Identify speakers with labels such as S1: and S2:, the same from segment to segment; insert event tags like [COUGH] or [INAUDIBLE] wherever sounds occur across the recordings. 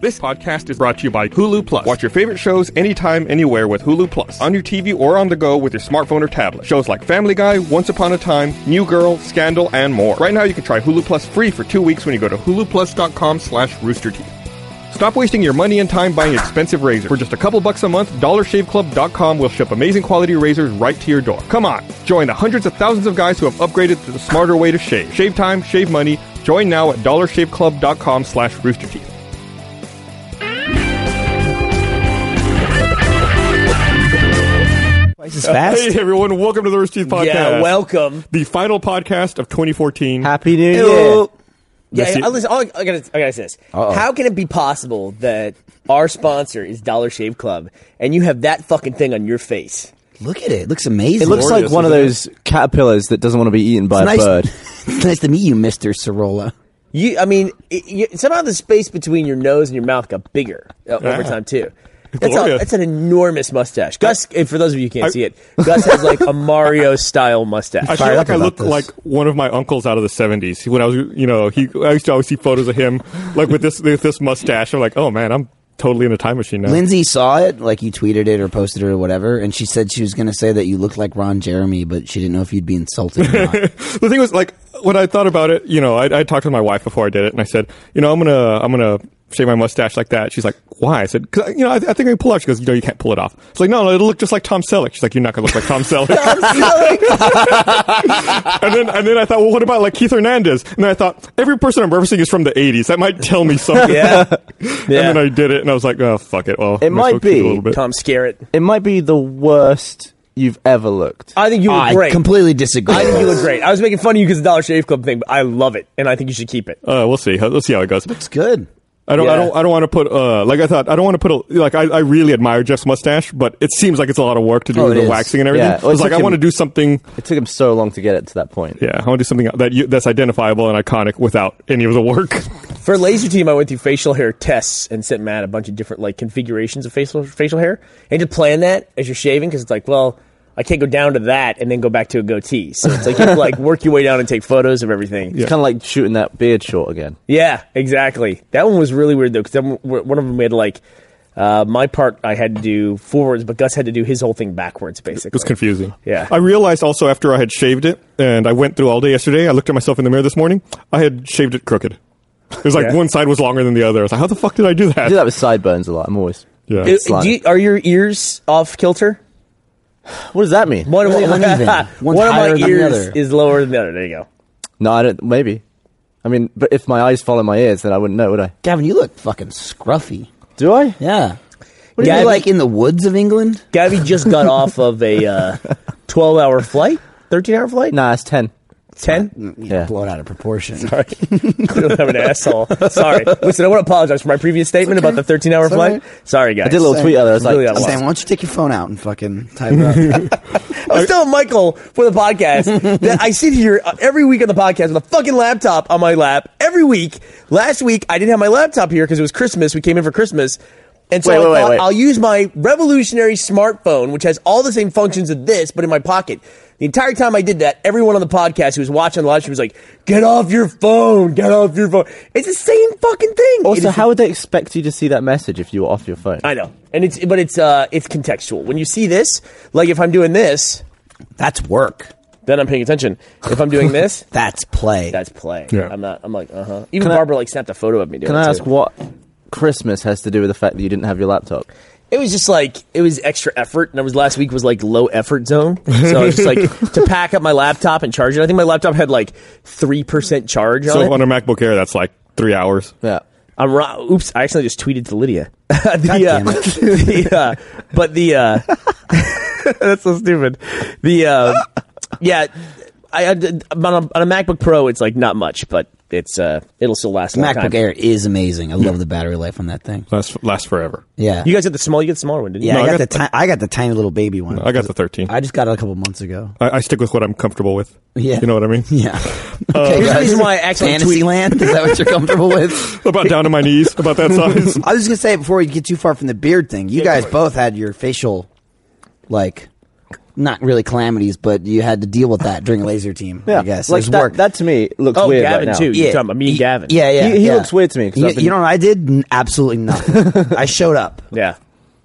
S1: This podcast is brought to you by Hulu Plus. Watch your favorite shows anytime, anywhere with Hulu Plus. On your TV or on the go with your smartphone or tablet. Shows like Family Guy, Once Upon a Time, New Girl, Scandal, and more. Right now you can try Hulu Plus free for two weeks when you go to huluplus.com slash roosterteeth. Stop wasting your money and time buying expensive razors. For just a couple bucks a month, DollarShaveClub.com will ship amazing quality razors right to your door. Come on, join the hundreds of thousands of guys who have upgraded to the smarter way to shave. Shave time, shave money. Join now at DollarShaveClub.com slash roosterteeth.
S2: Twice as fast.
S1: Hey everyone, welcome to the Rooster Teeth Podcast.
S2: Yeah, welcome.
S1: The final podcast of 2014.
S3: Happy New Year.
S2: Ew. Yeah,
S1: That's it.
S2: I, listen, all I, I gotta, I gotta say this. How can it be possible that our sponsor is Dollar Shave Club and you have that fucking thing on your face?
S3: [LAUGHS] Look at it. It looks amazing.
S4: It looks like one of those caterpillars that doesn't want to be eaten by a
S3: nice,
S4: bird.
S3: it's [LAUGHS] nice to meet you, Mister Sorolla.
S2: You, I mean, it, you, somehow the space between your nose and your mouth got bigger uh, over time too. That's, a,
S1: Glorious.
S2: that's an enormous mustache. Gus, and for those of you who can't see it, Gus has like a
S4: [LAUGHS]
S2: Mario style mustache.
S1: I feel
S3: fired
S1: like
S3: up
S1: I
S3: about
S1: look
S3: this.
S1: like one of my uncles out of the '70s. When I was, you know, he I used to always see photos of him, like with this with this mustache. I'm like, oh man, I'm totally in a time machine now.
S3: Lindsay saw it, like you tweeted it or posted it or whatever, and she said she was going to say that you looked like Ron Jeremy, but she didn't know if you'd be insulted or not.
S1: the thing was, like, when I thought about it, you know, I, I talked to my wife before I did it, and I said, you know, I'm gonna I'm gonna shave my mustache like that. She's like, why? I said, Cause, I- you know, I, I think I can pull it off. She goes, you know, you can't pull it off. It's like, no, no, it'll look just like Tom Selleck. She's like, you're not gonna look like Tom Selleck. [LAUGHS] and then and then I thought, well, what about like Keith Hernandez? And then I thought, every person I'm referencing is from the '80s. That might tell me something.
S2: [LAUGHS] yeah,
S1: [LAUGHS] And then
S2: yeah.
S1: I did it, and I was like, "Oh fuck it!" Well,
S4: It might be.
S1: a little bit.
S2: Tom Skerritt.
S4: It might be the worst you've ever looked.
S2: I think you were
S3: I
S2: Ah, great.
S3: completely disagree.
S2: I think you look great. I was making fun of you because the Dollar Shave Club thing, but I love it, and I think you should keep it.
S1: Uh, we'll see. Let's see how it goes.
S3: It's good.
S1: I don't. I
S2: Yeah.
S1: don't. I don't want to put. Uh, like I thought. I don't want to put. A, like I, I. really admire Jeff's mustache, but it seems like it's a lot of work to do
S3: Oh,
S1: with
S3: it
S1: the
S3: is.
S1: waxing and everything.
S4: Yeah. Well,
S1: it's
S4: it
S1: like
S4: took
S1: I want to
S4: him-
S1: do something.
S4: It took him so long to get it to that point.
S1: Yeah, I want to do something that you, that's identifiable and iconic without any of the work. [LAUGHS]
S2: For laser team, I went through facial hair tests and sent Matt a bunch of different like configurations of facial facial hair, and just plan that as you're shaving because it's like, well, I can't go down to that and then go back to a goatee. So it's like you have to, like work your way down and take photos of everything.
S4: It's kind of like shooting that beard short again.
S2: Yeah, exactly. That one was really weird though because one of them had like uh, my part I had to do forwards, but Gus had to do his whole thing backwards basically.
S1: It's confusing.
S2: Yeah.
S1: I realized also after I had shaved it, and I went through all day yesterday. I looked at myself in the mirror this morning. I had shaved it crooked. It was like
S2: Yeah.
S1: one side was longer than the other. I was like, "How the fuck did I do that?"
S4: I do that with sideburns a lot. I'm always.
S1: Yeah.
S2: Uh,
S4: slanted.
S2: do you- are your ears off kilter?
S4: what does that mean?
S2: [LAUGHS] One of,
S3: Really uneven. One's
S2: one of
S3: higher
S2: my
S3: than the
S2: ears
S3: other.
S2: is lower than the other. There you go.
S4: No, I don't. Maybe. I mean, but if my eyes follow my ears, then I wouldn't know, would I?
S3: Gavin, you look fucking scruffy.
S4: Do I?
S3: Yeah. What are
S2: Gavin-
S3: you like in the woods of England?
S2: Gabby just got off of a uh, 12 hour flight, 13 hour flight,
S4: Nah, it's ten.
S2: 10.
S4: Yeah.
S3: Blown out of proportion.
S2: Clearly I'm an asshole. Sorry. Listen, I want to apologize for my previous statement about the 13 hour flight.
S3: alright.
S2: Sorry, guys.
S4: I did a little tweet out there. I was like,
S2: Really, I
S3: I'm
S2: lost.
S3: saying, why don't you take your phone out and fucking type it up?
S2: I was telling Michael for the
S4: [LAUGHS]
S2: podcast that I sit here uh, every week on the podcast with a fucking laptop on my lap every week. Last week I didn't have my laptop here because it was Christmas. We came in for Christmas. And so
S4: Wait,
S2: I
S4: wait, wait,
S2: thought
S4: wait.
S2: I'll use my revolutionary smartphone, which has all the same functions of this, but in my pocket. The entire time I did that, everyone on the podcast who was watching the live stream was like, "Get off your phone! Get off your phone!" It's the same fucking thing. It
S4: also,
S2: is-
S4: how would they expect you to see that message if you were off your phone?
S2: I know, and it's but it's uh it's contextual. When you see this, like if I'm doing this,
S3: That's work.
S2: then I'm paying attention. If I'm
S4: [LAUGHS]
S2: doing this,
S3: That's play.
S2: that's play.
S1: Yeah.
S2: I'm not. I'm like, uh huh. Even
S4: Can I-
S2: Barbara like snapped a photo of me doing.
S4: Can
S2: it
S4: I
S2: too.
S4: ask what Christmas has to do with the fact that you didn't have your laptop?
S2: It was just like it was extra effort, and I was last week was like low effort zone. So I was just like to pack up my laptop and charge it. I think my laptop had like three percent charge on
S1: so
S2: it.
S1: on a MacBook Air, that's like three hours.
S4: Yeah.
S2: I'm wrong. Oops, I accidentally just tweeted to Lydia. [LAUGHS] the, uh,
S3: damn it.
S2: [LAUGHS] the, uh, but the uh, [LAUGHS] that's so stupid. The uh, yeah, I, I did- on, a, on a MacBook Pro, it's like not much, but it's uh, it'll still last. A long
S3: MacBook
S2: time.
S3: Air is amazing. I love the battery life on that thing.
S1: Lasts lasts forever.
S3: Yeah.
S2: You guys got the small. You got the smaller one, didn't you?
S3: yeah,
S1: No,
S3: I,
S1: I
S3: got
S1: got-
S3: the ti- I got the tiny little baby one.
S1: I got the 13.
S3: I just got it a couple months ago.
S1: I, I stick with what I'm comfortable with.
S3: Yeah.
S1: You know what I mean?
S3: [LAUGHS] Yeah.
S2: Here's the reason why I actually tweet-
S3: Fantasyland? Is that what you're comfortable with?
S1: [LAUGHS] About down to my knees, about that
S4: [LAUGHS]
S1: size.
S3: I was just going to say, before we get too far from the beard thing, you guys both had your facial, like, not really calamities, but you had to deal with that during laser team.
S4: Yeah,
S3: I guess it
S4: like
S3: was
S4: that,
S3: work.
S4: that to me looks
S2: Oh,
S4: weird
S2: Gavin
S4: right now.
S2: too. You're talking about me and
S3: He-
S2: Gavin.
S3: Yeah, yeah.
S4: He- he
S3: yeah.
S4: looks weird to me 'cause
S3: You,
S4: I've been-
S3: you know what I did? N- Absolutely nothing. I showed up.
S2: Yeah.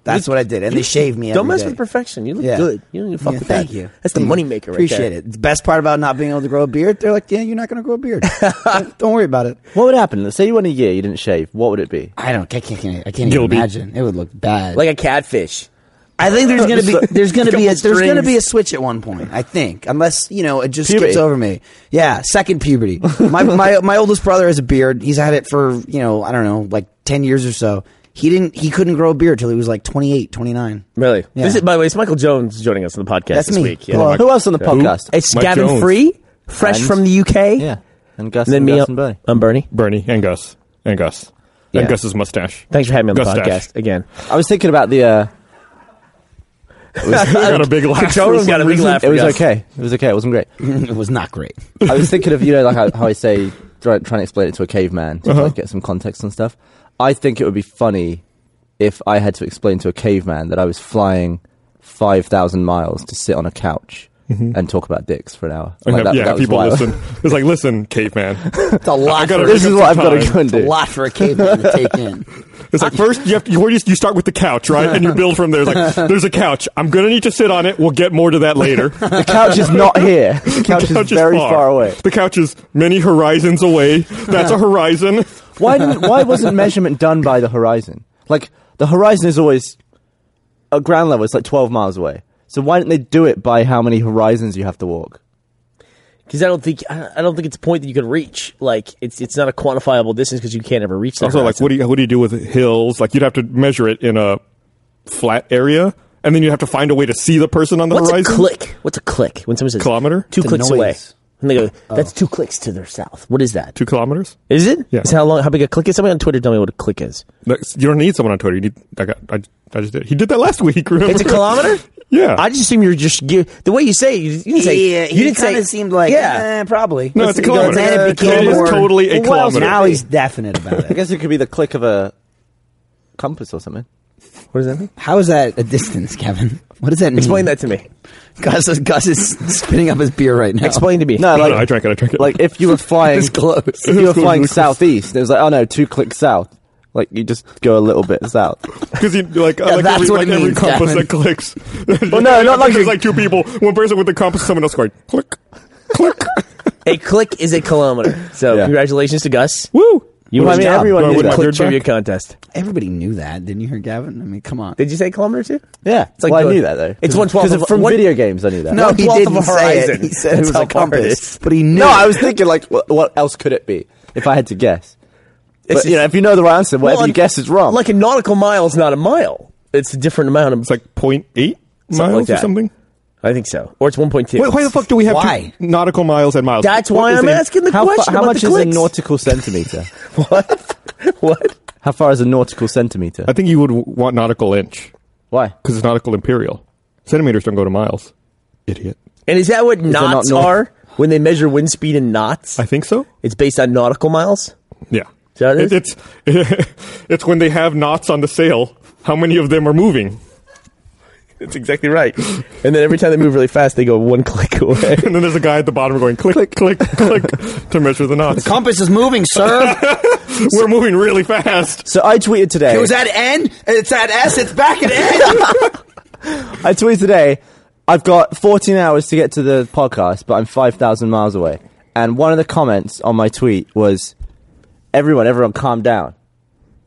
S3: That's what I did, and they shaved me.
S2: Don't
S3: every
S2: mess
S3: day.
S2: with perfection. You look
S3: Yeah.
S2: good. You don't need to fuck
S3: Yeah,
S2: with
S3: thank
S2: that.
S3: you.
S2: That's the
S3: Thank you.
S2: moneymaker right
S3: Appreciate
S2: there.
S3: it. The best part about not being able to grow a beard, they're like, yeah, you're not going to grow a [LAUGHS] beard. don't, don't worry about it.
S4: What would happen? Let's say you went a year, you didn't shave. What would it be?
S3: I don't. I can't. I can't even
S2: Gilby.
S3: imagine. It would look bad.
S2: Like a catfish.
S3: I think [LAUGHS] there's gonna be there's gonna be a,
S2: Couple
S3: there's gonna
S2: strings.
S3: be a switch at one point. I think unless you know it just
S4: Puberty.
S3: skips over me. Yeah, second puberty. My my [LAUGHS] my oldest brother has a beard. He's had it for you know I don't know like ten years or so. He didn't. He couldn't grow a beard till he was like 28, 29.
S2: Really?
S3: Yeah.
S2: This is, by the way, it's Michael Jones joining us on the podcast
S3: That's
S2: this
S3: me.
S2: week.
S3: Hello.
S2: Yeah.
S3: Mike-
S4: Who else on the podcast?
S2: It's
S1: Mike
S2: Gavin
S1: Jones.
S2: Free, fresh
S4: And-
S2: from the UK.
S4: Yeah, and Gus
S2: And then
S4: and,
S2: me.
S4: Gus and Bernie.
S2: I'm Bernie.
S1: Bernie and Gus and Gus
S2: Yeah.
S1: and Gus's mustache.
S2: Thanks for having me on the
S1: Gus Dash.
S2: podcast again.
S4: I was thinking about the. Uh,
S1: [LAUGHS] I got a big laugh.
S2: Control room got a big laugh.
S4: it was
S2: Gus.
S4: okay. It was okay. It wasn't great.
S3: it was not great.
S4: I was thinking of you know like how, how I say try, trying to explain it to a caveman to like, get some context and stuff. I think it would be funny if I had to explain to a caveman that I was flying five thousand miles to sit on a couch and talk about dicks for an hour.
S1: And
S4: Like,
S1: have- yeah,
S4: was
S1: people
S4: wild.
S1: listen. It's like, listen, caveman.
S3: It's a lot.
S1: gotta pick
S3: for,
S4: [LAUGHS] this is
S1: up
S4: what I've
S1: some
S4: got to
S1: time.
S4: go
S3: [LAUGHS]
S4: and
S3: it's a
S4: do.
S3: lot for a caveman to take [LAUGHS] in.
S1: It's
S4: [LAUGHS]
S1: like first you have to, where do you, you start with the couch, right? And you build from there. It's
S4: [LAUGHS]
S1: like there's a couch. I'm gonna need to sit on it. We'll get more to that later.
S4: The [LAUGHS] couch is not here. The couch,
S1: The couch
S4: is very far away.
S1: The couch is many horizons away. That's a
S4: [LAUGHS]
S1: horizon.
S4: Why didn't? Why wasn't measurement done by the horizon? Like the horizon is always at ground level. It's like twelve miles away. So why didn't they do it by how many horizons you have to walk?
S2: Because I don't think I I don't think it's a point that you can reach. Like it's it's not a quantifiable distance because you can't ever reach that.
S1: Also, like, what do you what do you do with hills? Like, you'd have to measure it in a flat area, and then you'd have to find a way to see the person on the
S2: What's
S1: horizon.
S2: a click? What's a click? When someone says
S1: Kilometer?
S2: two
S1: It's
S3: a noise.
S2: clicks
S3: Oh.
S2: away, and they go, "That's two clicks to their south." What is that?
S1: Two kilometers.
S2: Is it?
S1: Yeah.
S2: Is how long? How big a click is? Somebody on Twitter tell me what a click is.
S1: That's- You don't need someone on Twitter. You need. I got. I, I just did. He did that last week. [LAUGHS] Remember?
S2: It's a kilometer.
S4: [LAUGHS]
S1: Yeah.
S2: I just assume you're just you, the way you say it, you, you didn't say
S3: Yeah,
S2: you
S3: he
S2: didn't say
S3: kind of seemed like
S2: yeah.
S3: eh, probably.
S1: No, it's a
S3: Because
S1: kilometer.
S3: Then it
S1: It
S3: became
S1: is
S3: more-
S1: totally a
S3: Well, what else?
S1: kilometer.
S3: Now he's definite about
S4: I
S3: it.
S4: guess it could be the click of a compass or something.
S2: What does that mean?
S3: [LAUGHS] How is that a distance, Kevin? What does that mean?
S2: Explain that to me.
S4: Oh.
S3: Gus is, Gus is spitting up his beer right now.
S2: Explain to me.
S4: No,
S1: No,
S4: like
S1: no, [LAUGHS] I drank it. I drank it.
S4: like if you were flying,
S3: It's close.
S4: if you were
S1: It's close,
S4: flying
S1: it's close.
S4: southeast, it was like oh no, two clicks south. Like you just go a little bit south.
S1: Because you like, uh, like
S3: that's
S1: every,
S3: what
S1: like
S3: it
S1: every
S3: means,
S1: compass
S3: Gavin.
S1: that clicks. [LAUGHS]
S4: Well, no, not like
S1: there's
S4: a-
S1: like two people. One person with the compass, someone else going click, click. [LAUGHS]
S2: A click is a kilometer. So
S4: Yeah.
S2: congratulations to Gus.
S1: Woo!
S2: You
S4: Well,
S2: won
S4: I mean,
S2: job.
S4: everyone
S1: Do I
S4: knew
S1: win my
S4: that.
S2: click
S1: beard
S2: trivia
S1: back?
S2: contest.
S3: Everybody knew that, didn't you hear, Gavin? I mean, come on.
S2: Did you say kilometer too?
S4: Yeah,
S2: It's like
S4: well,
S2: good.
S4: I knew that though.
S2: It's one twelfth
S4: Because
S2: of-
S4: from
S2: one-
S4: video games, I knew that.
S3: no,
S2: One
S3: he
S2: twelfth
S3: didn't
S2: of a
S3: say it.
S2: horizon.
S3: He said it
S2: That's
S3: was
S2: how
S3: a
S2: hard it
S3: compass,
S2: is.
S3: but he knew.
S4: No, I was thinking like, what, what else could it be if I had to guess? But,
S2: It's
S4: you know,
S2: just-
S4: if you know the right answer, whatever
S2: Well,
S4: you
S2: a-
S4: guess is wrong.
S2: Like a nautical mile is not a mile. It's a different amount of.
S1: It's like 0.8
S2: Something
S1: miles or
S2: like that.
S1: something.
S2: I think so, or it's one point two.
S1: Wait, why the fuck do we have
S3: Why?
S1: two nautical miles and miles?
S2: That's
S1: What
S2: why
S1: is
S2: I'm
S1: the-
S2: asking the
S4: how, fa-
S2: question.
S4: how
S2: about
S4: much
S2: the
S4: is a
S2: clicks.
S4: nautical centimeter?
S2: [LAUGHS] What?
S4: how far is a nautical centimeter?
S1: I think you would w- want nautical inch
S4: Why?
S1: because it's nautical imperial. Centimeters don't go to miles. Idiot.
S2: And is that what
S4: not
S2: knots
S4: nau-
S2: are when they measure wind speed in knots?
S1: I think so.
S2: It's based on nautical miles.
S1: Yeah.
S2: that it
S1: It- it's [LAUGHS] it's when they have knots on the sail. How many of them are moving?
S2: That's exactly right. and then every time they move really fast, they go one [LAUGHS] click away.
S1: And then there's a guy at the bottom going click, click, click, [LAUGHS] click to measure the knots.
S3: compass is moving, [LAUGHS] sir.
S1: We're moving really fast.
S4: So I tweeted today.
S3: at N. It's at S. It's back at [LAUGHS] N.
S4: I tweeted today. I've got 14 hours to get to the podcast, but I'm 5,000 miles away. And one of the comments on my tweet was, "Everyone, everyone, calm down.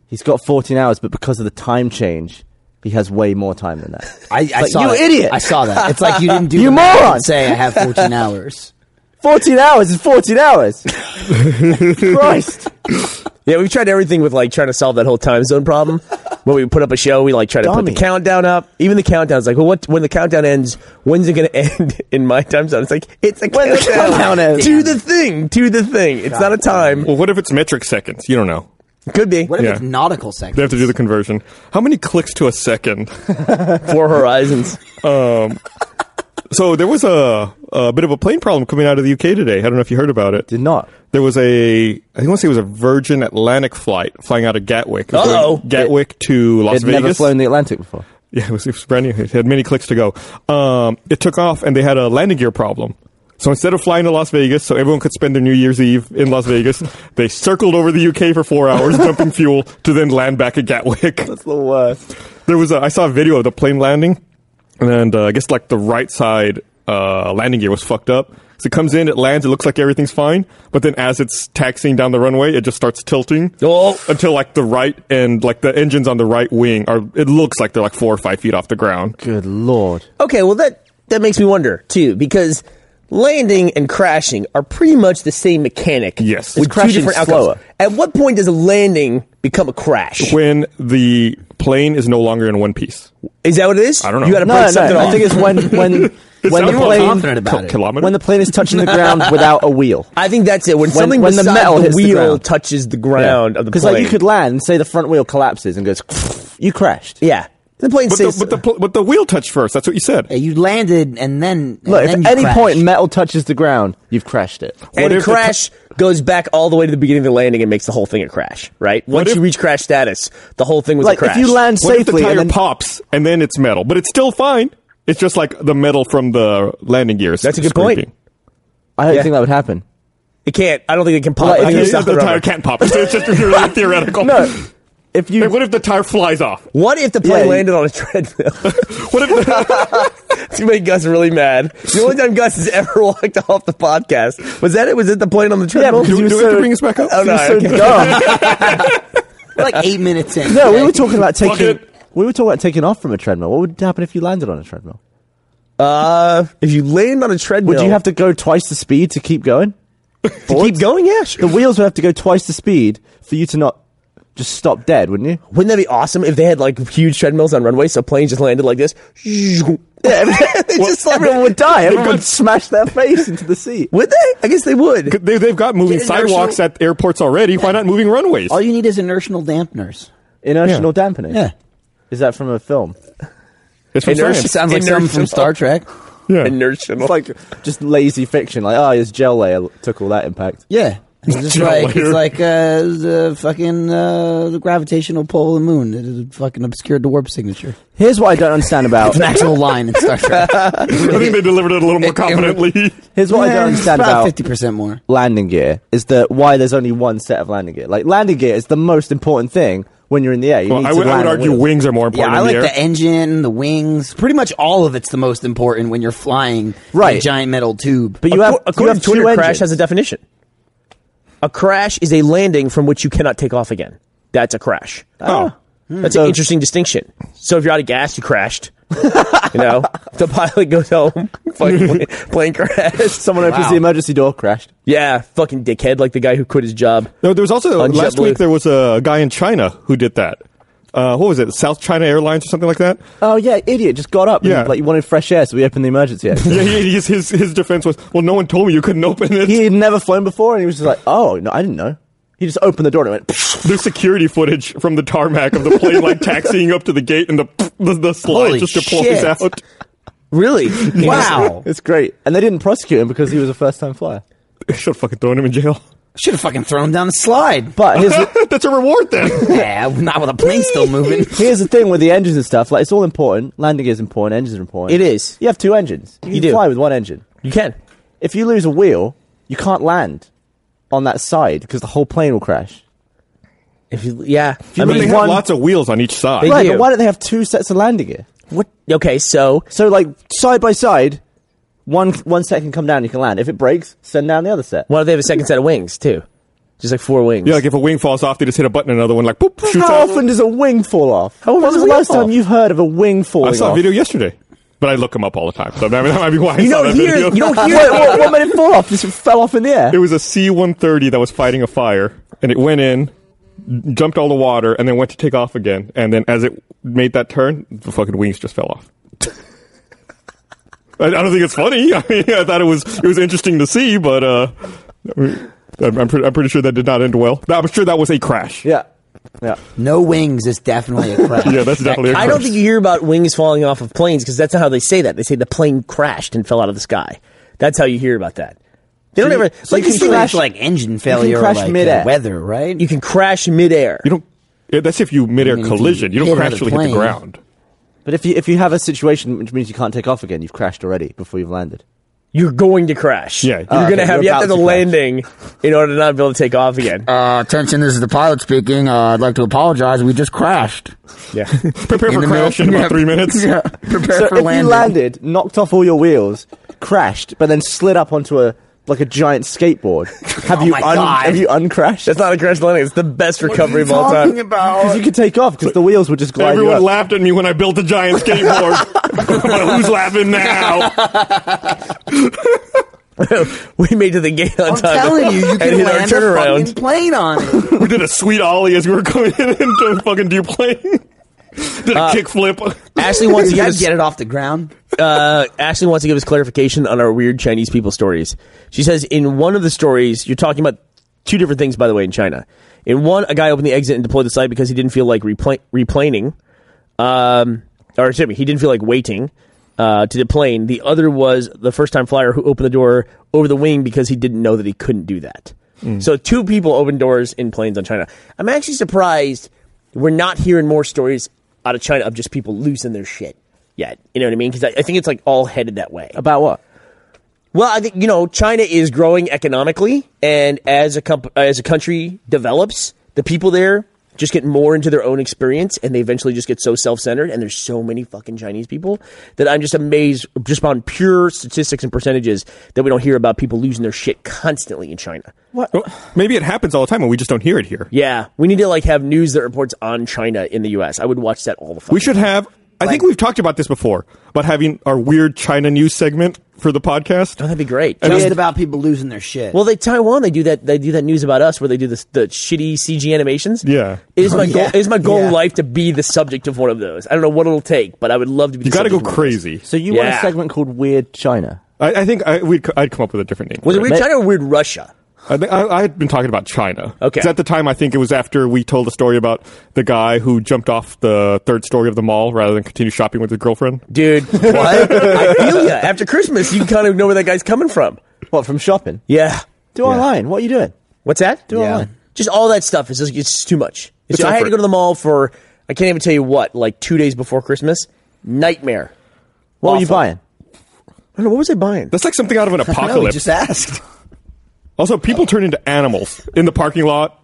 S4: He's got 14 hours, but because of the time change, he has way more time
S1: [LAUGHS]
S4: than that.
S3: I, I
S4: Like,
S3: saw
S4: you
S3: that.
S4: idiot.
S3: I saw that. It's like you [LAUGHS] didn't do
S4: You
S3: the math and
S4: moron.
S3: Say I have 14 hours.
S4: 14 hours is
S1: [LAUGHS]
S4: 14 hours. Christ."
S2: yeah, we've tried everything with like trying to solve that whole time zone problem. When we put up a show, we like try to put
S4: Dummy.
S2: the countdown up. Even the countdown's like, well, what? When the countdown ends, when's it going to [LAUGHS] end in my time zone? It's like it's a
S4: When the
S2: countdown,
S4: countdown ends.
S2: to the thing, to the thing. It's not a time.
S1: Well, what if it's metric seconds? You don't know.
S2: Could be
S3: What if
S1: Yeah.
S3: it's nautical
S1: They
S3: seconds?
S1: have to do the conversion. How many clicks to a second? [LAUGHS]
S2: four horizons.
S1: So there was a, a bit of a plane problem coming out of the UK today. I don't know if you heard about it.
S4: Did not.
S1: There was a, I think I want to say it was a Virgin Atlantic flight flying out of Gatwick. It was
S2: Uh-oh.
S1: going Gatwick to Las
S4: I'd
S1: Vegas.
S4: never flown the Atlantic before.
S1: [LAUGHS] Yeah, it was, it was brand new. It had many clicks to go. Um, it took off, and they had a landing gear problem. So instead of flying to Las Vegas, so everyone could spend their New Year's Eve in Las Vegas, they circled over the UK for four hours, [LAUGHS] dumping fuel to then land back at Gatwick.
S4: That's the worst.
S1: There was a, I saw a video of the plane landing, and uh, I guess like the right side uh, landing gear was fucked up. So it comes in, it lands, it looks like everything's fine, but then as it's taxiing down the runway, it just starts tilting
S2: Oh.
S1: until like the right and like the engines on the right wing are. It looks like they're like four or five feet off the ground.
S4: Good lord.
S2: Okay, well that that makes me wonder too because landing and crashing are pretty much the same mechanic.
S1: Yes.
S2: with
S1: Is
S2: two
S4: crashing
S2: different
S4: slower?
S2: outcomes. At what point does a landing become a crash?
S1: When the plane is no longer in one piece,
S2: Is that what it is? I
S1: don't know.
S2: You got to
S4: No,
S2: break
S4: no,
S2: something
S4: I
S2: off.
S4: think it's when when when
S1: sounds
S4: the
S1: more
S4: plane
S3: confident about
S1: Kil-
S3: it.
S1: kilometer.
S4: when the plane is touching the ground [LAUGHS] without a wheel.
S2: I think that's it. When,
S4: When-
S2: something
S4: when the
S2: beside
S4: metal hits the
S2: wheel
S4: ground.
S2: touches the ground of the
S4: Because
S2: plane,
S4: like you could land, say the front wheel collapses and goes, [LAUGHS] you crashed.
S2: yeah, the plane
S1: but the,
S2: stays.
S1: but the pl- but the wheel touched first. That's what you said.
S3: Yeah, uh, you landed and then and
S4: Look,
S3: then
S4: if
S3: you
S4: at any
S3: crashed.
S4: point metal touches the ground, you've crashed it.
S1: What
S2: and
S1: if the
S2: crash goes back all the way to the beginning of the landing and makes the whole thing a crash, right? Once
S1: if-
S2: you reach crash status, the whole thing was a
S4: Like
S2: crash.
S4: if you land
S1: What if the
S4: safely
S1: tire
S4: and then
S1: pops and then it's metal, but it's still fine. It's just like the metal from the landing gears.
S2: That's a good point.
S4: I don't
S2: Yeah.
S4: think that would happen.
S2: it can't. I don't think it can pop.
S4: Like,
S2: I think
S4: if
S2: it's
S4: you-
S1: The,
S2: not the
S1: tire
S2: rubber.
S1: can't pop. It's just [LAUGHS] really theoretical.
S4: No, if you
S1: Hey, what if the tire flies off?
S2: What if the
S4: Yeah,
S2: plane
S4: you-
S2: landed on a treadmill? [LAUGHS]
S1: What if the,
S2: It's gonna make Gus really mad. The only time Gus has ever [LAUGHS] walked off the podcast was that it was at the plane on the treadmill.
S4: because
S1: do,
S4: you
S1: do
S4: were
S1: we have
S4: so-
S1: to bring us back up?
S2: Oh, no.
S4: you're so
S2: okay.
S4: dumb.
S3: We're like eight minutes in.
S4: [LAUGHS] No, we were talking about
S1: Fuck
S4: taking.
S1: it.
S4: We were talking about taking off from a treadmill. What would happen if you landed on a treadmill?
S2: Uh, if you land on a treadmill,
S4: Would you have to go twice the speed to keep going?
S2: to keep going? Yeah. sure.
S4: The wheels would have to go twice the speed for you to not just stop dead, wouldn't you?
S2: Wouldn't that be awesome if they had like huge treadmills on runways so planes just landed like this? [LAUGHS] Yeah, just like,
S4: Everyone would die. Everyone would smash their face into the seat.
S2: would they? I guess they would.
S1: [LAUGHS] They, they've got moving
S3: Get inertial-
S1: sidewalks at airports already. Why not moving runways?
S3: All you need is inertial dampeners.
S4: Inertial dampening.
S3: Yeah.
S4: Is that from a film?
S1: It's from
S2: Inertia
S1: science.
S2: sounds
S3: Like something from
S2: Inertial.
S3: Star Trek.
S1: Yeah.
S2: Inertial.
S4: It's like just lazy fiction. Like, oh, his gel layer took all that impact.
S3: Yeah. [LAUGHS] It's just
S1: Gel
S3: like
S1: layer.
S3: it's like uh, the fucking uh, the gravitational pull of the moon. It is fucking obscured the warp signature.
S4: Here's what I don't understand
S3: It's
S4: about.
S3: an
S4: [LAUGHS]
S3: actual line in Star Trek.
S1: I think they delivered it a little more
S3: It- it-
S1: confidently.
S4: Here's what I don't understand about
S3: fifty percent more.
S4: landing gear is that why there's only one set of landing gear. Like landing gear is the most important thing when you're in the air. You
S1: [LAUGHS] Well,
S4: need
S1: I
S4: to
S1: would, I
S4: land
S1: would
S4: on
S1: argue
S4: wheels.
S1: wings are more
S3: Yeah,
S1: important
S3: I
S1: in
S3: like
S1: the air.
S3: the engine, the wings. Pretty much all of it's the most important when you're flying in a
S4: Right.
S3: giant metal tube. Oh,
S4: But you have, you
S2: According
S4: have
S2: to Twitter,
S4: two
S2: crash
S4: engines.
S2: has a definition. A crash is a landing from which you cannot take off again. That's a crash.
S1: Oh.
S4: Hmm.
S2: That's an interesting distinction. So if you're out of gas, you crashed. [LAUGHS] you know, the pilot goes home, fucking plane,
S4: [LAUGHS]
S2: plane crashed.
S4: Someone opens
S3: Wow.
S4: the emergency door, crashed.
S2: Yeah, fucking dickhead, like the guy who quit his job.
S1: No, there was also
S2: On
S1: last
S2: JetBlue.
S1: week there was a guy in China who did that. Uh, what was it? South China Airlines or something like that.
S4: Oh yeah, idiot! Just got up.
S1: Yeah.
S4: and, like you wanted fresh air, so we opened the emergency
S3: [LAUGHS]
S4: exit.
S1: Yeah, [LAUGHS] he, his, his his defense was, well, no one told me you couldn't open it.
S4: he had never flown before, and he was just like, "Oh no, I didn't know." He just opened the door and it went.
S1: There's security footage from the tarmac of the plane like taxiing up to the gate and the the, the slide
S3: Holy
S1: just deploys
S3: shit.
S1: out. [LAUGHS]
S2: [LAUGHS] Really?
S3: wow,
S4: [LAUGHS] It's great, and they didn't prosecute him because he was a first-time flyer.
S1: They should have fucking thrown him in jail. [LAUGHS]
S3: should have fucking thrown him down the slide.
S4: But here's the,
S1: That's a reward then.
S3: yeah, [LAUGHS] not with a plane still moving.
S2: [LAUGHS]
S4: here's the [LAUGHS] thing with the engines and stuff. Like it's all important. Landing is important. Engines are important.
S2: It is.
S4: You have two engines. You,
S2: You
S4: can
S2: do.
S4: fly with one engine.
S2: You can.
S4: if you lose a wheel, you can't land on that side because the whole plane will crash.
S2: If you, yeah. I
S1: [LAUGHS] but
S2: mean,
S1: they have
S4: one-
S1: lots of wheels on each side.
S2: They
S4: right,
S2: do.
S4: but why don't they have two sets of landing gear?
S2: what? Okay, so
S4: So like side by side, one one set can come down, you can land. If it breaks, send down the other set.
S2: why don't they have a second set of wings too? Just like four wings.
S1: yeah, like if a wing falls off, they just hit a button, another one like boop shoots
S4: How
S1: out.
S4: often does a wing fall off?
S2: How often
S4: when was
S2: does a
S4: the
S2: wing
S4: last time
S2: off?
S4: you've heard of a wing
S1: I
S4: falling
S1: saw a
S4: off?
S1: video yesterday, but I look them up all the time, so that, that might be why I
S2: You
S1: saw
S2: don't
S1: that
S2: hear.
S1: video.
S2: You don't hear. [LAUGHS]
S4: Wait, what, what made it fall off? Just fell off in the air.
S1: It was a C-130 that was fighting a fire, and it went in, jumped all the water, and then went to take off again. And then as it made that turn, the fucking wings just fell off. I, I don't think it's funny. [LAUGHS] I mean, I thought it was it was interesting to see, but uh, I mean, I'm, I'm, pretty, I'm pretty sure that did not end well. I'm sure that was a crash.
S4: Yeah, yeah.
S3: [LAUGHS] No wings is definitely a crash.
S1: Yeah, that's definitely a
S2: I
S1: crash.
S2: don't think you hear about wings falling off of planes because that's not how they say that. They say the plane crashed and fell out of the sky. That's how you hear about that. They don't ever
S3: so
S2: like
S3: you
S2: this
S3: can
S2: thing-
S3: crash like engine failure,
S4: crash
S3: or like
S4: midair.
S3: uh, weather, right?
S2: You can crash midair.
S1: You don't. yeah, That's if you midair
S3: mean, if you
S1: collision. You
S3: hit
S1: don't
S3: another
S1: actually hit the
S3: plane-
S1: ground.
S4: But if you if you have a situation which means you can't take off again, you've crashed already before you've landed.
S2: You're going to crash.
S1: Yeah.
S2: You're
S1: Oh,
S2: going to
S4: okay,
S2: have
S4: you're
S2: yet
S4: about
S2: to the
S4: to crash.
S2: landing in order to not be able to take off again.
S5: Uh, attention, this is the pilot speaking. Uh, I'd like to apologize. We just crashed.
S2: Yeah.
S1: Prepare for
S5: the
S1: crash in about
S5: middle- yeah.
S1: three
S3: [LAUGHS]
S1: minutes.
S5: [LAUGHS] Yeah. Prepare
S4: so
S5: for
S4: if
S5: landing.
S4: you [LAUGHS] landed, knocked off all your wheels, crashed, but then slid up onto a like a giant skateboard, have you
S3: my
S4: un-
S3: God.
S4: have you uncrashed?
S2: That's not a crash landing. It's the best recovery of all time.
S4: [LAUGHS] because you could take off because the wheels would just glide you
S1: Everyone
S4: up.
S1: laughed at me when I built a giant skateboard.
S2: [LAUGHS]
S1: but who's laughing now?
S2: we made it to the gate on
S3: I'm
S2: time.
S3: telling you, you
S2: and
S3: can
S2: hit our
S3: land a
S2: turnaround.
S3: fucking plane on it.
S1: We did a sweet ollie as we were coming in [LAUGHS] into a fucking deplane. Did a
S2: Uh,
S1: kickflip.
S2: Ashley
S3: You
S2: wants to give
S3: gotta
S2: us,
S3: get it off the ground.
S2: uh, Ashley wants to give us clarification on our weird Chinese people stories. She says in one of the stories, you're talking about two different things, by the way, in China. In one, a guy opened the exit and deployed the site because he didn't feel like repla- replaning, um, or excuse me, he didn't feel like waiting uh, to deplane. The other was the first-time flyer who opened the door over the wing because he didn't know that he couldn't do that. So two people opened doors in planes on China. I'm actually surprised we're not hearing more stories out of China of just people losing their shit yet. You know what I mean? Because I, I think it's like all headed that way.
S4: About what?
S2: Well, I think you know China is growing economically, and as a comp- as a country develops, the people there just get more into their own experience, and they eventually just get so self centered. And there's so many fucking Chinese people that I'm just amazed just on pure statistics and percentages that we don't hear about people losing their shit constantly in China.
S1: Maybe it happens all the time and we just don't hear it here.
S2: Yeah, we need to like have news that reports on China in the U.S. I would watch that all the fucking
S1: We should have. I think we've talked about this before, about having our weird China news segment for the podcast.
S2: Oh, that'd be great.
S3: Just about people losing their shit.
S2: Well, they Taiwan they do that they do that news about us where they do this, the shitty CG animations.
S1: Yeah.
S2: it is my goal,
S3: yeah.
S2: it is my goal
S3: Yeah.
S2: in life to be the subject of one of those. I don't know what it'll take, but I would love to be.
S1: You
S2: the
S1: got to go
S2: subject of one of those.
S1: crazy.
S4: So you want a
S2: Yeah.
S4: segment called Weird China?
S1: I, I think I, we'd, I'd come up with a different name.
S2: Was
S1: for
S2: it weird
S4: Ma-
S2: China or weird Russia?
S1: I, think- I, I had been talking about China.
S2: Okay.
S1: 'Cause At the time, I think it was after we told a story about the guy who jumped off the third story of the mall rather than continue shopping with his girlfriend.
S2: Dude, what? I feel ya. After Christmas, you kind of know where that guy's coming from.
S4: What from shopping?
S2: Yeah.
S4: Do online. What are you doing?
S2: What's that? Do
S4: Yeah. online.
S2: Just all that stuff is just, it's too much.
S1: It's
S2: so I had to
S1: effort.
S2: go to the mall for I can't even tell you what, like two days before Christmas. Nightmare.
S4: What were you
S2: Awful.
S4: buying?
S2: I don't know what was I buying.
S1: That's like something out of an
S3: no, we
S1: apocalypse.
S3: just asked.
S1: also, people turn into animals in the parking lot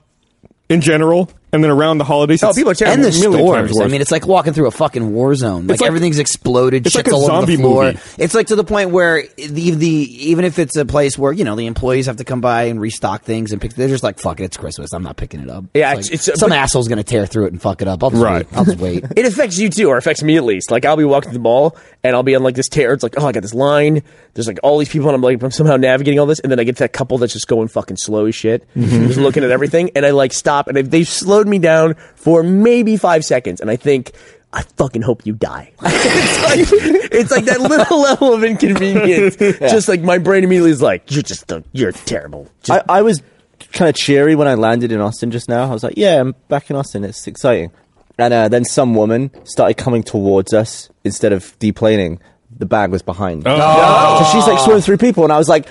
S1: in general, and then around the holidays.
S2: Oh,
S1: it's-
S2: people are terrible.
S3: And the
S1: a million times
S3: stores. I
S1: worse.
S3: mean, it's like walking through a fucking war zone. Like,
S1: like-
S3: everything's exploded.
S1: it's
S3: shit's
S1: like a
S3: all over
S1: zombie
S3: the floor.
S1: movie.
S3: It's like to the point where the, the even if it's a place where you know the employees have to come by and restock things and pick, they're just like, "Fuck it, it's Christmas. I'm not picking it up."
S2: Yeah,
S3: like,
S2: it's- it's-
S3: some
S2: but-
S3: asshole's gonna tear through it and fuck it up. I'll just
S1: Right.
S3: wait. I'll
S1: [LAUGHS]
S3: just wait.
S2: it affects you too, or affects me at least. Like I'll be walking to the mall and I'll be on like this tear. It's like, oh, I got this line. There's like all these people, and I'm like, I'm somehow navigating all this, and then I get to that couple that's just going fucking slow as shit, just looking at everything, and I like stop, and they've slowed me down for maybe five seconds, and I think. I fucking hope you die. [LAUGHS] it's, like, it's like that little [LAUGHS] level of [LAUGHS] inconvenience. Just like my brain immediately is like, you're just, a, you're terrible. Just
S4: I, I was kind of cheery when I landed in Austin just now. I was like, yeah, I'm back in Austin. It's exciting. And uh, then some woman started coming towards us instead of deplaning. The bag was behind.
S1: Oh.
S2: Oh.
S4: So she's like swimming through people, and I was like,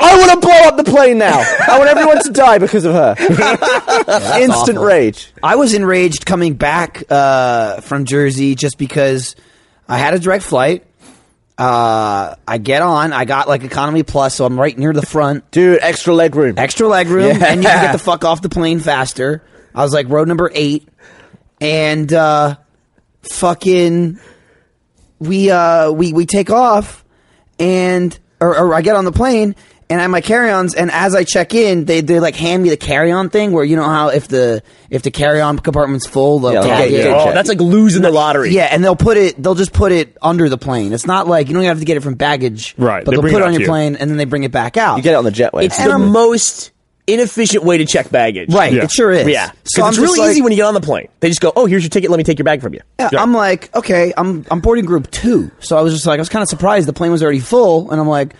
S4: I want to blow up the plane now. I want everyone to die because
S2: [LAUGHS]
S4: of her. Instant
S3: awful.
S4: rage.
S3: I was enraged coming back uh, from Jersey just because I had a direct flight. Uh, I get on. I got like economy plus, so I'm right near the front.
S4: Dude, extra leg room.
S3: extra leg room,
S4: Yeah.
S3: and you can get the fuck off the plane faster. I was like road number eight, and uh, fucking we uh we we take off, and or, or I get on the plane. And I have my carry-ons, and as I check in, they they like hand me the carry-on thing where you know how if the if the carry-on compartment's full, they'll
S4: Yeah,
S3: tag
S4: like,
S3: it.
S4: yeah,
S2: oh, that's like losing the lottery.
S3: Yeah, and they'll put it. They'll just put it under the plane. It's not like you don't have to get it from baggage,
S1: Right,
S3: But
S1: they
S3: they'll
S1: bring it
S3: put it
S1: out
S3: on
S1: to
S3: your
S1: you.
S3: plane, and then they bring it back out.
S4: You get it on the jetway.
S2: It's
S3: And
S2: the
S3: I'm-
S2: most inefficient way to check baggage.
S3: Right,
S1: Yeah.
S3: it sure is.
S2: Yeah.
S3: so
S2: 'Cause
S3: I'm
S2: it's
S3: just
S2: really
S3: like-
S2: easy when you get on the plane. They just go, "Oh, here's your ticket. Let me take your bag from you."
S3: Yeah, I'm like, okay, I'm I'm boarding group two. So I was just like, I was kind of surprised the plane was already full, and I'm
S5: [SIGHS]
S3: like,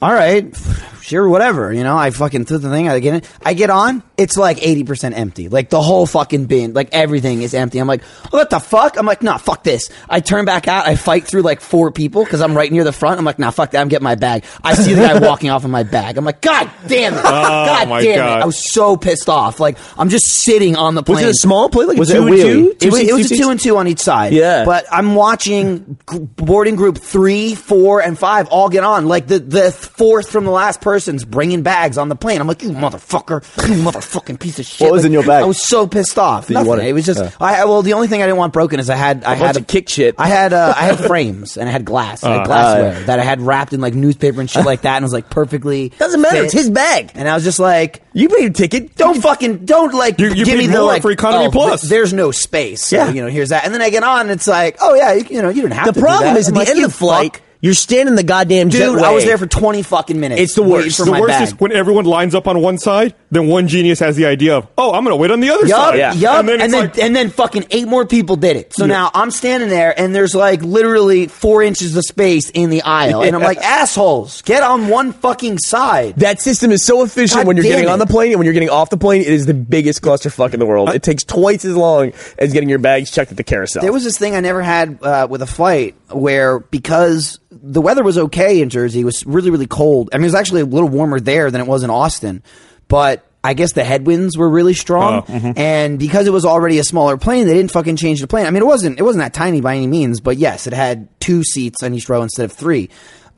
S3: all right, sure, whatever. You know, I fucking threw the thing. I get in, I get on.
S5: it's like 80% empty. Like the whole fucking bin, like everything is empty. I'm like, what the fuck? I'm like, nah, fuck this. I turn back out. I fight through like four people because I'm right near the front. I'm like, nah, fuck that. I'm getting my bag. I see the guy walking off in my bag. I'm like, God damn it. God
S1: my
S5: damn
S1: God.
S5: it. I was so pissed off. Like, I'm just sitting on the
S2: Was
S5: plane.
S2: it a small plane? Like a
S4: Was it
S2: two
S4: a
S2: and
S4: wheelie?
S2: two?
S5: It was,
S2: seats,
S5: it was a
S2: seats?
S5: two and two on each side.
S2: Yeah.
S5: But I'm watching g- boarding group three, four, and five all get on. Like the, the fourth from the last person's bringing bags on the plane. I'm like, you motherfucker, you motherfucking piece of shit.
S4: was
S5: Like,
S4: in your bag?
S5: I was so pissed off.
S4: you
S5: Nothing.
S4: wanted-
S5: It was just,
S4: Yeah.
S5: I I- well, the only thing I didn't want broken is I had, I had
S2: bunch of kick shit. Uh,
S5: I had, uh, I
S2: [LAUGHS]
S5: had frames and I had glass, like glassware that I had wrapped in like newspaper and shit like that, and it was like perfectly.
S2: Doesn't matter.
S5: fit.
S2: It's his bag.
S5: And I was just like,
S2: You paid a ticket.
S5: don't fucking don't like
S1: You- you paid
S5: give me the
S1: more
S5: like
S1: for Economy
S5: oh,
S1: Plus.
S5: th- there's no space. So,
S2: Yeah.
S5: you know, here's that. And then I get on, and it's like, oh yeah, you, you know, you didn't have
S2: The
S5: to.
S2: problem
S5: is
S2: is at the end of the flight, you're standing the goddamn
S5: dude.
S2: jetway.
S5: I was there for twenty fucking minutes.
S2: It's the
S5: waiting
S2: worst.
S5: For
S1: the
S5: my
S1: worst
S5: bag.
S1: is when everyone lines up on one side, then one genius has the idea of, oh, I'm going to wait on the other
S5: Yup,
S1: side.
S2: Yeah.
S5: yup,
S1: And then,
S5: and
S1: it's
S5: then,
S1: like,
S5: and then fucking eight more people did it. So now I'm standing there, and there's like literally four inches of space in the aisle, and
S1: [LAUGHS]
S5: I'm like, assholes, get on one fucking side.
S2: That system is so efficient
S5: God
S2: when you're
S5: damn
S2: getting
S5: it.
S2: on the plane and when you're getting off the plane. It is the biggest clusterfuck in the world. It takes twice as long as getting your bags checked at the carousel.
S5: There was this thing I never had uh, with a flight where because the weather was okay in Jersey, it was really really cold. I mean, it was actually a little warmer there than it was in Austin, but I guess the headwinds were really strong,
S1: Oh, mhm.
S5: and because it was already a smaller plane, they didn't fucking change the plane. I mean, it wasn't it wasn't that tiny by any means, but yes, it had two seats on each row instead of three.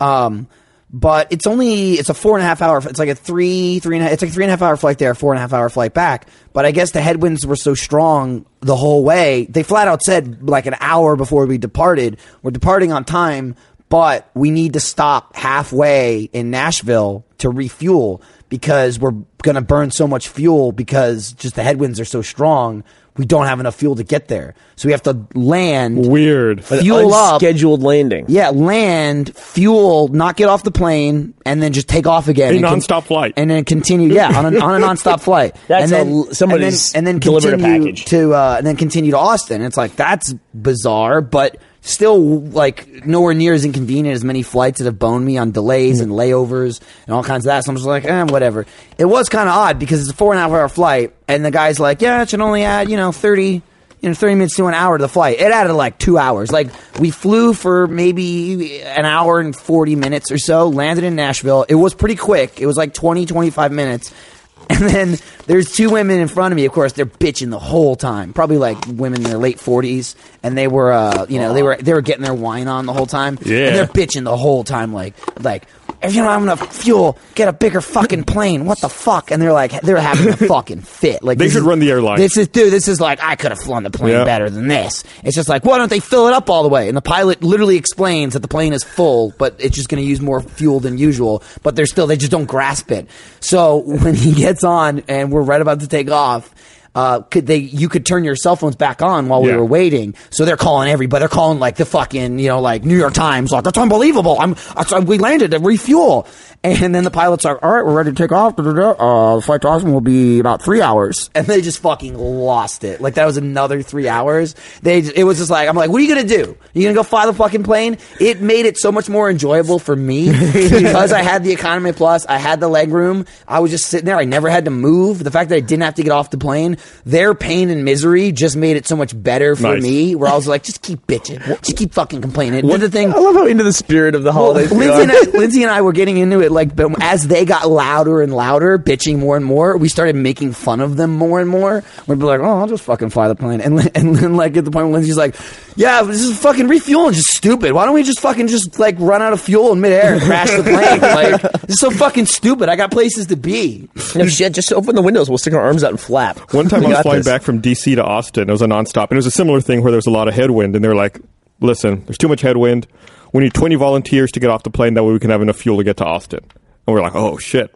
S5: Um, but it's only it's a four and a half hour. It's like a three three and a, it's like a three and a half hour flight there, four and a half hour flight back. But I guess the headwinds were so strong the whole way. They flat out said like an hour before we departed, we're departing on time, but we need to stop halfway in Nashville to refuel because we're going to burn so much fuel because just the headwinds are so strong. We don't have enough fuel to get there, so we have to land.
S1: weird.
S2: An
S5: fuel up
S2: unscheduled landing.
S5: yeah, land, fuel, not get off the plane, and then just take off again.
S1: A
S5: and
S1: nonstop flight.
S5: and then continue. Yeah, on a, on a nonstop flight.
S2: That's
S5: and then
S2: a l- somebody's
S5: and then, and then
S2: delivered a
S5: continue
S2: package.
S5: to uh, and then continue to Austin. It's like that's bizarre, but still like nowhere near as inconvenient as many flights that have boned me on delays and layovers and all kinds of that. So I'm just like, eh, whatever. It was kind of odd because it's a four and a half hour flight, and the guy's like, yeah, it should only add you know thirty. You know, thirty minutes to an hour to the flight. It added like two hours. Like we flew for maybe an hour and forty minutes or so. Landed in Nashville. It was pretty quick. It was like 20, 25 minutes. [LAUGHS] And then there's two women in front of me. Of course, they're bitching the whole time. Probably like women in their late 40s, and they were, uh, you know, they were they were getting their wine on the whole time.
S1: Yeah.
S5: and they're bitching the whole time, like like if you don't have enough fuel, get a bigger fucking plane. What the fuck? And they're like they're having
S1: [LAUGHS]
S5: a fucking fit. Like
S1: They
S5: this
S1: should
S5: is-
S1: run the airline.
S5: This is dude. This is like I could have flown the plane
S1: Yeah.
S5: better than this. It's just like why don't they fill it up all the way? And the pilot literally explains that the plane is full, but it's just going to use more fuel than usual. But they're still they just don't grasp it. So [LAUGHS] when he gets on and we're right about to take off. Uh, could they? You could turn your cell phones back on while we
S1: Yeah.
S5: were waiting. So they're calling everybody. They're calling like the fucking you know like New York Times. Like that's unbelievable. I'm I, we landed to refuel, and then the pilots are all right. We're ready to take off.
S6: Uh, the flight to Austin will be about three hours.
S5: and they just fucking lost it. Like that was another three hours. They it was just like I'm like, what are you gonna do? You gonna go fly the fucking plane? It made it so much more enjoyable for [LAUGHS] me because I had the economy plus, I had the leg room. I was just sitting there. I never had to move. The fact that I didn't have to get off the plane, their pain and misery just made it so much better for
S1: Nice.
S5: me. Where I was like, just keep bitching, just keep fucking complaining. Did the thing
S2: I love how into the spirit of the holidays. we
S5: Lindsay,
S2: are.
S5: and I, Lindsay and I were getting into it like but as they got louder and louder, bitching more and more. We started making fun of them more and more. We'd be like, "Oh, I'll just fucking fly the plane," and Lin- and then like at the point where Lindsay's like, "Yeah, this is fucking refueling, just stupid. Why don't we just fucking just like run out of fuel in midair and crash
S1: [LAUGHS]
S5: the plane? like this is so fucking stupid. I got places to be."
S2: No shit, just open the windows. We'll stick our arms out and flap.
S1: One time
S2: [LAUGHS] We
S1: I was
S2: got
S1: flying
S2: this.
S1: back from DC to Austin. It was a nonstop, and it was a similar thing where there was a lot of headwind, and they were like, "Listen, there's too much headwind. We need 20 volunteers to get off the plane. That way, we can have enough fuel to get to Austin." And we're like, "Oh shit."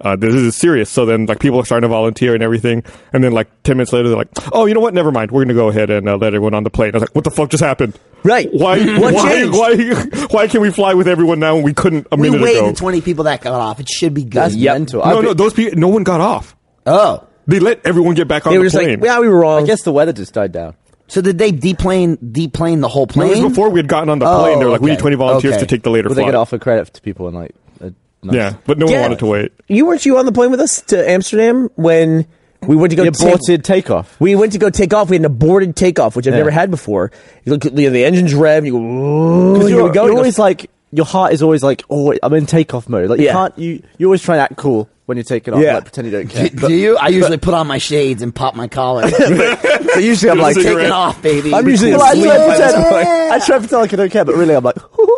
S1: Uh, this is serious. So then, like, people are starting to volunteer and everything. And then, like, 10 minutes later, they're like, oh, you know what? Never mind. We're going to go ahead and uh, let everyone on the plane. I was like, what the fuck just happened?
S2: Right.
S1: Why,
S2: What
S1: why,
S2: changed?
S1: why, why can we fly with everyone now when we couldn't a
S5: We
S1: minute
S5: weighed
S1: ago?
S5: the twenty people that got off. It should be good.
S4: That's
S2: Yep.
S4: mental.
S1: no,
S4: I,
S1: no, those people, no one got off.
S5: Oh,
S1: They let everyone get back on
S2: They were
S1: the
S2: just
S1: plane.
S2: like, yeah, we were wrong.
S4: I guess the weather just died down.
S5: so did they deplane deplane the
S1: No,
S5: whole plane?
S1: It was before we had gotten on the
S5: Oh,
S1: plane. They were like, "We need
S5: okay.
S1: 20 volunteers
S5: Okay.
S1: to take the later
S4: Well, they
S1: flight."
S4: could offer credit to people and like. uh, A nice
S1: Yeah, but no
S2: Yeah. [LAUGHS]
S1: one wanted to wait.
S2: You weren't you on the plane with us to Amsterdam when We went to go
S4: The
S2: take-
S4: aborted takeoff.
S2: We went to go take off. We had an aborted takeoff, which I've
S4: Yeah.
S2: never had before. You look, at the the engine's rev. You go, "Whoa,
S4: Because
S2: here
S4: you're,
S2: we go. It
S4: you're
S2: goes-
S4: always like your heart is always like, oh, I'm in takeoff mode. Like you
S2: Yeah.
S4: can't you you always try and act cool when you're taking off.
S2: Yeah.
S4: Like, pretend you don't
S3: Do,
S4: [LAUGHS] care.
S3: do you? I usually put on my shades and pop my collar.
S4: So usually I'm like,
S1: Take
S3: Take it off, baby.
S2: I'm usually
S4: Well, I
S2: asleep
S4: try and
S2: by this
S4: pretend-
S2: point.
S4: [LAUGHS] I try and pretend like I don't care, but really I'm like, [LAUGHS]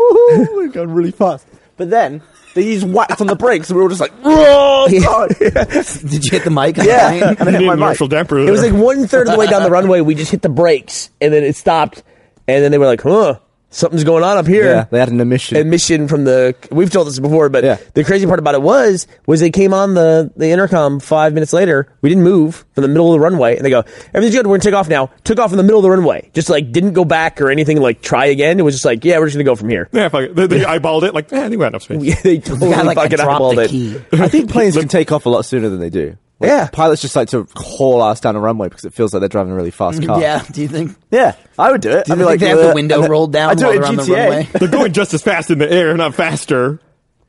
S4: we're going really fast. But then they just whacked on the brakes, and we were all just like, oh god.
S3: [LAUGHS] Did you hit the mic? on
S4: Yeah.
S3: the plane?
S4: And I hit
S1: need
S4: my
S1: an
S4: mic.
S1: inertial damper
S2: It was
S1: there.
S2: like one third of the way
S4: [LAUGHS]
S2: down the runway. We just hit the brakes, and then it stopped. And then they were like, "Huh, something's going on up here."
S4: Yeah, they had an emission.
S2: Admission from the we've told this before, but
S4: Yeah.
S2: the crazy part about it was was they came on the the intercom five minutes later. We didn't move from the middle of the runway, and they go, "Everything's good. We're gonna take off now." Took off in the middle of the runway, just like didn't go back or anything. Like try again. It was just like, "Yeah, we're just gonna go from here."
S1: [LAUGHS]
S2: [LAUGHS]
S1: Yeah, fuck it. They, they eyeballed it like, eh, they went up space.
S2: Yeah, they totally
S3: I like I
S2: fucking
S3: dropped
S2: eyeballed
S3: the
S2: it.
S3: key.
S4: I think planes can take off a lot sooner than they do. Like,
S2: Yeah.
S4: pilots just like to haul ass down a runway because it feels like they're driving a really fast car.
S3: Mm, Yeah. Do you think?
S4: yeah, I would do it. I'd
S3: you think they have the window
S4: and then-
S3: rolled down
S4: I'd do
S3: while
S4: it in
S3: they're on the
S4: GTA.
S3: runway?
S1: They're going just as fast in the air, not faster.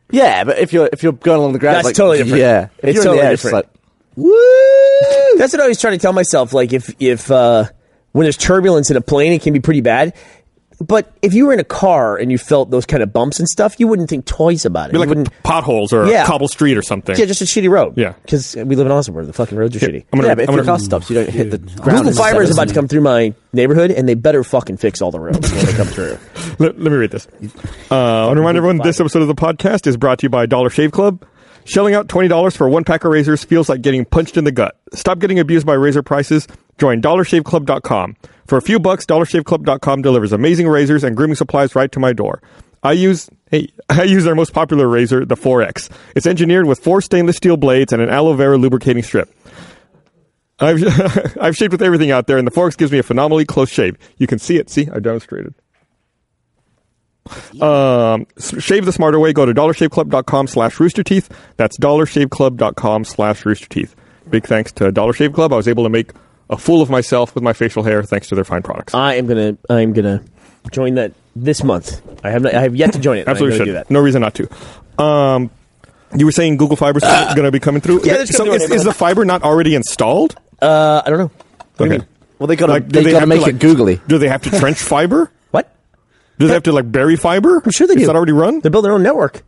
S4: Yeah, but if you're if you're going along the ground,
S2: That's
S4: like,
S2: totally different.
S4: Yeah,
S2: It's
S4: if you're in
S2: totally
S4: the air, it's just
S2: different.
S4: like,
S2: That's what I always try to tell myself. Like if if uh, when there's turbulence in a plane, it can be pretty bad. But if you were in a car and you felt those kind of bumps and stuff, you wouldn't think twice about it.
S1: Be
S2: You
S1: like
S2: wouldn't.
S1: potholes or
S2: Yeah.
S1: a cobble street or something.
S2: Yeah, just a shitty road.
S1: Yeah.
S2: because we live in Austin, where the fucking roads are shitty.
S1: I'm gonna,
S4: yeah, but if
S1: I'm
S4: your
S1: gonna,
S4: car stops, you don't hit the ground.
S2: Google
S4: in the
S2: Fiber is
S4: center.
S2: about to come through my neighborhood, and they better fucking fix all the roads when they
S1: [LAUGHS]
S2: come through.
S1: Let, let me read this. Uh, I want to remind everyone this episode of the podcast is brought to you by Dollar Shave Club. Shelling out $20 for one pack of razors feels like getting punched in the gut. Stop getting abused by razor prices. Join dollarshaveclub.com. For a few bucks, dollarshaveclub.com delivers amazing razors and grooming supplies right to my door. I use hey, [LAUGHS] I use their most popular razor, the 4X. It's engineered with four stainless steel blades and an aloe vera lubricating strip. I've, I've [LAUGHS] shaved with everything out there, and the 4X gives me a phenomenally close shave. You can see it. See, I demonstrated. Um, s- shave the smarter way. Go to dollarshaveclub.com slash roosterteeth. That's dollarshaveclub.com slash roosterteeth. Big thanks to Dollar Shave Club. I was able to make a fool of myself with my facial hair thanks to their fine products.
S2: I am gonna, I am gonna join that this month. I have, not, I have yet to join it. and I'm
S1: Absolutely
S2: gonna
S1: should.
S2: do that.
S1: No reason not to. Um, you were saying Google Fiber's going to be coming through?
S2: Uh, Yeah, it's
S1: so
S2: coming
S1: is,
S2: through in
S1: is the fiber not already installed?
S2: Uh, I don't know.
S1: Okay.
S4: Well, they got to
S1: Like, Uh, do
S4: they, got to
S1: have
S4: make
S1: like-
S4: it googly.
S1: Do they have to trench fiber?
S2: What?
S1: Do they have to like bury fiber?
S2: I'm sure they
S1: Is
S2: do.
S1: that already run?
S2: They build their own network.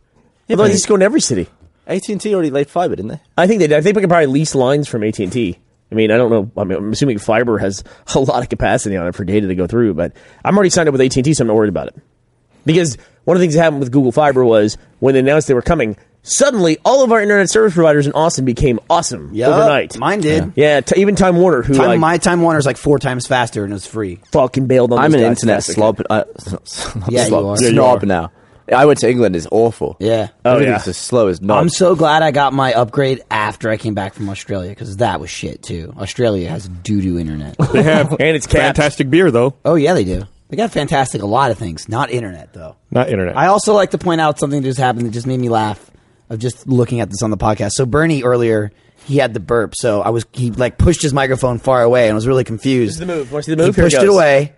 S2: Otherwise, they just go in every city.
S4: AT and T already laid fiber, didn't they?
S2: I think they. I think we can probably lease lines from AT and T. I mean, I don't know. I mean, I'm assuming fiber has [LAUGHS] a lot of capacity on it for data to go through, but I'm already signed up with AT and T, so I'm not worried about it. Because one of the things that happened with Google Fiber was when they announced they were coming, suddenly all of our internet service providers in Austin became awesome
S3: Yup,
S2: overnight.
S3: Mine did.
S2: yeah, t- even Time Warner, who
S3: Time,
S2: like,
S3: my time Warner's like four times faster and it was free.
S2: fucking bailed on.
S4: [LAUGHS] I'm
S2: those
S4: an
S2: guys
S4: internet
S2: fast.
S4: slob. Uh, [LAUGHS] not
S3: Yeah, you
S4: slob,
S3: are.
S1: Yeah, you
S4: snob
S1: are.
S4: now. I went to England. It's awful.
S3: Yeah.
S2: Oh,
S4: Everything's
S2: yeah.
S4: as slow as knob.
S3: I'm so glad I got my upgrade after I came back from Australia because that was shit too. Australia has doo doo internet.
S1: They have
S4: [LAUGHS]
S2: and it's capped.
S1: fantastic beer, though.
S3: oh yeah, they do. They got fantastic a lot of things, not internet though.
S1: Not internet.
S3: I also like to point out something that just happened that just made me laugh of just looking at this on the podcast. So Bernie earlier he had the burp, so I was he like pushed his microphone far away and I was really confused.
S2: the move. Wanna see the move?
S3: He
S2: Here it
S3: pushed it
S2: goes.
S3: away.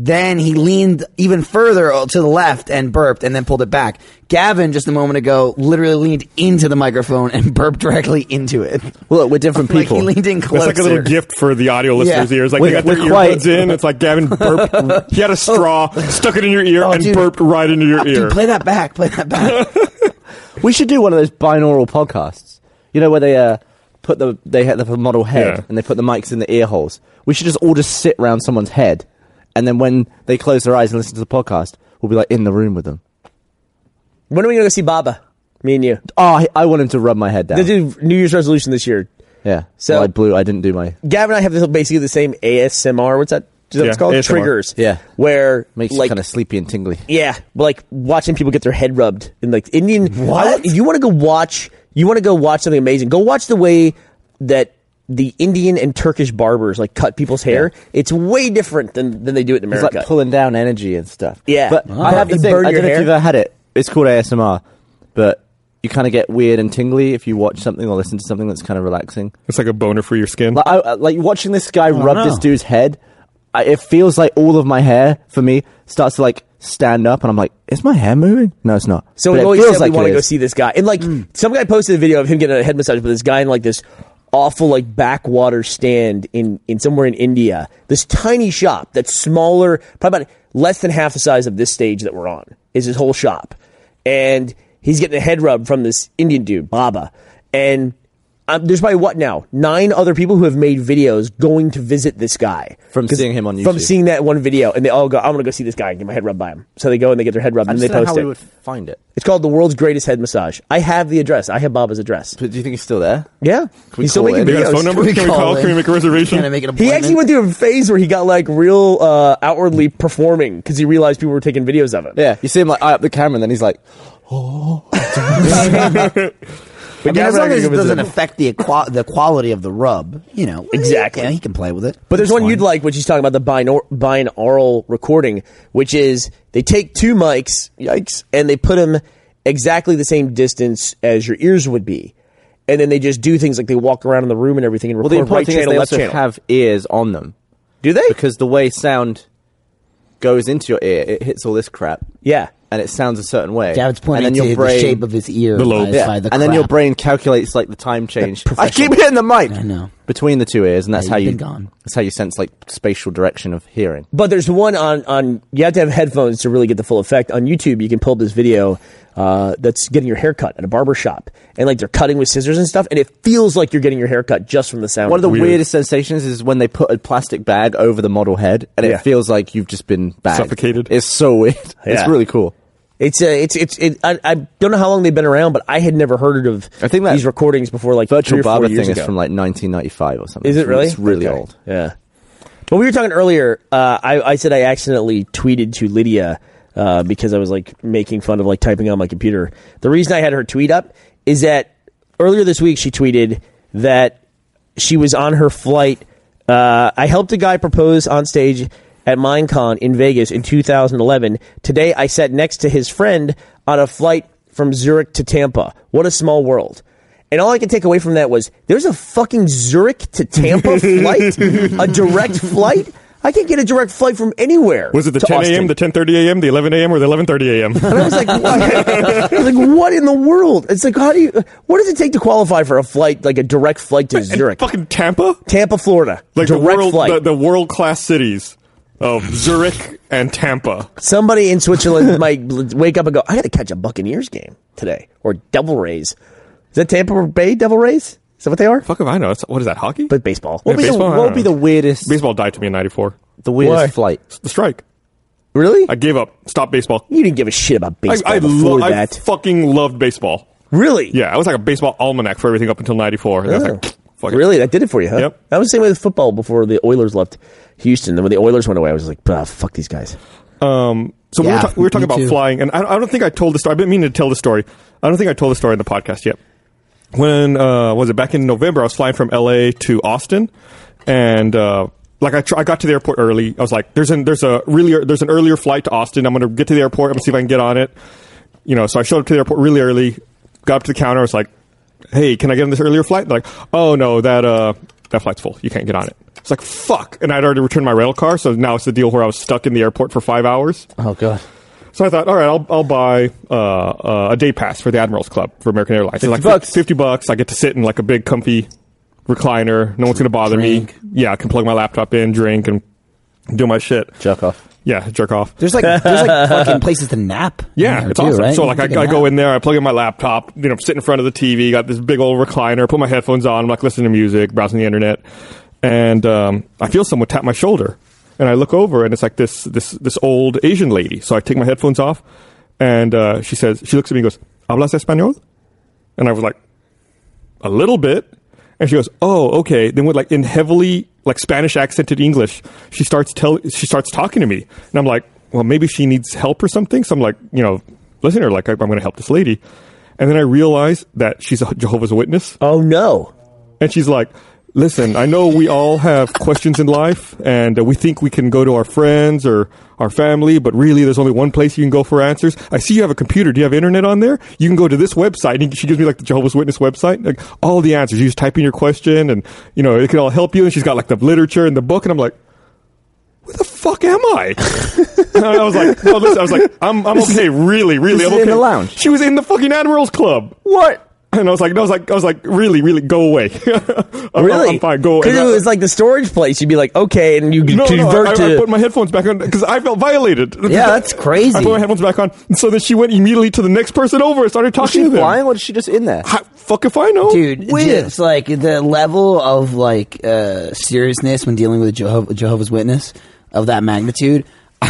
S3: Then he leaned even further to the left and burped, and then pulled it back. Gavin just a moment ago literally leaned into the microphone and [LAUGHS] burped directly into it.
S4: Well, look, we're different
S3: Like
S4: people.
S3: he leaned in
S1: That's
S3: closer.
S1: like a little gift for the audio listeners'
S3: Yeah.
S1: ears. Like
S4: We're-
S1: they got their
S4: we're quite-
S1: earbuds in. It's like Gavin burped. he had a straw, stuck it in your ear,
S3: Oh,
S1: and
S3: dude.
S1: burped right into your ear.
S3: Dude, play that back. Play that back.
S4: We should do one of those binaural podcasts. You know where they uh, put the they have the model head
S1: Yeah.
S4: and they put the mics in the ear holes. We should just all just sit round someone's head, and then when they close their eyes and listen to the podcast, we'll be like in the room with them.
S2: When are we gonna go see Baba? Me and you.
S4: Oh, I, I want him to rub my head down.
S2: They did New Year's resolution this year.
S4: yeah.
S2: So-
S4: So I blew. I didn't do my.
S2: Gavin and I have the- basically the same ASMR. What's that? Is that what it's
S1: Yeah,
S2: called?
S1: ASMR.
S2: Triggers.
S4: Yeah.
S2: Where
S4: Makes
S2: like
S4: you kind of sleepy and tingly.
S2: yeah, like watching people get their head rubbed in like Indian. What? you want to go watch? You want to go watch something amazing? Go watch the way that the Indian and Turkish barbers like cut people's hair. It's way different than than they do it in
S4: It's
S2: America.
S4: like pulling down energy and stuff.
S2: Yeah.
S4: But
S2: Oh.
S4: I have the
S2: You
S4: thing.
S2: burn
S4: I
S2: your
S4: don't know if
S2: hair?
S4: you've ever had it. It's called ASMR, but you kind of get weird and tingly if you watch something or listen to something that's kind of relaxing.
S1: It's like a boner for your skin.
S4: Like, I, I- like watching this guy
S2: Oh,
S4: rub
S3: no.
S4: this dude's head, I, it feels like all of my hair for me starts to like stand up, and I'm like, is my hair moving? No, it's not.
S2: So
S4: But
S2: we
S4: it
S2: always
S4: feels
S2: said
S4: like
S2: we
S4: it
S2: want to go
S4: is. Mm.
S2: see this guy, and like some guy posted a video of him getting a head massage with this guy in like this awful like backwater stand in in somewhere in India. This tiny shop that's smaller, probably about less than half the size of this stage that we're on. Is his whole shop, and he's getting a head rub from this Indian dude Baba, and. Um, there's probably what now nine other people who have made videos going to visit this guy
S4: From
S2: 'Cause-
S4: seeing him on
S2: From
S4: YouTube.
S2: seeing that one video, and they all go, "I'm gonna go see this guy and get my head rubbed by him." So they go and they get their head rubbed,
S4: I
S2: and
S4: just
S2: they
S4: don't know
S2: post
S4: how
S2: it.
S4: we would find it.
S2: It's called the world's greatest head massage. I have the address. I have Baba's address.
S4: But do you think he's still there?
S2: Yeah,
S4: we
S2: he's still
S4: call
S2: making
S4: in?
S1: You got a
S2: videos.
S1: phone number? Can we call?
S3: in?
S1: Can we make a reservation?
S3: Can I make an
S2: He
S3: appointment?
S2: actually went through a phase where he got like real uh, outwardly performing because he realized people were taking videos of him.
S4: Yeah, you see him like eye up the camera, and then he's like,
S3: I mean,
S2: Yeah,
S3: as long
S2: I'm not gonna
S3: as
S2: go
S3: it
S2: visit
S3: doesn't
S2: him.
S3: affect the equa- the quality of the rub, you know.
S2: Exactly.
S3: Yeah, he can play with it.
S2: But there's
S3: It's
S2: one
S3: fine.
S2: you'd like, which he's talking about the binor- binaural recording, which is they take two mics, yikes, and they put them exactly the same distance as your ears would be, and then they just do things like they walk around in the room and everything and
S4: "Well,
S2: record
S4: the important
S2: right
S4: thing is
S2: channel,
S4: they
S2: left
S4: also
S2: channel.
S4: have ears on them
S2: do they?
S4: because the way sound goes into your ear, it hits all this crap,
S2: yeah.
S4: and it sounds a certain way.
S3: David's pointing
S4: and then
S3: to
S4: your brain,
S3: the shape of his ear
S1: The lobe.
S3: by-
S4: yeah,
S3: by the
S4: and then your
S3: crap.
S4: brain calculates like the time change. I
S3: professional-
S4: keep hitting the mic.
S3: I know.
S4: between the two ears, and that's
S3: Yeah,
S4: how
S3: you've
S4: you
S3: been gone.
S4: that's how you sense like spatial direction of hearing.
S2: But there's one on on you have to have headphones to really get the full effect. On YouTube, you can pull up this video uh, that's getting your hair cut at a barber shop, and like they're cutting with scissors and stuff, and it feels like you're getting your hair cut just from the sound.
S4: One of the
S1: Weird.
S4: weirdest sensations is when they put a plastic bag over the model head, and it
S2: Yeah.
S4: feels like you've just been bagged.
S1: Suffocated.
S4: It's so [LAUGHS] weird.
S2: Yeah.
S4: It's really cool.
S2: it's a, it's it's it, I, I don't know how long they've been around, but I had never heard of
S4: I think that
S2: these recordings before like three
S4: Virtual
S2: or four
S4: barber
S2: years
S4: thing
S2: ago.
S4: is from like 1995 or something.
S2: Is it
S4: It's-
S2: really?
S4: It's really
S2: Okay.
S4: old.
S2: Yeah. Well, we were talking earlier. Uh, I, I said I accidentally tweeted to Lydia uh, because I was like making fun of like typing on my computer. The reason I had her tweet up is that earlier this week she tweeted that she was on her flight. Uh, I helped a guy propose on stage at Minecon in Vegas in 2011. Today I sat next to his friend on a flight from Zurich to Tampa. What a small world. And all I could take away from that was there's a fucking Zurich
S1: [LAUGHS]
S2: to Tampa flight, a direct flight. I can't get a direct flight from anywhere.
S1: Was it the
S2: to
S1: 10
S2: Austin.
S1: a.m., the 10:30 a.m., the 11 a.m., or the 11:30 [LAUGHS] a.m.?
S2: And I was like, what? I was like, what in the world? It's like, how do you? What does it take to qualify for a flight, like a direct flight to Zurich,
S1: fucking Tampa,
S2: Tampa, Florida?
S1: like the
S2: direct
S1: world,
S2: flight.
S1: the, the world class cities of Zurich and Tampa.
S2: Somebody in Switzerland [LAUGHS] might l- wake up and go, I got to catch a Buccaneers game today or Devil Rays. Is that Tampa Bay Devil Rays? Is that what they are?
S1: Fuck if I know. It's, what is that hockey?
S2: But baseball.
S1: Yeah,
S4: What would be, the,
S1: baseball, I
S4: what
S1: don't
S4: would be
S1: know.
S4: the weirdest?
S1: baseball died to me in '94.
S4: The weirdest
S2: Why?
S4: flight.
S1: The strike.
S2: Really?
S1: I gave up. Stop baseball.
S2: you didn't give a shit about
S1: I,
S2: baseball
S1: I,
S2: before
S1: lo- I
S2: that.
S1: fucking loved baseball.
S2: really?
S1: Yeah, I was like a baseball almanac for everything up until '94. And I was
S2: Oh.
S1: like, [SNIFFS] fuck it.
S2: really? That did it for you, huh?
S1: Yep.
S2: That was the same way with football before the Oilers left Houston. Then when the Oilers went away, I was like, "Ah, fuck these guys.
S1: Um, so we,
S3: Yeah,
S1: were ta- we were talking
S3: me
S1: about
S3: too.
S1: flying, and I, I don't think I told the story. I've been meaning to tell the story. I don't think I told the story in the podcast yet. When uh, was it back in November? I was flying from LA to Austin, and uh, like I, tr- I got to the airport early. I was like, "There's an there's a really er, there's an earlier flight to Austin. I'm going to get to the airport. I'm going to see if I can get on it." You know, so I showed up to the airport really early. Got up to the counter. I was like, "Hey, can I get on this earlier flight?" They're like, "Oh no, that uh that flight's full. You can't get on it." It's like fuck, and I'd already returned my rail car, so now it's the deal where I was stuck in the airport for five hours.
S4: Oh god.
S1: So I thought, all right, I'll, I'll buy uh, uh, a day pass for the Admirals Club for American Airlines. It's
S4: 50
S1: like
S4: bucks.
S1: 50 bucks. I get to sit in like a big comfy recliner. No one's going to bother
S3: Drink.
S1: me. Yeah, I can plug my laptop in, drink, and do my shit.
S4: Jerk off.
S1: Yeah, jerk off.
S3: There's like there's like fucking places to nap. in
S1: Yeah,
S3: there
S1: it's
S3: too,
S1: awesome.
S3: right?
S1: So
S3: You
S1: like,
S3: can take a
S1: I, I go
S3: nap.
S1: in there, I plug in my laptop, you know, sit in front of the TV, got this big old recliner, put my headphones on, I'm like listening to music, browsing the internet, and um, I feel someone tap my shoulder, and I look over, and it's like this this this old Asian lady. So I take my headphones off, and uh, she says, she looks at me and goes, "Hablas español?" And I was like, a little bit. And she goes, "Oh, okay." Then with like in heavily like Spanish accented English, she starts tell she starts talking to me, and I'm like, "Well, maybe she needs help or something." So I'm like, you know, listen to her. Like I, I'm going to help this lady, and then I realize that she's a Jehovah's Witness,
S2: Oh no!
S1: and she's like. Listen, I know we all have questions in life, and uh, we think we can go to our friends or our family, but really, there's only one place you can go for answers. I see you have a computer. Do you have internet on there? You can go to this website. And she gives me like the Jehovah's Witness website, like all the answers. You just type in your question, and you know it can all help you. And she's got like the literature and the book, and I'm like, where the fuck am I? [LAUGHS] and I was like, no, listen, I was like, I'm, I'm okay, really, really,
S4: this
S1: I'm
S4: is
S1: okay.
S4: in the lounge.
S1: She was in the fucking Admirals Club.
S4: What?
S1: [LAUGHS] And I was like, no, I was like, I was like, really, really, go away. [LAUGHS] I'm- I'm,
S2: Really?
S1: I'm fine. Go away.
S2: Because
S1: And
S2: it
S1: I-
S2: was like the storage place. You'd be like, okay, and you
S1: no, no,
S2: convert
S1: I, I- I
S2: to.
S1: put my headphones back on because [LAUGHS] I felt violated.
S3: Yeah, that's crazy.
S1: I put my headphones back on, and so then she went immediately to the next person over and started
S4: Was
S1: talking
S4: she
S1: to them.
S4: flying or was she just in there?
S1: How, fuck if I know,
S3: dude
S1: Weird.
S3: it's like the level of like uh seriousness when dealing with a Jeho- jehovah's witness of that magnitude [LAUGHS]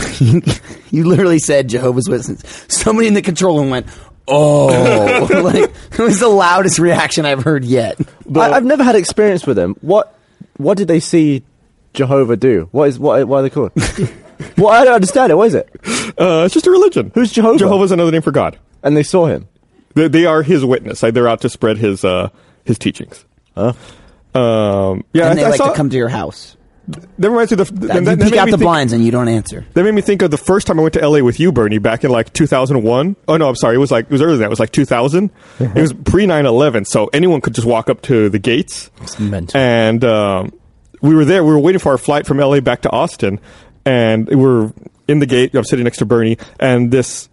S3: you literally said jehovah's witness somebody in the control room went oh
S1: [LAUGHS]
S3: like it was the loudest reaction i've heard yet
S4: I, I've never had experience with them. What what did they see Jehovah do? What is what? What are they
S1: [LAUGHS]
S4: called? well, I don't understand it. What is it?
S1: Uh, it's just a religion.
S4: Who's Jehovah?
S1: Jehovah's another name for God.
S4: And they saw him.
S1: They, they are His witness. Like, They're out to spread His uh, His teachings.
S4: Huh?
S1: Um, yeah,
S3: and
S1: I,
S3: they
S1: I
S3: like
S1: saw,
S3: to come to your house
S1: That reminds me. Of the,
S3: you
S1: that, that,
S3: peek
S1: made
S3: out
S1: me
S3: the
S1: think,
S3: blinds and you don't answer
S1: That made me think of the first time I went to LA with you, Bernie, back in like 2001. Oh no, I'm sorry. It was like it was earlier than that. It was like 2000. It was pre 9/11, so anyone could just walk up to the gates.
S4: mental.
S1: And um, we were there. We were waiting for our flight from LA back to Austin, and we were in the gate. I'm sitting next to Bernie, and this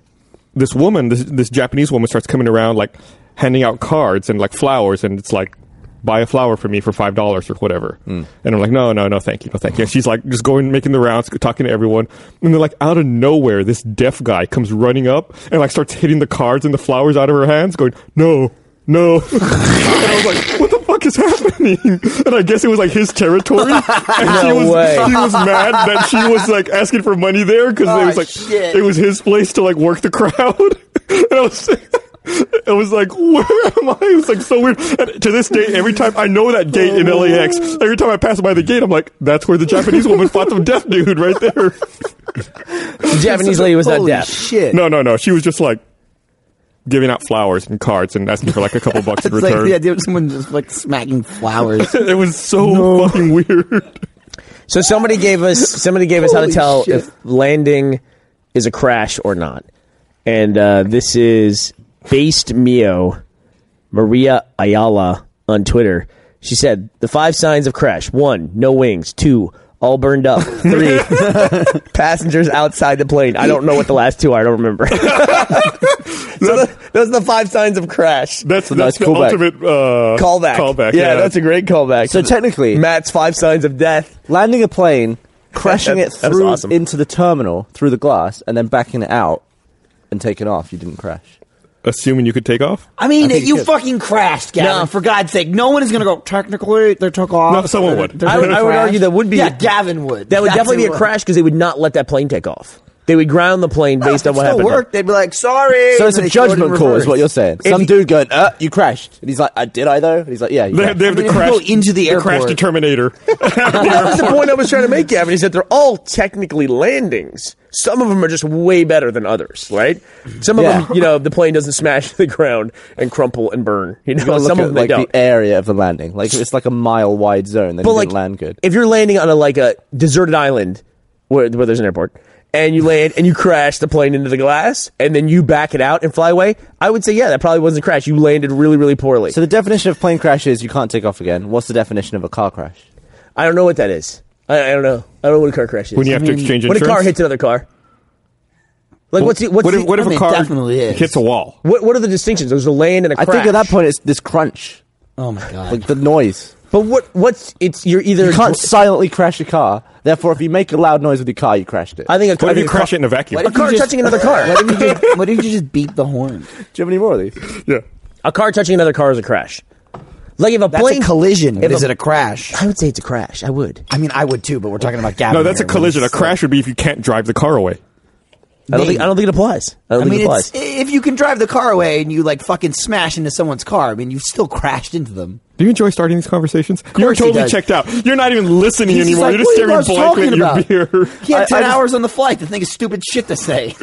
S1: this woman, this this Japanese woman, starts coming around like handing out cards and like flowers, and it's like. Buy a flower for me for five dollars or whatever, and I'm like, no, no, no, thank you, no, thank you. And she's like, just going making the rounds, talking to everyone, and then like out of nowhere, this deaf guy comes running up and like starts hitting the cards and the flowers out of her hands, going, no, no. [LAUGHS] and I was like, what the fuck is happening? And I guess it was like his territory. And she was
S2: way.
S1: she was mad that she was like asking for money there because it was like
S3: shit.
S1: it was his place to like work the crowd. [LAUGHS] and I was [LAUGHS] I was like, where am I? It was like so weird. And to this day, every time I know that gate in LAX, every time I pass by the gate, I'm like, that's where the Japanese woman fought the deaf dude right there. [LAUGHS]
S2: The Japanese lady was not
S3: holy
S2: deaf.
S3: shit
S1: No, no, no. She was just like giving out flowers and cards and asking for like a couple bucks in
S3: it's like
S1: return.
S3: the idea of someone just like smacking flowers
S1: It was so fucking weird.
S2: So somebody gave us
S3: [LAUGHS]
S2: somebody gave us how to
S3: Holy
S2: tell
S3: shit.
S2: if landing is a crash or not, and uh, this is based Mio Maria Ayala on Twitter. She said the five signs of crash: one, no wings; two, all
S3: [LAUGHS]
S2: burned up; three, passengers outside the plane. I don't know what the last two are. I don't
S3: [LAUGHS]
S2: remember. so the, those are the five signs of crash.
S1: [LAUGHS] That's that's
S4: nice
S1: the
S4: callback.
S1: ultimate uh,
S2: Callback.
S1: Callback.
S2: Yeah, that's a great callback.
S4: So technically-
S2: Matt's five signs of death.
S4: Landing a plane, crashing it
S2: That's- that's
S4: through
S2: awesome.
S4: into the terminal through the glass, and then backing it out and taking off. You didn't crash.
S1: assuming you could take off.
S3: I mean,
S4: think
S3: you
S4: it is.
S3: fucking crashed, Gavin.
S2: No.
S3: For God's sake, no one is going to go technically. They took off.
S1: No, someone
S3: They're-
S1: would.
S3: they're
S2: I would-
S3: gonna
S2: I would
S3: crash."
S2: argue that would be-
S3: Yeah, Gavin would.
S2: That would
S3: That's
S2: definitely
S3: who
S2: be a
S3: would.
S2: crash because they would not let that plane take off. They would ground the plane
S3: No,
S2: based
S3: it
S2: on what
S3: still
S2: happened.
S3: worked. They'd be like, "Sorry."
S4: So
S3: and
S4: it's
S3: they
S4: a
S3: throw it in
S4: judgment call, is
S3: reverse.
S4: what you're saying.
S2: If
S4: Some
S2: you-
S4: dude going, "Uh, you crashed," and he's like, "I did I though?" And he's like, "Yeah." You
S1: They,
S4: crashed."
S1: they have the
S3: I mean,
S1: crash
S3: go into the
S1: crash
S3: airport.
S1: determinator.
S2: that was the point I was trying to [LAUGHS] make, Gavin, is that they're all technically landings. Some of them are just way better than others, right? Some of
S4: Yeah.
S2: them, you know, the plane doesn't smash [LAUGHS] to the ground and crumple and burn. You
S4: You gotta
S2: know,
S4: look
S2: some
S4: at,
S2: of them
S4: like
S2: they don't.
S4: the area of the landing. Like if it's like a mile wide zone, then
S2: but
S4: you
S2: like,
S4: didn't land good.
S2: if you're landing on a like a deserted island where, where there's an airport, and you land and you crash the plane into the glass, and then you back it out and fly away, I would say, yeah, that probably wasn't a crash. You landed really, really poorly.
S4: So the definition of plane crash is you can't take off again. What's the definition of a car crash?
S2: I don't know what that is. I, I don't know. I don't know what a car crash is.
S1: when you have to exchange
S2: when a
S1: insurance.
S2: car hits another car. Like what's the, what's
S1: what if,
S2: the-
S1: what if
S3: I mean,
S1: a
S3: it
S1: car
S3: definitely is.
S1: hits a wall?
S2: what, what are the distinctions? There's a land and a
S4: I
S2: crash.
S4: think at that point it's this crunch,
S3: Oh my god!
S4: like the noise.
S2: But what what's it's you're either
S4: You can't silently crash a car. Therefore, if you make a loud noise with your car, you crashed it.
S2: I think a,
S1: What
S2: I
S1: if you
S2: think a
S1: crash
S2: car,
S1: it in a vacuum?
S2: a car touching
S1: [LAUGHS]
S2: another car.
S3: [LAUGHS] what, if you just, what if you just beat the horn?
S4: Do you have any more of these?
S1: Yeah.
S2: a car touching another car is a crash. Like if a
S3: That's
S2: plane
S3: a collision.
S2: If
S3: But is
S2: a-
S3: it a crash?
S2: I would say it's a crash. I would.
S3: I mean, I would too, but we're talking about Gavin.
S1: No, Oh, that's a
S3: here.
S1: collision. A
S3: It's-
S1: crash would be if you can't drive the car away.
S2: I don't think. I don't think it applies. I don't
S3: I
S2: think
S3: mean,
S2: it
S3: it's,
S2: applies.
S3: if you can drive the car away and you like fucking smash into someone's car, I mean, you still crashed into them.
S1: Do you enjoy starting these conversations? You're
S3: course he
S1: totally
S3: does.
S1: checked out. You're not even listening
S3: He's just
S1: anymore.
S3: like,
S1: You're just
S3: "What are you
S1: staring blankly at your
S3: guys talking
S1: beer.
S3: [LAUGHS]
S1: [LAUGHS]
S3: He had
S4: I-
S3: 10
S4: I just-
S3: hours on the flight to think of stupid shit to say.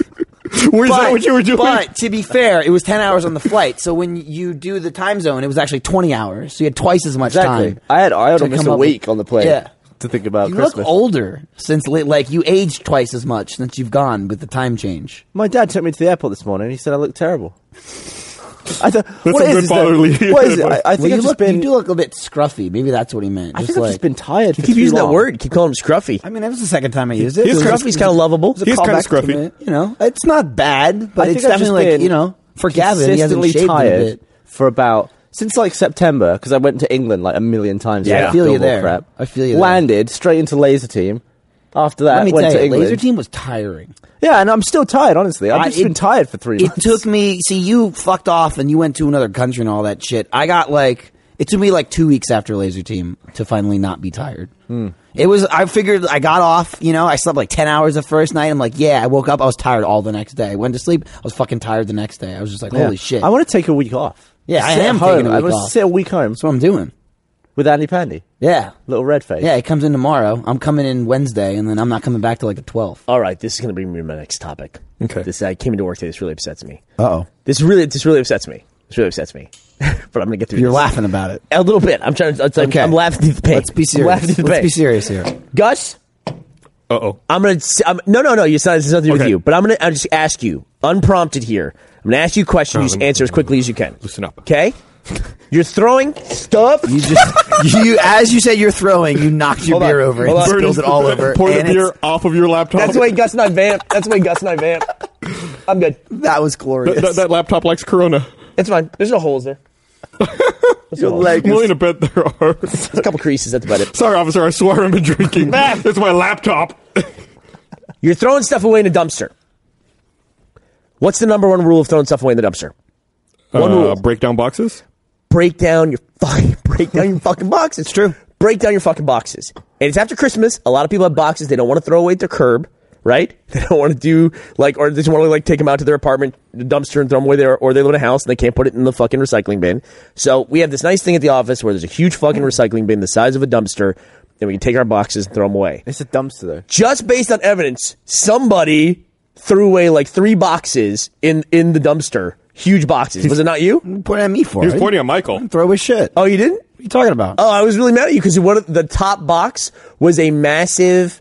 S1: Where's that what you were doing?
S3: But to be fair, it was 10 hours on the flight. So when you do the time zone, it was actually 20 hours. So you had twice as much
S4: Exactly.
S3: time.
S4: I had I had
S3: to
S4: almost
S3: come
S4: a
S3: up
S4: week
S3: with-
S4: on the plane
S3: Yeah.
S4: to think about
S3: You
S4: Christmas.
S3: look older since, li- like, you aged twice as much since you've gone with the time change.
S4: My dad took me to the airport this morning. He said I look terrible. I thought,
S1: That's
S4: what
S1: some
S4: is
S1: good
S4: this
S1: fatherly
S4: though? What is it? I, I
S1: advice.
S4: think
S3: Well, you, look,
S4: I've just been.
S3: you do look a bit scruffy. Maybe that's what he meant.
S4: I
S3: Just
S4: think I've
S3: like-
S4: just been tired.
S2: You keep using that word. Keep calling him scruffy.
S3: I mean, that was the second time I used it.
S1: He's
S3: It was-
S1: scruffy's
S2: kinda lovable.
S3: it was a
S1: He's kinda
S3: callback to
S1: scruffy.
S3: it, You know, it's not bad, but
S4: I
S3: it's
S4: think I've just
S3: definitely like
S4: been
S3: you know, for Gavin, he hasn't
S4: consistently
S3: shaved in a
S4: tired
S3: bit.
S4: for about since like September because I went to England like a million times. for
S2: Yeah.
S4: that
S2: I
S3: feel you
S4: Billboard
S3: there.
S4: Crap.
S3: I feel you there.
S4: Landed straight into Laser Team. After that,
S3: Let me
S4: went
S3: tell
S4: to
S3: you,
S4: England.
S3: Laser Team was tiring.
S4: Yeah, and I'm still tired. Honestly, I've
S3: I-
S4: just
S3: it-
S4: been tired for three
S3: It
S4: months.
S3: took me. See, you fucked off and you went to another country and all that shit. I got like it took me like two weeks after Laser Team to finally not be tired. It was. I figured I got off. You know, I slept like ten hours the first night. I'm like, yeah. I woke up. I was tired all the next day. I went to sleep. I was fucking tired the next day. I was just like,
S4: Yeah.
S3: [LAUGHS] holy shit.
S4: I want to take a week off.
S3: Yeah, I
S4: Sit
S3: am
S4: at home.
S3: taking a
S4: I
S3: week
S4: want to
S3: off.
S4: sit a week home
S3: That's what I'm doing.
S4: with Andy Pandy,
S3: Yeah.
S4: little red face.
S3: Yeah, it comes in tomorrow. I'm coming in Wednesday, and then I'm not coming back till like the 12th.
S2: All right, this is going to bring me to my next topic.
S1: Okay. Uh,
S2: This I came into work today. This really upsets me.
S3: Uh-oh.
S2: This really, this really upsets me. This really upsets me. [LAUGHS] but I'm going to get through.
S3: You're
S2: this.
S3: laughing about it.
S2: a little bit. I'm trying to. I'm,
S3: Okay.
S2: I'm laughing through the pain.
S3: Let's be
S2: I'm
S3: serious.
S2: laughing through the
S3: Let's
S2: pain.
S3: be serious here.
S2: Gus,
S1: Uh oh.
S2: I'm gonna. s- I'm, no, no, no. It's not. It's nothing to do with
S1: Okay.
S2: you. But I'm gonna. I'll just ask you, unprompted here. I'm gonna ask you a question.
S1: No,
S2: you just
S1: let me-
S2: answer as quickly as you can.
S1: Loosen up.
S2: Okay. You're throwing stuff.
S3: You just [LAUGHS] you as you said you're throwing, you knocked your
S2: Hold on,
S3: beer over and
S2: hold on.
S3: spills it all over.
S1: Pour the
S3: and it's-
S1: beer off of your laptop.
S2: That's why Gus and I vamp. That's why Gus and I vamp. I'm good.
S3: That was
S1: Th-
S3: glorious.
S1: th- [LAUGHS] that laptop likes Corona.
S2: It's fine. There's no holes there. There's no holes.
S1: I'm willing to bet there are. [LAUGHS]
S2: There's a couple creases. That's about it.
S1: Sorry, officer. I swear I've been
S3: [LAUGHS]
S1: drinking.
S3: Ah!
S1: it's my laptop.
S3: Uh,
S2: You're throwing stuff away in a dumpster. What's the number one rule of throwing stuff away in the dumpster? One
S1: Uh,
S2: rule.
S1: breakdown boxes.
S2: break down your [LAUGHS] fucking break down your fucking boxes. It's true. Break down your fucking boxes. And it's after Christmas. A lot of people have boxes they don't want to throw away at their curb, right? [LAUGHS] They don't want to do like or they just want to like take them out to their apartment the dumpster and throw them away there, or they live in a house and they can't put it in the fucking recycling bin. So we have this nice thing at the office where there's a huge fucking recycling bin the size of a dumpster, and we can take our boxes and throw them away
S4: It's a dumpster though.
S2: just based on evidence, somebody threw away like three boxes in in the dumpster. Huge boxes. Was it not you?
S3: You're pointing at me for
S1: He
S3: it.
S1: was pointing at Michael.
S3: Throw his shit.
S2: Oh, you didn't?
S3: What are you talking about?
S2: Oh, I was really mad at you because one of the top box was a massive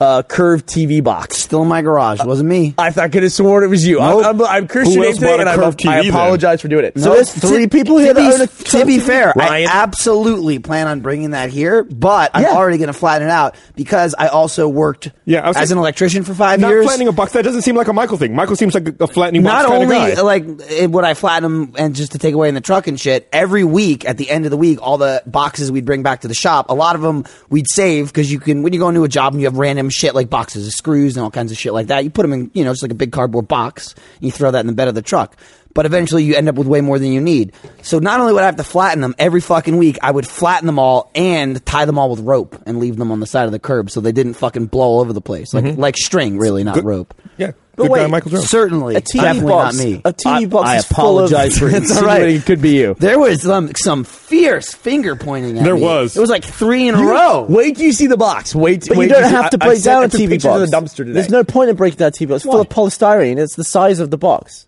S2: uh, curved TV box.
S3: Still in my garage. Wasn't me.
S2: I thought I could have sworn it was you.
S3: Nope.
S2: I'm, I'm, I'm Christian
S1: Who
S2: name
S1: else
S2: today,
S1: bought a
S2: and I'm,
S1: curved
S2: I
S1: TV then?
S2: apologize for doing it.
S4: So there's three people
S3: To
S4: here
S3: be,
S4: that own a
S3: to be fair,
S2: Ryan.
S3: I absolutely plan on bringing that here, but I'm
S2: Yeah.
S3: already going to flatten it out because I also worked
S1: Yeah, I was
S3: as
S1: like-
S3: an electrician for five
S1: Not
S3: years.
S1: flattening a box. That doesn't seem like a Michael thing. Michael seems like a- a flattening box
S3: not
S1: kind
S3: only
S1: of guy.
S3: like it, would I flatten them and just to take away in the truck and shit. Every week at the end of the week, all the boxes we'd bring back to the shop. A lot of them we'd save because you can when you go into a job and you have random shit like boxes of screws and all kinds of shit like that. You put them in you know just like a big cardboard box and you throw that in the bed of the truck. But eventually you end up with way more than you need. So not only would I have to flatten them every fucking week, I would flatten them all and tie them all with rope and leave them on the side of the curb so they didn't fucking blow all over the place like like string really, not rope.
S1: yeah, good guy,
S4: wait,
S1: Michael Jones.
S3: Certainly,
S4: A TV
S3: definitely
S4: box.
S3: not me.
S4: A TV
S2: I-
S4: box.
S2: I
S4: is full of-
S2: apologize
S3: [LAUGHS]
S2: for
S4: It's all
S2: insinuating
S4: right.
S2: it could be you.
S3: There was some, some fierce finger pointing at
S1: There
S3: me.
S1: was.
S3: It was like three in a row.
S2: Wait till you see the box. Wait,
S4: But
S2: wait
S4: you
S2: till
S4: don't
S2: see-
S4: have to
S2: I-
S4: break
S2: I've sent
S4: down a
S2: pictures
S4: TV
S2: of
S4: box.
S2: the dumpster today.
S4: There's no point in breaking down a TV box. It's full of polystyrene. It's the size of the box.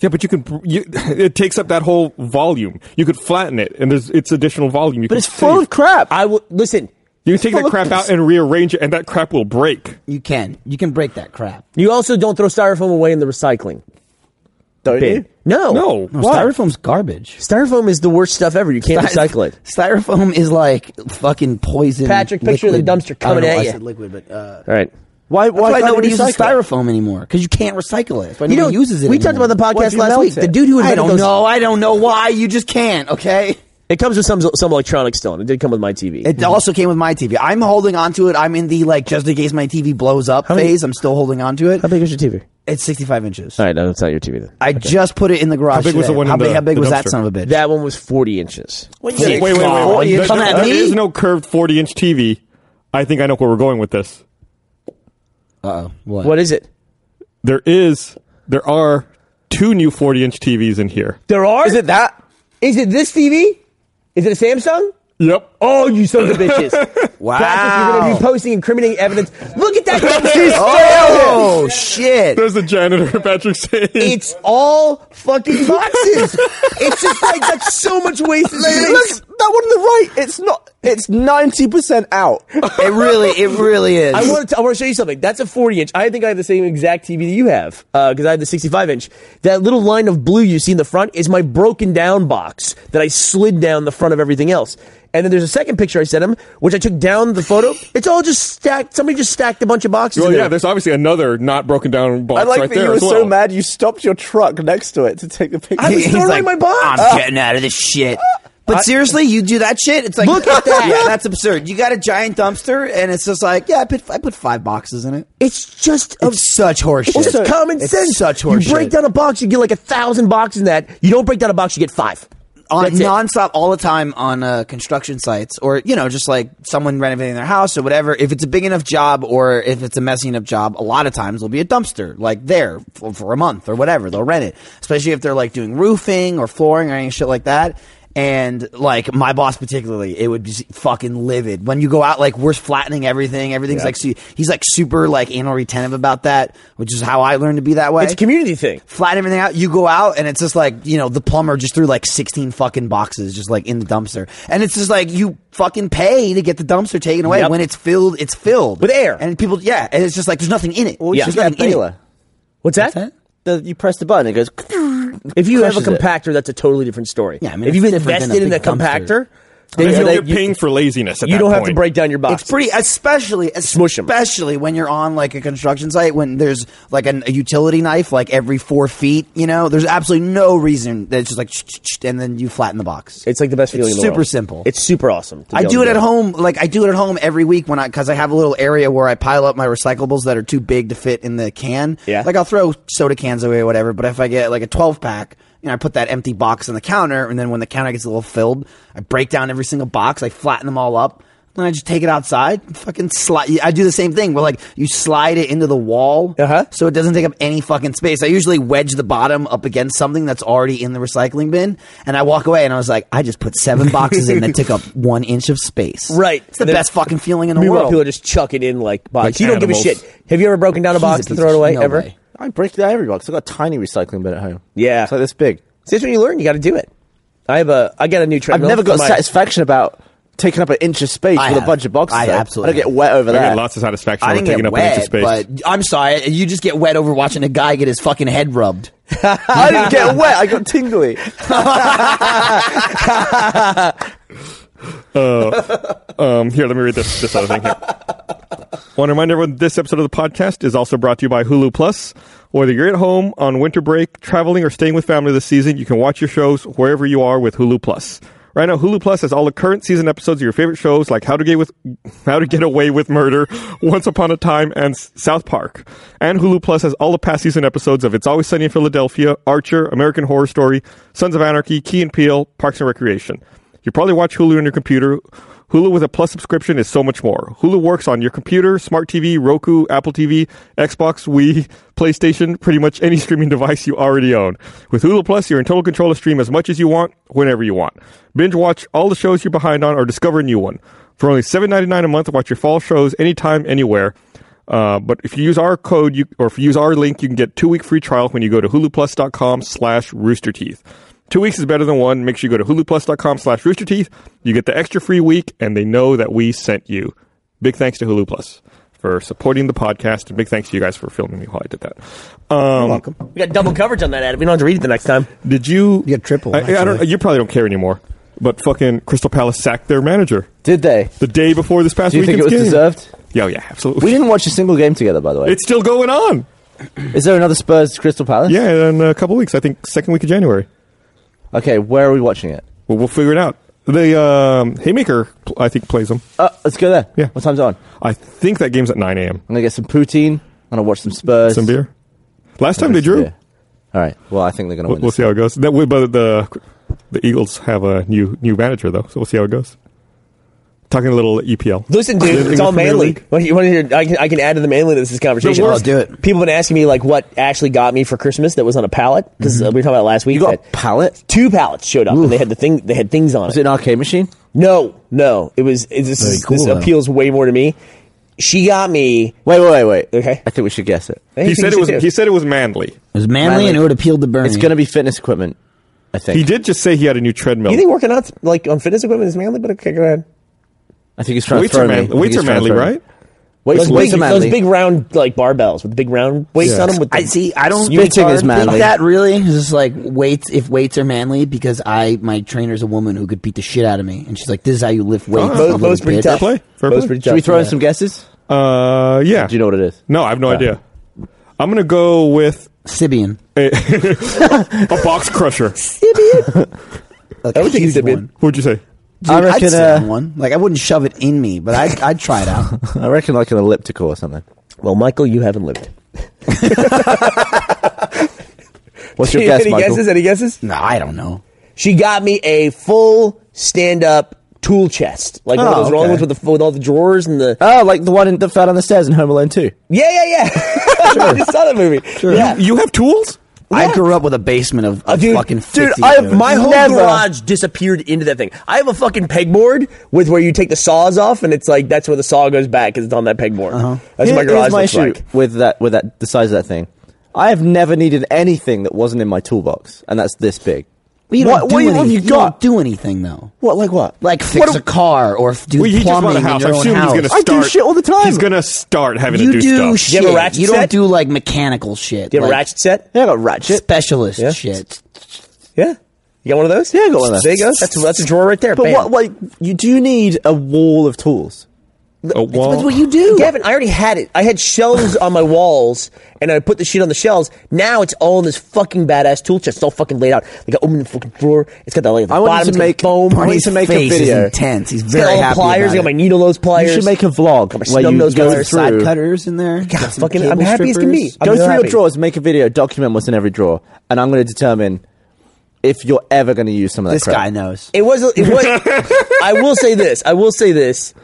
S1: Yeah, but you can. [LAUGHS] You, it takes up that whole volume. You could flatten it, and there's it's additional volume. You
S4: But
S1: can
S4: it's full
S1: save.
S4: of crap.
S2: I will listen.
S1: You can take
S4: full
S1: that
S4: of-
S1: crap out and rearrange it, and that crap will break.
S3: You can. You can break that crap.
S2: You also don't throw styrofoam away in the recycling.
S4: don't you?
S2: No.
S1: No,
S3: No,
S1: Why?
S3: styrofoam's garbage.
S2: Styrofoam is the worst stuff ever. You can't recycle it.
S3: Styrofoam is like fucking poison.
S2: Patrick, picture of the
S3: liquid.
S2: dumpster coming
S3: I don't know
S2: at
S3: why
S2: you.
S3: I said liquid, but uh,
S2: All right.
S4: Why? Why?
S3: that's why
S4: can't
S3: nobody
S4: you
S3: uses
S4: recycle it?
S3: styrofoam anymore because you can't recycle it. That's why
S2: You
S3: nobody
S2: know,
S3: uses it.
S2: we talked
S3: anymore.
S2: about the
S4: What if
S2: podcast
S4: you
S2: last
S4: melt
S2: week.
S4: it?
S2: The dude who
S3: I
S2: invented
S3: don't
S2: those,
S3: know. I don't know why. You just can't. Okay.
S2: it comes with some some electronics still, and it did come with my TV.
S3: It also came with my TV. I'm holding on to it. I'm in the like just in case my TV blows up
S2: many-
S3: phase. I'm still holding on to it.
S2: How big is your TV?
S3: It's 65 inches.
S2: All right, no, it's not your TV then.
S3: I just put it in the garage.
S1: How big was
S3: today.
S1: the one in
S3: How big,
S1: the-
S3: how big
S1: the
S3: was that
S1: dumpster?
S3: son of a bitch?
S2: That one was forty inches.
S4: you
S1: Wait, wait, wait, wait.
S3: Oh, you
S1: There-
S3: come at
S1: there
S3: me?
S1: is no curved 40 inch TV. I think I know where we're going with this.
S3: Uh-oh. Uh, What?
S2: What is it?
S1: There is, there are two new 40 inch TVs in here.
S2: There are. Is it that? Is it this TV? Is it a Samsung?
S1: Yep.
S2: Oh, you sons of bitches!
S4: [LAUGHS]
S3: Wow.
S2: Patrick, you're going to be posting incriminating evidence. Look
S3: [LAUGHS]
S2: at that dumpster.
S3: Oh shit!
S1: There's the janitor, [LAUGHS] Patrick saying.
S2: It's all
S4: [LAUGHS]
S2: fucking boxes. it's just like that's so much wasted
S4: Look,
S2: space.
S4: that one on the right. It's not. It's ninety percent out.
S3: It really, it really is.
S2: I want to. I want to show you something. That's a 40 inch. I think I have the same exact TV that you have because I have the 65 inch. That little line of blue you see in the front is my broken down box that I slid down the front of everything else. And then there's a second picture I sent him, which I took down the photo. It's all just stacked. Somebody just stacked a bunch of boxes.
S1: Well,
S2: in
S1: yeah,
S2: there.
S1: there's obviously another not broken down box
S4: I like
S1: right
S4: that
S1: there
S4: you were
S1: as well.
S4: so mad you stopped your truck next to it to take the picture. [LAUGHS] "Ah."
S2: I was throwing away my box.
S3: I'm getting out of this shit. Ah. [LAUGHS] But seriously, you do that shit. It's like look at that. That's absurd. You got a giant dumpster, and it's just like, yeah, I put I put five boxes in it.
S2: It's just a
S3: It's such horseshit.
S2: It's just common
S3: It's
S2: sense.
S3: Such
S2: you
S3: horseshit.
S2: break down a box, you get like a thousand boxes in that. You don't break down a box, you get five.
S3: on
S2: That's it.
S3: nonstop all the time on uh, construction sites, or you know, just like someone renovating their house or whatever. If it's a big enough job, or if it's a messy enough job, a lot of times there'll be a dumpster like there for, for a month or whatever. They'll rent it, especially if they're like doing roofing or flooring or any shit like that. And like my boss particularly, it would be fucking livid when you go out. Like we're flattening everything. Everything's like su- he's like super like anal retentive about that, which is how I learned to be that way
S2: It's a community thing.
S3: flatten everything out. You go out and it's just like, you know, the plumber just threw like 16 fucking boxes just like in the dumpster. And it's just like you fucking pay to get the dumpster taken away.
S2: Yep.
S3: When it's filled, it's filled.
S2: With air.
S3: And people, yeah. And it's just like there's nothing in it.
S4: Well,
S2: Yeah.
S3: There's
S4: just
S3: nothing
S4: got a
S3: in it.
S4: baler.
S2: What's that?
S4: The- you press the button, it goes.
S2: If you have a
S4: Crushes it.
S2: compactor, that's a totally different story.
S3: Yeah, I mean,
S2: if
S3: it's
S2: you've
S3: different than
S2: invested
S3: a
S2: in that
S3: big dumpster.
S2: compactor, then
S1: You
S2: you,
S1: don't get
S2: you-
S1: pinged for laziness at
S2: you
S1: that
S2: don't
S1: point.
S2: have to break down your box.
S3: It's pretty, especially,
S2: Smush 'em.
S3: especially when you're on like a construction site when there's like an, a utility knife like every four feet. You know, there's absolutely no reason that it's just like, and then you flatten the box.
S2: It's like the best feeling. in the
S3: super
S2: world.
S3: simple.
S2: It's super awesome. to be
S3: I
S2: able
S3: do it
S2: to
S3: at home. Like I do it at home every week when I because I have a little area where I pile up my recyclables that are too big to fit in the can.
S2: Yeah.
S3: Like I'll throw soda cans away or whatever. But if I get like a twelve pack. You know, I put that empty box on the counter, and then when the counter gets a little filled, I break down every single box. I flatten them all up, then I just take it outside. and Fucking slide. I do the same thing. Where like you slide it into the wall,
S2: Uh-huh.
S3: so it doesn't take up any fucking space. I usually wedge the bottom up against something that's already in the recycling bin, and I walk away and I was like, I just put seven boxes in that took
S2: [LAUGHS]
S3: up one inch of space.
S2: Right.
S3: It's the
S2: And then-
S3: best fucking feeling in the
S2: Meanwhile,
S3: world.
S2: people are just chucking in like boxes.
S1: Like
S2: you don't give a
S1: animals.
S2: shit. Have you ever broken down a
S3: He's
S2: box
S3: a
S2: to
S3: piece
S2: throw it
S3: of-
S2: away
S3: no
S2: ever?
S3: way.
S4: I break down every box. I've got a tiny recycling bin at home.
S2: Yeah.
S4: It's like this big.
S2: See, that's when you learn. You got to do it. I have a. I got a new
S4: I've
S2: treadmill.
S4: never
S2: for
S4: got
S2: my-
S4: satisfaction about taking up an inch of space
S3: I
S4: with
S3: have.
S4: a bunch of boxes.
S3: I
S4: though.
S3: absolutely
S4: I don't
S3: have.
S4: get wet over
S1: I
S4: that.
S1: get
S4: [LAUGHS]
S1: lots of satisfaction
S3: I
S1: over
S3: didn't
S1: taking
S3: get
S1: up an inch of
S3: wet,
S1: space.
S3: but I'm sorry, you just get wet over watching a guy get his fucking head rubbed.
S4: I didn't [LAUGHS] get wet. I got tingly.
S1: Um, here, let me read this this other thing here. Want to remind everyone this episode of the podcast is also brought to you by Hulu Plus. Whether you're at home on winter break, traveling, or staying with family this season, you can watch your shows wherever you are with Hulu Plus. Right now, Hulu Plus has all the current season episodes of your favorite shows like How to Get with How to Get Away with Murder, Once Upon a Time, and S- South Park. And Hulu Plus has all the past season episodes of It's Always Sunny in Philadelphia, Archer, American Horror Story, Sons of Anarchy, Key and Peele, Parks and Recreation. You probably watch Hulu on your computer. Hulu with a Plus subscription is so much more. Hulu works on your computer, smart TV, Roku, Apple TV, Xbox, Wii, PlayStation, pretty much any [LAUGHS] streaming device you already own. With Hulu Plus, you're in total control to stream as much as you want, whenever you want. Binge watch all the shows you're behind on or discover a new one. For only $7.99 a month, watch your fall shows anytime, anywhere. Uh, but if you use our code you, or if you use our link, you can get two week free trial when you go to huluplus.com slash roosterteeth. Two weeks is better than one. Make sure you go to huluplus.com slash roosterteeth. You get the extra free week, and they know that we sent you. Big thanks to Hulu Plus for supporting the podcast, and big thanks to you guys for filming me while I did that. Um,
S2: We got double coverage on that ad. We don't have to read it the next time.
S1: Did you?
S3: You got triple,
S1: I, I don't.
S3: actually.
S1: You probably don't care anymore. But fucking Crystal Palace sacked their manager
S4: Did they?
S1: the day before this past
S4: Do you think
S1: weekend's
S4: it was
S1: game.
S4: deserved?
S1: Yeah, yeah, absolutely.
S4: We didn't watch a single game together, by the
S1: [LAUGHS]
S4: way.
S1: it's still going on.
S4: Is there another Spurs Crystal Palace?
S1: Yeah, in a couple weeks. I think second week of January.
S4: Okay, where are we watching it?
S1: Well, we'll figure it out. The um, Haymaker, pl- I think, plays them.
S4: Uh, let's go there.
S1: Yeah.
S4: What time's it on? I'm
S1: I think that game's at 9 a.m.
S4: gonna get some poutine. I'm gonna watch some Spurs.
S1: Some beer. Last time they
S4: Some
S1: drew.
S4: beer. All right. Well, I think they're gonna
S1: We'll,
S4: win.
S1: we'll
S4: this.
S1: see how it goes. That we, but the the Eagles have a new new manager though, so we'll see how it goes. Talking a little EPL.
S2: Listen, dude,
S1: Anything
S2: it's all
S1: in the Premier
S2: manly.
S1: League?
S2: Well, you want to hear? I can, I can add to the manliness of this conversation.
S1: The worst.
S3: Oh, do it.
S2: People have been asking me like what actually got me for Christmas that was on a pallet because uh, we were talking about it last week.
S4: You got a
S2: that
S4: pallet?
S2: two pallets showed up and they had the thing. They had things on
S4: Is it an arcade machine?
S2: No, no, it was. It, this
S3: Very
S2: is,
S3: cool,
S2: this
S3: though.
S2: appeals way more to me. She got me.
S4: Wait, wait, wait, wait.
S2: Okay.
S4: I think we should guess it.
S2: I think
S1: He
S2: you
S1: said
S2: should
S1: it was.
S2: too.
S1: He said it was manly.
S3: It was manly,
S4: Manly.
S3: and it would appeal to Bernie.
S4: It's gonna be fitness equipment. I think.
S1: He did just say he had a new treadmill.
S2: You think working out like on fitness equipment is manly? But okay, go ahead.
S4: I think he's trying
S1: weights
S4: to throw
S1: are
S4: me. I
S1: manly.
S4: think
S1: Weights
S4: he's
S1: are
S4: trying to
S1: manly,
S4: throw me.
S1: right?
S4: Waist,
S2: Those,
S4: waist
S2: big,
S4: are manly.
S2: those big round like barbells with the big round weights
S4: Yeah.
S2: on them. With the,
S3: I see. I don't
S4: Spitting
S3: think-
S4: is manly.
S3: think that really is just like weights. If weights are manly, because I my trainer's a woman who could beat the shit out of me, and she's like, "This is how you lift weights."
S2: Bo-
S3: you
S2: Bo's
S3: little
S2: pretty
S3: bitch."
S2: tough.
S1: play. Fair
S2: Bo's
S1: play.
S2: pretty
S4: Should
S2: tough,
S4: we throw in
S2: yeah.
S4: some guesses?
S1: Uh, yeah.
S4: Do you know what it is?
S1: No, I have no idea. I'm gonna go with
S3: Sibian.
S1: a box crusher.
S3: Like
S2: I
S3: a
S2: would think
S3: huge
S2: Sibian.
S3: one.
S1: What'd you say?
S3: Dude,
S4: I
S3: I
S4: reckon,
S3: would sit
S4: uh,
S3: on one. Like I wouldn't shove it in me, but I'd, I'd try
S1: [LAUGHS]
S3: it out.
S4: I reckon like an elliptical or something.
S2: Well, Michael, you haven't [LAUGHS] lived.
S4: [LAUGHS] What's your
S2: Any
S4: guess, Michael?
S2: guesses? Any guesses?
S3: no, I don't know.
S2: She got me a full stand-up tool chest, like one of
S4: Oh,
S2: those long
S4: okay.
S2: ones with the with all the drawers and the.
S4: Oh, like the one in, that fell down the stairs in Home Alone 2.
S2: Yeah, yeah, [LAUGHS] yeah. I just saw that movie. Yeah.
S1: You have tools?
S3: I grew up with a basement of, of
S2: Oh, dude,
S3: fucking
S2: dude,
S3: 50
S2: I
S3: dude.
S2: my whole
S4: Never.
S2: garage disappeared into that thing. I have a fucking pegboard with where you take the saws off, and it's like that's where the saw goes back because it's on that pegboard. That's
S4: Here-
S2: what Uh-huh. my garage
S4: here's my
S2: looks
S4: issue
S2: like.
S4: with that with that the size of that thing. I have never needed anything that wasn't in my toolbox, and that's this big.
S3: You don't
S4: what
S3: do
S4: what
S3: anything.
S4: have you
S3: don't
S4: got?
S3: do anything though.
S4: What like what?
S3: Like fix
S4: What
S3: a car or f- do
S1: Well, he just bought
S3: plumbing
S1: a house.
S3: in
S1: I
S3: your own
S1: assume
S3: house.
S1: he's gonna
S4: I
S1: start.
S4: do shit all the time.
S1: He's gonna start having
S3: you
S1: to do,
S3: do
S1: stuff.
S2: Do you
S3: shit.
S2: have a ratchet
S3: you don't
S2: set?
S3: do like mechanical shit.
S2: Do you have
S3: like,
S2: a ratchet set?
S4: Yeah, I got a ratchet.
S3: Specialist
S2: Yeah.
S3: shit.
S2: Yeah. You got one of those?
S4: Yeah, I got one of those.
S2: There you go. That's a, that's a drawer right there.
S4: but
S2: Bam.
S4: what like you do need a wall of tools.
S1: a wall.
S3: That's what you do.
S2: Gavin, I already had it. I had shelves on my walls, and I put the shit on the shelves. Now it's all in this fucking badass tool chest. It's all fucking laid out. Like I open the fucking drawer. It's got the like the
S4: I
S2: bottom.
S4: want you
S2: it's
S4: to
S2: got
S4: make
S2: the foam.
S4: I want you to make a
S3: His face is
S4: video.
S3: intense. He's
S2: It's got
S3: very
S2: all the
S3: happy
S2: pliers. I
S3: about
S2: got my
S3: it.
S2: needle nose pliers.
S4: You should make a vlog
S2: Got my
S4: where you
S2: snub-nosed
S4: go
S2: brother.
S3: side
S4: through,
S3: cutters in there.
S2: God,
S3: Got some
S2: fucking- I'm
S3: cable
S2: happy as can be.
S3: strippers.
S2: I'm
S4: go
S2: so
S4: through your
S2: happy.
S4: drawers, make a video, document what's in every drawer, and I'm going to determine if you're ever going to use some of that.
S3: This
S4: crap.
S3: guy knows.
S2: It was. It was. I will say this. I will say this.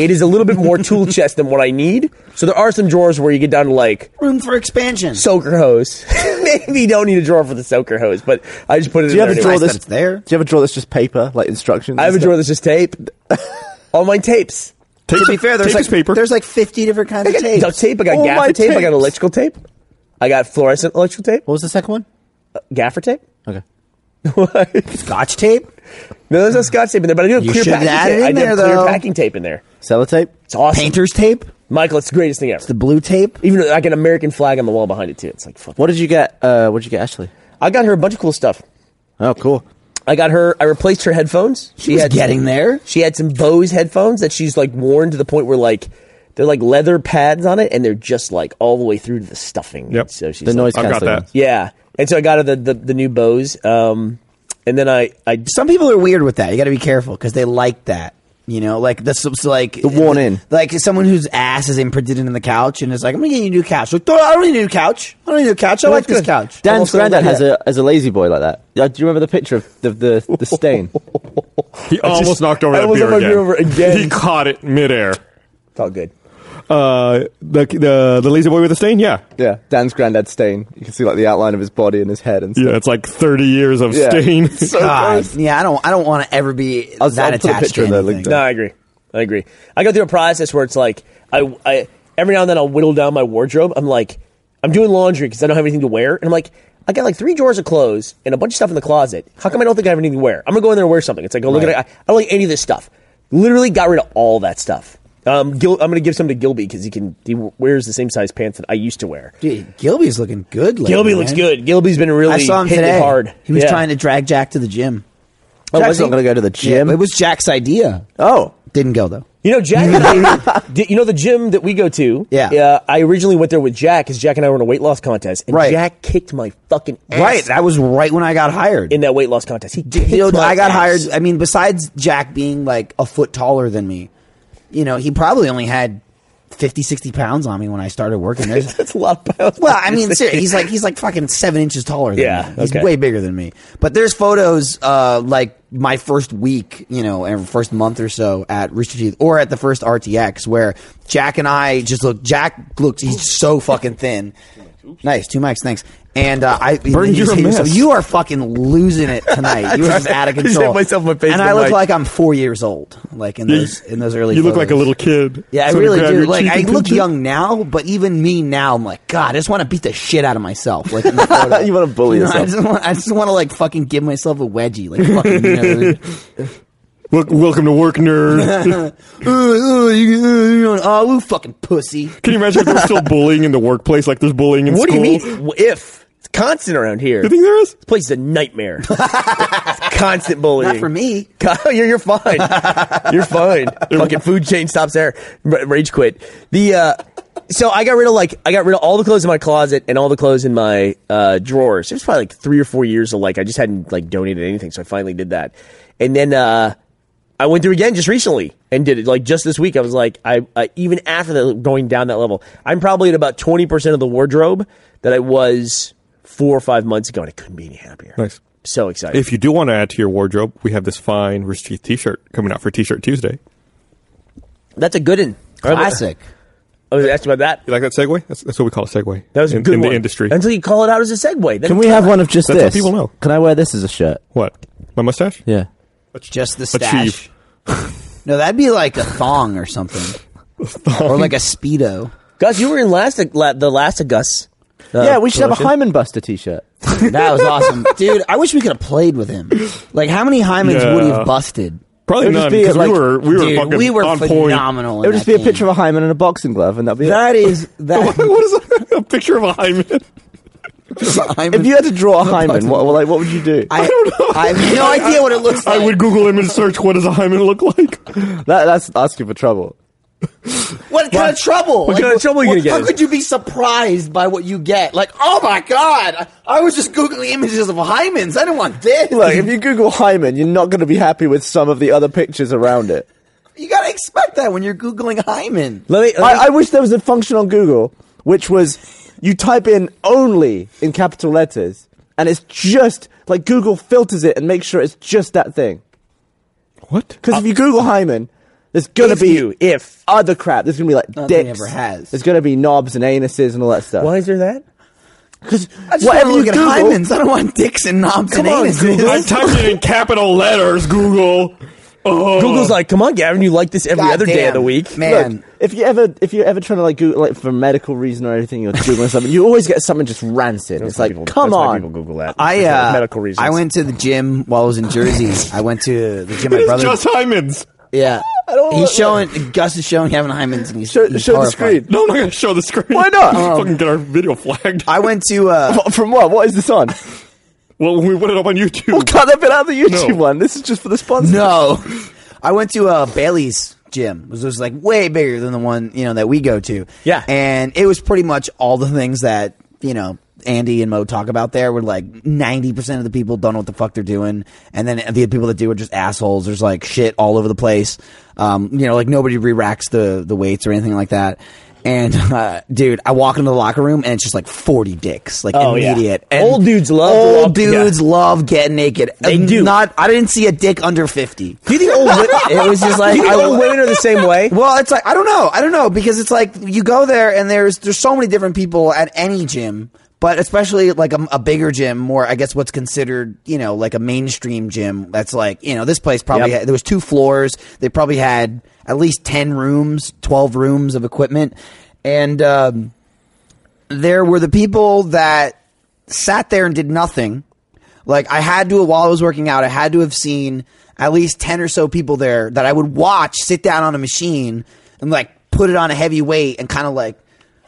S2: It is a little bit more tool chest than what I need. So there are some drawers where you get down to like
S3: Room for expansion.
S2: soaker hose. [LAUGHS] Maybe you don't need a drawer for the soaker hose, but I just put it
S4: Do
S2: in
S4: you
S2: there
S4: have a
S2: anyway.
S4: drawer
S3: that
S4: that's
S3: it's there.
S4: Do you have a drawer that's just paper, like instructions?
S2: I have a drawer that's just
S4: [LAUGHS]
S2: tape. All my tapes.
S1: Take
S3: to be fair, there's
S1: take
S3: like
S1: this paper.
S3: there's like 50 different kinds
S2: I
S3: of
S2: got
S3: tapes.
S2: duct tape. I got
S4: All my
S2: gaffer tape. I got
S4: tapes.
S2: electrical tape. I got fluorescent electrical tape.
S4: What was the second one?
S2: Gaffer tape. [LAUGHS]
S4: Okay.
S3: Scotch tape.
S2: No, there's no scotch tape in there, but I do have
S3: You
S2: clear
S3: should have
S2: packing
S3: added
S2: tape.
S3: it
S2: I
S3: in
S2: do have
S3: there,
S2: clear
S3: though.
S2: packing tape in there.
S4: Sellotape?
S2: It's awesome,
S3: Painter's tape.
S2: Michael. It's the greatest thing ever.
S3: The blue tape.
S2: Even though I got an American flag on the wall behind it too. It's like fuck.
S4: What did you get? Uh, what did you get, Ashley?
S2: I got her a bunch of cool stuff.
S4: Oh, cool.
S2: I got her. I replaced her headphones. She
S3: He's getting there.
S2: She had some Bose headphones that she's like worn to the point where like they're like leather pads on it, and they're just like all the way through to the stuffing.
S1: Yep.
S2: So she's
S4: The
S2: like,
S4: noise
S1: I've got
S4: cancelling.
S1: that.
S2: Yeah, and so I got her the the, the new Bose. Um, and then I I
S3: Some people are weird with that. You got to be careful because they like that. You know, like this is like the
S4: worn in.
S3: like someone whose ass is imprinted in the couch and is like, "I'm gonna get you a new couch." Like, "Dude, I don't need a new couch. I don't need a new couch. I like this couch.
S4: Dan's
S2: Also
S4: granddad
S2: like
S4: has a has a lazy boy like that. Uh, do you remember the picture of the the, the stain?
S1: he almost
S2: just-
S1: knocked over
S2: I
S1: that
S2: almost
S1: beer
S2: knocked
S1: again.
S2: over again.
S1: He caught it midair.
S2: it's all good.
S1: Uh, the the the lazy boy with the stain. Yeah,
S4: yeah, Dan's granddad's stain. You can see like the outline of his body and his head and stuff.
S1: yeah. It's like thirty years of
S2: [LAUGHS]
S4: Yeah.
S1: stain.
S3: God, yeah, I don't. I don't want to ever be
S4: I'll-
S3: that
S4: I'll put a
S3: attached
S4: picture in
S3: to
S4: there,
S3: anything.
S4: LinkedIn.
S2: No, I agree. I agree. I go through a process where it's like I, I every now and then I'll whittle down my wardrobe. I'm like, I'm doing laundry because I don't have anything to wear, and I'm like, I got like three drawers of clothes and a bunch of stuff in the closet. How come I don't think I have anything to wear? I'm gonna go in there and wear something. It's like, oh look
S3: Right.
S2: at it. I, I don't like any of this stuff. Literally got rid of all that stuff. Um, Gil, I'm gonna give some to Gilby because he can he wears the same size pants that I used to wear.
S3: Dude, Gilby's looking good. Lately,
S2: Gilby
S3: man.
S2: looks good. Gilby's been really
S3: I saw him
S2: hitting it
S3: today.
S2: hard.
S3: He was
S2: Yeah.
S3: trying to drag Jack to the gym.
S4: Oh, I
S2: Jack,
S4: was not
S2: see-
S4: going to go to the gym.
S3: It was Jack's idea.
S4: oh,
S3: Didn't go though.
S2: You know, Jack. and [LAUGHS] I- di- you know the gym that we go to.
S3: Yeah.
S2: Uh, I originally went there with Jack because Jack and I were in a weight loss contest, and
S3: Right.
S2: Jack kicked my fucking ass.
S3: Right, that was right when I got hired.
S2: in that weight loss contest, he kicked
S3: you know,
S2: my
S3: I got
S2: ass.
S3: hired. I mean, besides Jack being like a foot taller than me, you know, he probably only had 50, 60 pounds on me when I started working
S2: [LAUGHS]
S3: there.
S2: That's a lot of pounds.
S3: well, I mean, seriously, he's like he's like fucking seven inches taller than
S2: Yeah,
S3: me. He's
S2: okay.
S3: way bigger than me. But there's photos uh, like my first week, you know, and first month or so at Rooster Teeth or at the first RTX where Jack and I just look. Jack looks he's so fucking thin. Nice, two mics, thanks. And uh, I,
S1: Burton,
S3: he's-
S1: you're a
S3: he's-
S1: mess.
S3: you are fucking losing it
S2: [LAUGHS]
S3: tonight. You are just out of
S2: I just hit
S3: control.
S2: myself in my face
S3: and
S2: with
S3: I
S2: the
S3: look
S2: mic.
S3: like I'm four years old, like in
S1: Yeah,
S3: those in those
S1: [LAUGHS]
S3: early.
S1: You look like a
S3: photos.
S1: little kid.
S3: Yeah, I
S1: Sort of
S3: really
S1: grab
S3: do.
S1: your
S3: Like,
S1: cheek
S3: I
S1: and
S3: look
S1: pinch it.
S3: young now, but even me now, I'm like, God, I just want to beat the shit out of myself. Like, in the photo.
S4: You wanna [LAUGHS] bully
S3: know, I
S4: yourself.
S3: just want, I just want to like fucking give myself a wedgie, like fucking. You know,
S1: Wel- Welcome to work, nerd.
S3: [LAUGHS]
S1: [LAUGHS]
S3: Uh, uh, you, uh, you know, oh, you fucking pussy.
S1: Can you imagine if there's still bullying in the workplace like there's bullying in
S2: What
S1: school?
S2: do you mean? w- If it's constant around here,
S1: You think there is?
S2: this place is a [LAUGHS] nightmare. It's constant bullying.
S3: Not for me.
S2: God, you're you're fine.
S1: [LAUGHS]
S2: You're fine. Fucking food chain stops there. R- Rage quit. The uh, so I got rid of like I got rid of all the clothes in my closet and all the clothes in my uh, drawers. It was probably like three or four years of like I just hadn't like donated anything, so I finally did that. And then uh, I went through again just recently and did it like just this week. I was like I uh, even after that going down that level, I'm probably at about twenty percent of the wardrobe that I was four or five months ago, and I couldn't be any happier.
S1: Nice.
S2: So excited.
S1: If you do want to add to your wardrobe, we have this fine Rich Teeth T-shirt coming out for T-shirt Tuesday.
S2: That's a good one.
S3: Classic.
S2: I was asked about that.
S1: You like that segue? That's, that's what we call a segue.
S2: That was a
S1: in,
S2: good
S1: in
S2: one.
S1: the industry.
S2: Until you call it out as a segue. Then
S4: Can we have one of just
S1: That's how
S4: this?
S1: people know.
S4: Can I wear this as a shirt?
S1: what? My mustache?
S4: Yeah.
S3: Just the stash.
S1: Achieve.
S3: No, that'd be like a thong or something, or like a speedo.
S2: Gus, you were in last uh, la, the last of Gus. uh,
S4: yeah, we should have a
S2: promotion.
S4: Hyman Buster T-shirt.
S3: That was awesome, dude. I wish we could have played with him. Like, how many hymens would he
S1: Yeah.
S3: have busted?
S1: Probably
S4: It would just
S1: none
S4: be,
S1: because
S4: like-
S1: we were we were
S3: Dude,
S1: fucking
S3: we were
S1: on point.
S3: phenomenal.
S4: It would just be a picture of a Hyman and a boxing glove, and that'd be
S3: that
S4: it.
S3: is that.
S1: what is a, [LAUGHS] a picture of a hymen?
S4: If [LAUGHS] you had to draw a Hyman, what, like what would you do? [LAUGHS]
S3: I, I have no idea what it looks
S1: I
S3: like.
S1: would Google him and search what does a hymen look like.
S4: [LAUGHS] that, that's asking for trouble.
S3: What kind of trouble? What
S2: kind of trouble you gonna get
S3: How
S2: in?
S3: could you be surprised by what you get? Like, oh my god, I, I was just googling images of hymens. I didn't want this.
S4: Look, if you Google Hyman, you're not going to be happy with some of the other pictures around it.
S3: you gotta expect that when you're googling hymen.
S2: Let me. Let me
S4: I, I wish there was a function on Google which was you type in only in capital letters, and it's just like Google filters it and makes sure it's just that thing.
S1: What?
S4: Because if you Google Hyman, there's gonna
S2: if
S4: be
S2: you if
S4: other crap. There's gonna be like
S3: Nothing
S4: dicks.
S3: ever has.
S4: There's gonna be knobs and anuses and all that stuff.
S2: why is there that?
S4: Because
S3: I just
S4: whatever
S3: wanna
S4: you
S3: look at
S4: Google,
S3: hymens. I don't want dicks and knobs and
S2: on,
S3: anuses.
S2: Google.
S1: I typed it in capital letters. Google. Oh.
S2: Google's like, come on, Gavin, you like this every
S3: God
S2: other day
S3: damn,
S2: of the week.
S4: look,
S3: man.
S4: if you ever if you're ever trying to like Google like for medical reason or anything, you're googling [LAUGHS] something. You always get something just rancid. It's like,
S2: People-
S4: come
S2: that's why
S4: on.
S2: people Google that.
S3: I
S2: For
S3: uh,
S2: medical reasons.
S3: I went to the gym while I was in Jersey. I went to the gym. My
S1: It's
S3: brother.
S1: just hymens.
S3: yeah.
S4: I don't wanna
S3: he's
S4: look-
S3: showing. Gus is showing Kevin Hyman's, and he's
S4: Show,
S3: he's
S4: show the
S3: horrified.
S4: screen.
S1: No, I'm not gonna show the screen.
S4: Why not?
S1: Just fucking get our video flagged.
S3: I went to. Uh,
S4: What- From what? What is this on?
S1: well, we put it up on YouTube.
S4: We'll cut that bit out of the YouTube
S1: No.
S4: one. This is just for the
S2: [LAUGHS]
S4: sponsor.
S3: no, I went to uh, Bailey's gym. It was, it was, like way bigger than the one you know that we go to.
S2: Yeah.
S3: and it was pretty much all the things that you know. Andy and Mo talk about there were like 90% of the people don't know what the fuck they're doing. And then the people that do are just assholes. There's like shit all over the place. Um, you know, like nobody re racks the, the weights or anything like that. And, [LAUGHS] uh, dude, I walk into the locker room and it's just like 40 dicks, like
S2: Oh, yeah.
S3: immediate. And
S2: Old dudes love to
S3: old
S2: walk- yeah.
S3: dudes love getting naked.
S2: They
S3: And
S2: do.
S3: Not, I didn't see a dick under 50.
S2: Do you think old women?
S3: [LAUGHS] It was just like
S2: do you think
S3: I-
S2: old women are the same way?
S3: Well, it's like I don't know. I don't know because it's like you go there and there's there's so many different people at any gym, but especially like a, a bigger gym, more I guess what's considered you know like a mainstream gym. That's like you know this place probably
S2: Yep.
S3: had, there was two floors. They probably had at least ten rooms, twelve rooms of equipment, and um, there were the people that sat there and did nothing. Like I had to while I was working out, I had to have seen at least ten or so people there that I would watch sit down on a machine and like put it on a heavy weight and kind of like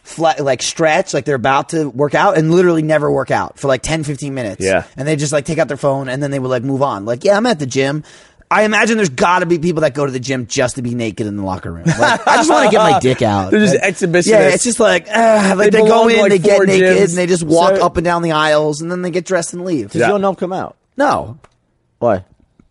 S3: flat, like stretch, like they're about to work out and literally never work out for like 10, 15 minutes.
S2: Yeah.
S3: and they just like take out their phone and then they would like move on. Like yeah, I'm at the gym. I imagine there's got to be people that go to the gym just to be naked in the locker room. Like, I just want to get my dick out.
S2: [LAUGHS] They're just
S3: Like,
S2: exhibitionists.
S3: Yeah, it's just like ah, like they,
S2: They
S3: go
S2: belong to,
S3: in,
S2: like,
S3: they get
S2: four
S3: naked,
S2: gyms.
S3: and they just walk
S4: So-
S3: up and down the aisles, and then they get dressed and leave.
S4: Does your knob come out?
S3: No,
S4: Why?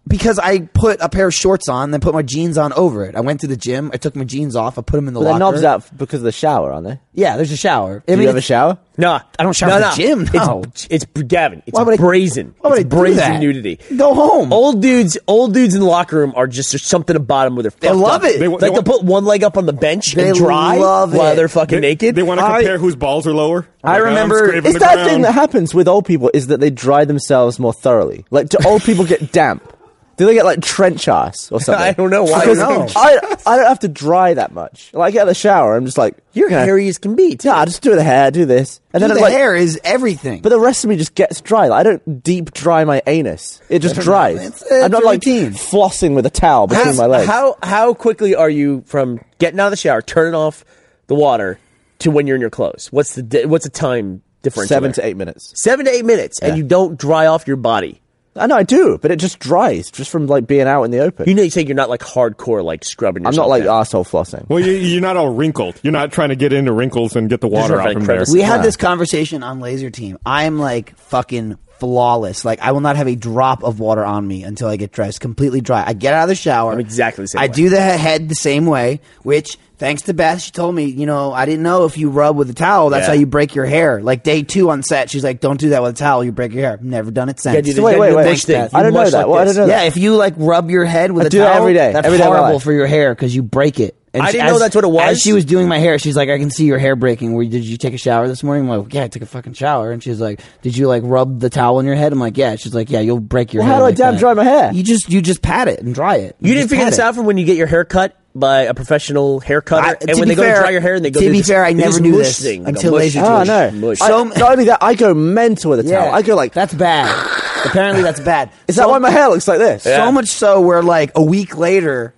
S3: because I put a pair of shorts on, then put my jeans on over it. I went to the gym, I took my jeans off, I put them in the
S4: Well, their
S3: locker.
S4: knobs out f- because of the shower, aren't they?
S3: Yeah, there's a shower. I
S4: Do you have a
S3: it's-
S4: shower?
S2: No,
S3: I don't shower
S2: no,
S3: at the
S2: no.
S3: gym, no.
S2: It's, it's Gavin. It's
S3: Why would I-
S2: brazen.
S3: why would
S2: it's
S3: I do
S2: brazen
S3: that?
S2: nudity. Oh,
S3: Go home.
S2: Old dudes, old dudes in the locker room are just there's something about them where they're
S3: They
S2: fucked
S3: love
S2: up.
S3: it. They
S1: wa-
S2: like
S1: they
S2: they will
S1: wa-
S2: put one leg up on the bench
S3: They
S2: and dry
S3: love
S2: while
S3: it.
S2: they're fucking naked.
S1: They want to
S4: I-
S1: compare whose balls are lower.
S3: I remember-
S1: It's
S4: It's that
S2: [LAUGHS]
S4: thing that happens with old people is that they dry themselves more thoroughly. Like, do old people get damp? Do they get like trench ass or
S2: [LAUGHS]
S4: something?
S2: I don't know [LAUGHS] why.
S4: Because
S2: I don't know.
S4: I, I don't have to dry that much. Like I get out of the shower, I'm just like
S2: You're
S4: you know,
S2: hairy as can be. too.
S4: Yeah, I just do the hair, do this, and then
S3: the
S4: it's like,
S3: hair is everything.
S4: but the rest of me just gets dry. Like, I don't deep dry my anus; it just dries.
S3: It's- it's
S4: I'm not like
S3: routine.
S4: flossing with a towel between my legs.
S2: How how quickly are you from getting out of the shower, turning off the water, to when you're in your clothes? What's the di- what's the time difference?
S4: Seven to eight minutes.
S2: seven to eight minutes, and
S4: Yeah.
S2: you don't dry off your body.
S4: I know I do, but it just dries just from like being out in the open.
S2: You know, you say you're not like hardcore, like scrubbing.
S4: I'm
S2: Yourself
S4: not like uh,
S2: down.
S4: asshole flossing.
S1: Well, you, you're not all wrinkled. You're not trying to get into wrinkles and get the water
S2: not
S1: out
S2: like
S1: from there.
S2: crevices.
S3: we had this conversation on Laser Team. I'm like fucking flawless. Like I will not have a drop of water on me until I get dry. It's completely dry. I get out of the shower.
S2: I'm exactly the same
S3: I
S2: way.
S3: do the he- head the same way. Which, thanks to Beth, she told me. You know, I didn't know if you rub with a towel, that's
S2: Yeah.
S3: how you break your hair. Like day two on set, she's like, "Don't do that with a towel. You break your hair." Never done it
S2: Yeah,
S3: since.
S2: do the-
S4: So wait,
S2: yeah,
S4: wait,
S2: do the
S4: wait.
S2: mush thing.
S4: I
S2: You
S4: don't know
S2: mush
S4: that.
S2: like
S4: Well, I
S2: this.
S4: don't know
S3: yeah, if you like rub your head with
S4: I
S3: a
S4: do that
S3: towel,
S4: every day,
S3: That's
S4: every day of my
S3: horrible
S4: life.
S3: for your hair because you break it. And
S2: I didn't
S3: as-
S2: know that's what it was.
S3: As she was doing my hair, she's like, "I can see your hair breaking. Where did you take a shower this morning?" I'm like, "Yeah, I took a fucking shower." And she's like, "Did you like rub the towel on your head?" I'm like, "Yeah." She's like, "Yeah, you'll break your
S4: Well,
S3: hair."
S4: how do I
S3: like
S4: damn
S3: that."
S4: dry my hair?
S3: You just you just pat it and dry it.
S2: You didn't
S3: just
S2: figure
S3: pat
S2: this
S3: it.
S2: out from when you get your hair cut by a professional hair cutter,
S3: I- to
S2: and when
S3: be
S2: they go
S3: fair-
S2: to dry your hair and they go
S3: to
S2: do
S3: be
S2: this-
S3: fair, I
S2: they do
S3: never
S2: this
S3: knew
S2: mush
S3: this
S2: thing,
S3: until
S2: like a
S3: laser
S2: mush,
S4: Oh
S3: Mush,
S4: no! [LAUGHS]
S2: mush.
S4: I, not only that, I go mental with a towel. I go like,
S3: that's bad. Apparently, that's [LAUGHS] bad.
S4: is that
S3: So-
S4: why my hair looks like this?
S2: Yeah.
S3: So much so where like a week later,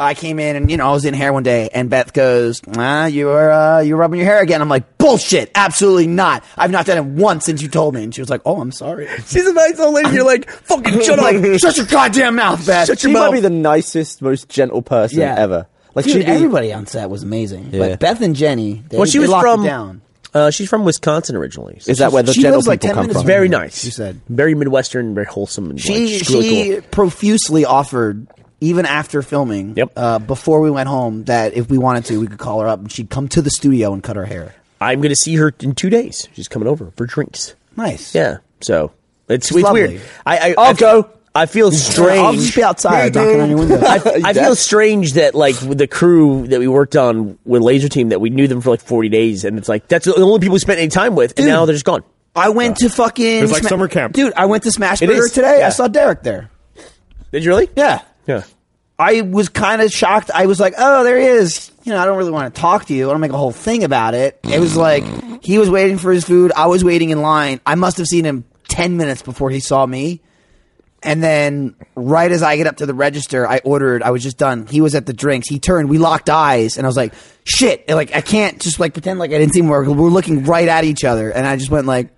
S3: I came in and you know I was in hair one day and Beth goes, "Ah, you are uh, you're rubbing your hair again." I'm like, "Bullshit! Absolutely not! I've not done it once since you told me." And she was like, "Oh, I'm [LAUGHS] sorry."
S2: She's a nice old lady. You're like, [LAUGHS] fucking shut up.
S3: like, shut your goddamn mouth, Beth.
S2: Shut
S4: She
S2: your
S4: might
S2: mouth.
S4: be the nicest, most gentle person
S3: Yeah.
S4: ever. Like
S3: Dude,
S4: she'd be,
S3: everybody on set was amazing,
S4: Yeah.
S3: but Beth and Jenny, they,
S2: well, she
S3: they
S2: was
S3: locked it
S2: from.
S3: down.
S2: Uh, she's from Wisconsin originally. So
S4: Is that where the
S3: she
S4: gentle
S3: lives, like,
S4: people
S3: 10
S4: come
S3: minutes
S4: from?
S3: away.
S2: very nice.
S3: She said.
S2: very midwestern, very wholesome. And
S3: She
S2: like, screw it
S3: she
S2: cool.
S3: profusely offered even after filming.
S2: Yep.
S3: Uh, before we went home, that if we wanted to, we could call her up and she'd come to the studio and cut her hair.
S2: I'm going to see her in two days. She's coming over for drinks.
S3: Nice.
S2: Yeah, so it's, it's
S3: lovely.
S2: weird. I, I
S4: I'll
S2: I-
S4: go.
S2: I feel strange.
S3: I'll just be outside knocking on your [LAUGHS] window.
S2: I, I feel strange that like with the crew that we worked on with Laser Team that we knew them for like 40 days and it's like that's the only people we spent any time with and now they're just gone.
S3: I went to fucking.
S1: It's like summer camp.
S3: dude. I went to Smash
S2: It
S3: Burger
S2: is,
S3: today. I
S2: yeah.
S3: saw Derek there.
S2: Did you really?
S3: Yeah,
S2: Yeah.
S3: I was kind of shocked. I was like, "Oh, there he is." You know, I don't really want to talk to you. I don't make a whole thing about it. It was like he was waiting for his food. I was waiting in line. I must have seen him ten minutes before he saw me. And then, right as I get up to the register, I ordered. I was just done. He was at the drinks. He turned. We locked eyes, and I was like, "Shit!" And, Like I can't just like pretend like I didn't see him. We're, we're looking right at each other, and I just went like,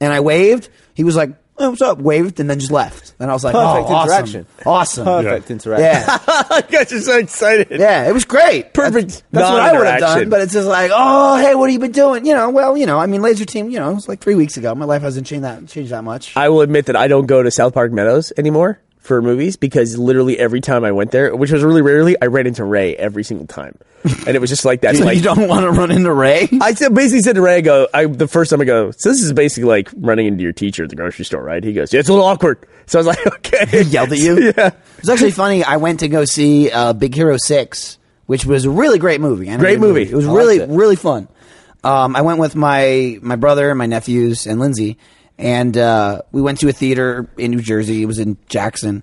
S3: and I waved. He was like, "Oh, "What's up?" Waved, and then just left. And I was like,
S4: Perfect
S3: "Oh, awesome.
S4: interaction.
S3: Awesome,
S4: Perfect
S1: Yeah.
S4: interaction.
S3: yeah,
S2: I got you so excited.
S3: yeah, it was great.
S2: Perfect
S3: That's, that's what I would have
S2: non-interaction.
S3: done. But it's just like, oh, hey, what have you been doing? You know, well, you know, I mean, Laser Team. You know, it was like three weeks ago. My life hasn't changed that changed that much.
S2: I will admit that I don't go to South Park Meadows anymore for movies because literally every time I went there, which was really rarely, I ran into Ray every single time, and it was just
S3: [LAUGHS]
S2: like that. like,
S3: don't want to run into Ray.
S2: I said, basically said to Ray, I go, I, the first time I go, so this is basically like running into your teacher at the grocery store, right? He goes, yeah, it's a little awkward. So I was like, [LAUGHS] okay.
S3: He yelled at you.
S2: [LAUGHS] Yeah.
S3: It was actually funny. I went to go see uh, Big Hero Six, which was a really great movie. Animated
S2: Great movie.
S3: It was
S2: I
S3: really
S2: liked it.
S3: really fun. Um, I went with my my brother, my nephews, and Lindsay, and uh, we went to a theater in New Jersey. It was in Jackson,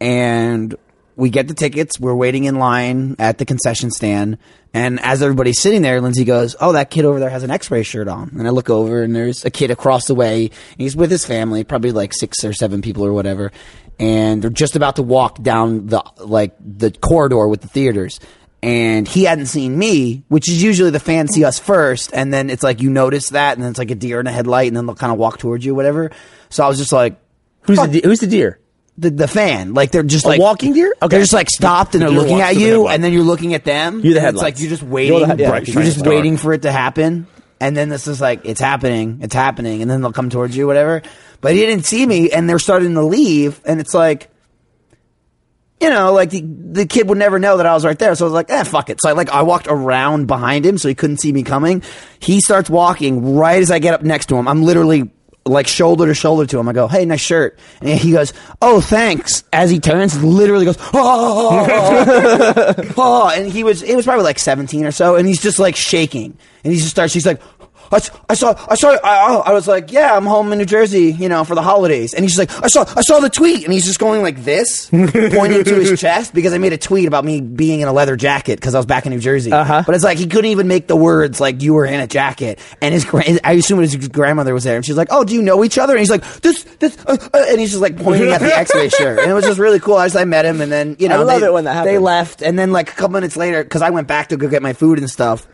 S3: and we get the tickets. We're waiting in line at the concession stand, and as everybody's sitting there, Lindsay goes, "Oh, that kid over there has an X-ray shirt on." And I look over, and there's a kid across the way. and He's with his family, probably like six or seven people or whatever, and they're just about to walk down the like the corridor with the theaters and he hadn't seen me, which is usually the fans see us first, and then it's like you notice that, and then it's like a deer in a headlight, and then they'll kind of walk towards you, whatever. So I was just like,
S2: Who's the, de- who's the deer?
S3: the, the fan, like they're just
S2: A
S3: like
S2: walking deer? Okay.
S3: They're just like stopped and they're
S2: deer
S3: looking
S2: walks
S3: at
S2: to the
S3: you,
S2: headlight.
S3: and then you're looking at them.
S2: You're the
S3: and It's
S2: headlights.
S3: like you're just waiting,
S4: You're the- yeah,
S3: you're
S4: bright
S1: shining
S3: just
S1: star.
S3: waiting for it to happen, and then this is like it's happening, it's happening, and then they'll come towards you, whatever. But he didn't see me, and they're starting to leave, and it's like you know, like the, the kid would never know that I was right there. So I was like, eh, fuck it. So I like, I walked around behind him so he couldn't see me coming. He starts walking right as I get up next to him. I'm literally like shoulder to shoulder to him. I go, hey, nice shirt. And he goes, oh, thanks. As he turns, literally goes, oh, oh, and he was, it was probably like 17 or so. And he's just like shaking and he just starts, he's like, I, s- I saw, I saw, I, oh," I- I was like, yeah, I'm home in New Jersey, you know, for the holidays. And he's just like, I saw, I saw the tweet. And he's just going like
S4: [LAUGHS]
S3: this, pointing to his chest because I made a tweet about me being in a leather jacket because I was back in New Jersey.
S4: Uh-huh.
S3: But it's like, he couldn't even make the words like you were in a jacket. And his, gra- his- I assume his grandmother was there. And she's like, oh, do you know each other? And he's like, this, this, uh, uh," and he's just like pointing
S4: [LAUGHS]
S3: at the x-ray shirt. And it was just really cool. I just, I met him and then, you
S4: I
S3: know,
S4: love
S3: they,
S4: it when that
S3: they
S4: happens.
S3: left. And then like a couple minutes later, because I went back to go get my food and stuff.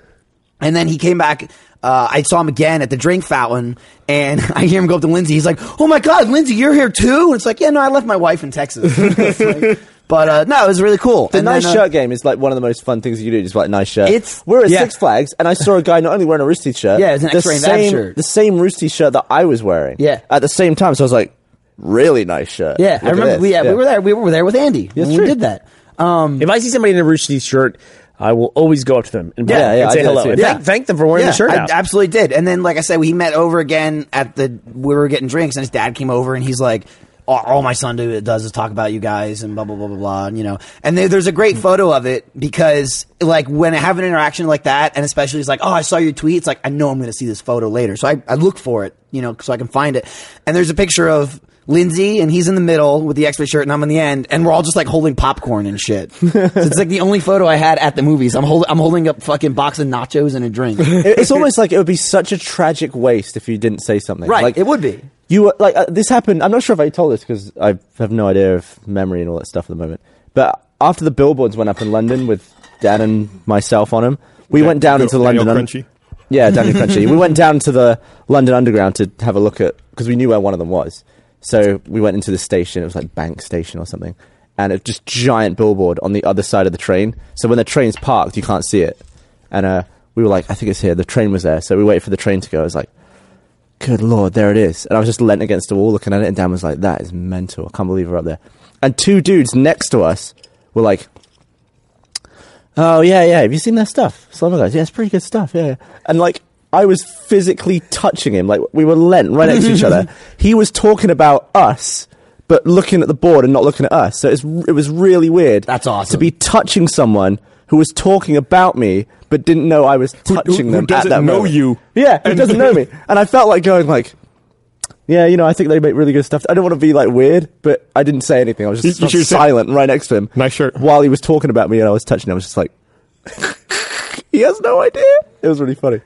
S3: And then he came back. Uh, I saw him again at the drink fountain, and [LAUGHS] I hear him go up to Lindsay. He's like, "Oh my God, Lindsay, you're here too!" And it's like, "Yeah, no, I left my wife in Texas." [LAUGHS] It's like- but uh, no, it was really cool.
S4: The
S3: And
S4: nice
S3: then, uh,
S4: shirt game is like one of the most fun things you do. Just like nice shirt.
S3: It's-
S4: we're at
S3: yeah.
S4: Six Flags, and I saw a guy not only wearing a Roosty shirt,
S3: Yeah, it's an
S4: the
S3: X-Ray Lab
S4: same
S3: shirt.
S4: the same Roosty shirt that I was wearing.
S3: Yeah.
S4: at the same time. So I was like, really nice shirt.
S3: Yeah,
S4: Look
S3: I
S4: at
S3: remember.
S4: this.
S3: We, yeah, we were there. We were there with Andy.
S4: That's
S3: when we
S4: true.
S3: did that.
S2: If I see somebody in a Rooster Teeth shirt, I will always go up to them and,
S4: Yeah, yeah,
S2: and
S4: I
S2: say
S4: do that
S2: hello.
S4: too.
S2: And
S4: Yeah.
S2: thank, thank them for wearing the shirt
S3: I
S2: out.
S3: absolutely did. And then, like I said, we met over again at the we were getting drinks, and his dad came over, and he's like, "All, all my son do, does is talk about you guys, and blah blah blah blah blah." And you know, and there, there's a great photo of it because, like, when I have an interaction like that, and especially he's like, "Oh, I saw your tweet." It's like I know I'm going to see this photo later, so I, I look for it, you know, so I can find it. And there's a picture of. Lindsay and he's in the middle with the extra shirt and I'm in the end and we're all just like holding popcorn and
S4: [LAUGHS]
S3: shit. so it's like the only photo I had at the movies. I'm holding I'm holding up fucking box of nachos and a drink.
S4: It-
S3: [LAUGHS]
S4: it's almost like it would be such a tragic waste if you didn't say something.
S3: Right,
S4: Like
S3: it would be.
S4: You were like uh, this happened. I'm not sure if I told this because I have no idea of memory and all that stuff at the moment. But after the billboards went up in London with Dan and myself on them, we went down
S1: Daniel
S4: into the London. Un-
S1: Crunchy.
S4: Yeah, Daniel Crunchy. We went down to the London Underground to have a look at because we knew where one of them was. So we went into the station. It was like Bank Station or something, and it just giant billboard on the other side of the train. So when the train's parked, you can't see it. And uh, we were like, I think it's here. The train was there, so we waited for the train to go. I was like, Good lord, there it is. And I was just leant against the wall looking at it, and Dan was like, That is mental. I can't believe we're up there. And two dudes next to us were like, Oh yeah, yeah. Have you seen their stuff? Slumber Guys. Yeah, it's pretty good stuff. Yeah, yeah. and like I was physically touching him. Like we were lent right next to
S1: [LAUGHS]
S4: each other. He was talking about us, but looking at the board and not looking at us. So it's, it was really weird.
S3: That's awesome.
S4: to be touching someone who was talking about me but didn't know I was
S1: who-
S4: touching
S1: who
S4: them. at
S1: doesn't
S4: that
S1: know
S4: moment.
S1: you.
S4: Yeah, who
S1: And-
S4: doesn't know
S1: [LAUGHS]
S4: me? And I felt like going like. Yeah, you know, I think they make really good stuff. I don't want to be like weird, but I didn't say anything. I was
S1: You-
S4: just
S1: you should say-
S4: silent right next to him.
S1: Nice shirt.
S4: While he was talking about me and I was touching him, I was just like, [LAUGHS] he has no idea. It was really funny.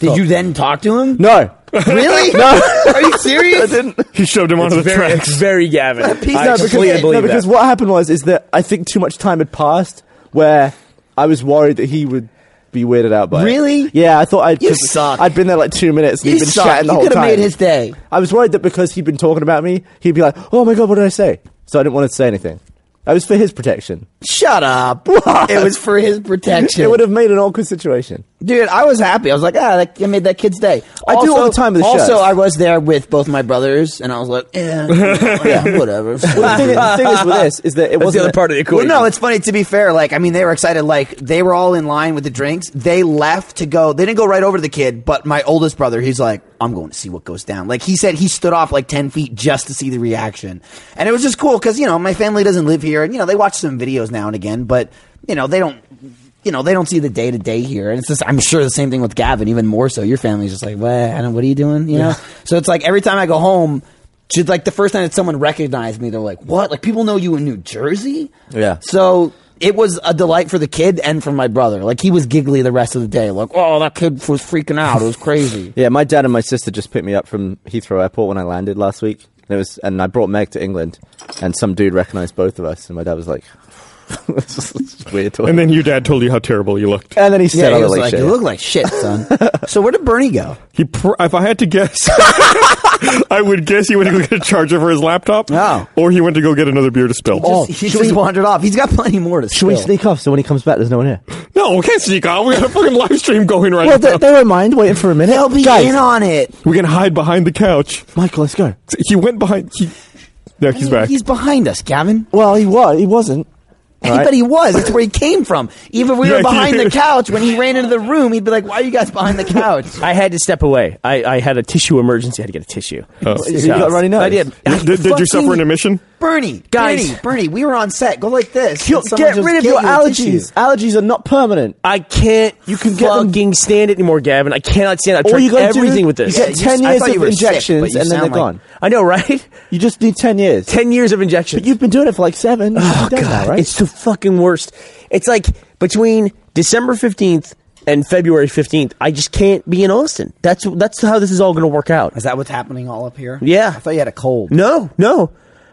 S3: Did you then talk to him?
S4: No,
S3: Really? Oh. [LAUGHS] no. Are you serious? [LAUGHS]
S4: I didn't.
S1: He shoved him onto the
S2: very,
S1: tracks.
S2: it's very Gavin.
S3: piece
S2: [LAUGHS] I
S3: of
S4: no,
S3: [LAUGHS]
S2: completely
S4: because,
S2: believe
S4: no,
S2: that.
S4: because what happened was is that I think too much time had passed where I was worried that he would be weirded out by it.
S3: Really?
S4: Yeah, I thought I'd
S3: You
S4: 'cause
S3: suck.
S4: I'd been there like two minutes. And
S3: You
S4: he'd been
S3: suck.
S4: chatting the
S3: You
S4: whole
S3: could have
S4: time.
S3: made his day.
S4: I was worried that because he'd been talking about me, he'd be like, "Oh my god, what did I say?" So I didn't want to say anything. That was for his protection.
S3: Shut up. It was for his
S4: It
S3: protection.
S4: would have made an awkward situation.
S3: [LAUGHS] Dude, I was happy. I was like, ah, that, I made that kid's day.
S4: I do all the time with the
S3: Also,
S4: shirts.
S3: I was there with both my brothers, and I was like, eh, [LAUGHS] yeah,
S4: [LAUGHS]
S3: whatever.
S4: Well, the, thing, the thing is with this is that it
S2: That's
S4: wasn't
S2: the other part of the
S3: Well,
S2: equation.
S3: no, it's funny to be fair. Like, I mean, they were excited. Like, they were all in line with the drinks. They left to go. They didn't go right over to the kid, but my oldest brother, he's like, I'm going to see what goes down. Like, he said he stood off like 10 feet just to see the reaction. And it was just cool because, you know, my family doesn't live here and, you know, they watch some videos now and again, but, you know, they don't. You know they don't see the day to day here, and it's just I'm sure the same thing with Gavin, even more so. Your family's just like, what? I don't, what are you doing? You know. So it's like every time I go home, just like the first time that someone recognized me, they're like, what? Like people know you in New Jersey?
S4: Yeah.
S3: So it was a delight for the kid and for my brother. Like he was giggly the rest of the day. Like, oh, that kid was freaking out. It was crazy.
S4: [LAUGHS] Yeah, my dad and my sister just picked me up from Heathrow Airport when I landed last week. It was, and I brought Meg to England, and some dude recognized both of us, and my dad was like, [LAUGHS] "This is weird." to-
S1: And then your dad told you how terrible you looked.
S4: and then he
S3: Yeah,
S4: said,
S3: he
S4: "I
S3: was
S4: look like
S3: like,
S4: shit."
S3: you look like shit,
S4: [LAUGHS]
S3: son. so where did Bernie go?
S1: He, pr- if I had to guess, [LAUGHS] I would guess he went to go get a charger for his laptop.
S3: No.
S1: Or he went to go get another beer to spill.
S3: Just- he just wandered off. He's got plenty more to
S4: Oh, Should
S3: spill.
S4: we sneak off so when he comes back, there's no one here?
S1: No, we can't sneak out. We got a fucking live stream going right
S4: [LAUGHS] Well,
S1: now.
S4: they, they won't mind waiting for a minute.
S3: They'll be
S4: Guys,
S3: in on it.
S1: we can hide behind the couch.
S4: Michael, let's go.
S1: He went behind. He, no, he's back.
S3: He's behind us, Gavin.
S4: Well, he was. He wasn't.
S3: I bet he was. That's where he came from. Even if we
S1: Yeah,
S3: were
S1: he
S3: behind the
S1: is.
S3: couch, when he ran into the room, he'd be like, why are you guys behind the couch?
S2: I had to step away. I, I had a tissue emergency. I had to get a tissue.
S1: Oh.
S4: You got a runny nose?
S2: I did.
S1: did, did you
S2: Fucking-
S1: suffer an emission?
S3: Bernie,
S2: Guys.
S3: Bernie, Bernie, we were on set. Go like this.
S4: Kill-
S3: and someone
S4: get
S3: just
S4: rid of
S3: gave
S4: your
S3: you a
S4: allergies.
S3: tissue.
S4: Allergies are not permanent.
S2: I can't. You
S4: can
S2: can
S4: get them-
S2: fucking stand it anymore, Gavin. I cannot stand. it. I've
S4: All you
S2: tried
S4: gotta do-
S2: everything with this.
S4: You
S3: Yeah,
S4: get
S3: you
S4: ten
S3: just- I
S4: years
S3: thought you
S4: of
S3: were sick, but
S4: injections
S3: you
S4: and then they're
S3: sound like-
S4: gone.
S2: I know, right? [LAUGHS]
S4: You just need ten Oh, years.
S2: Ten years of injections.
S4: You've been doing it for like seven. You should be done now, right?
S2: It's the fucking worst. It's like between December 15th and February 15th, I just can't be in Austin. That's that's how this is all going to work out.
S3: Is that what's happening all up here?
S2: Yeah.
S3: I thought you had a cold.
S2: No, no.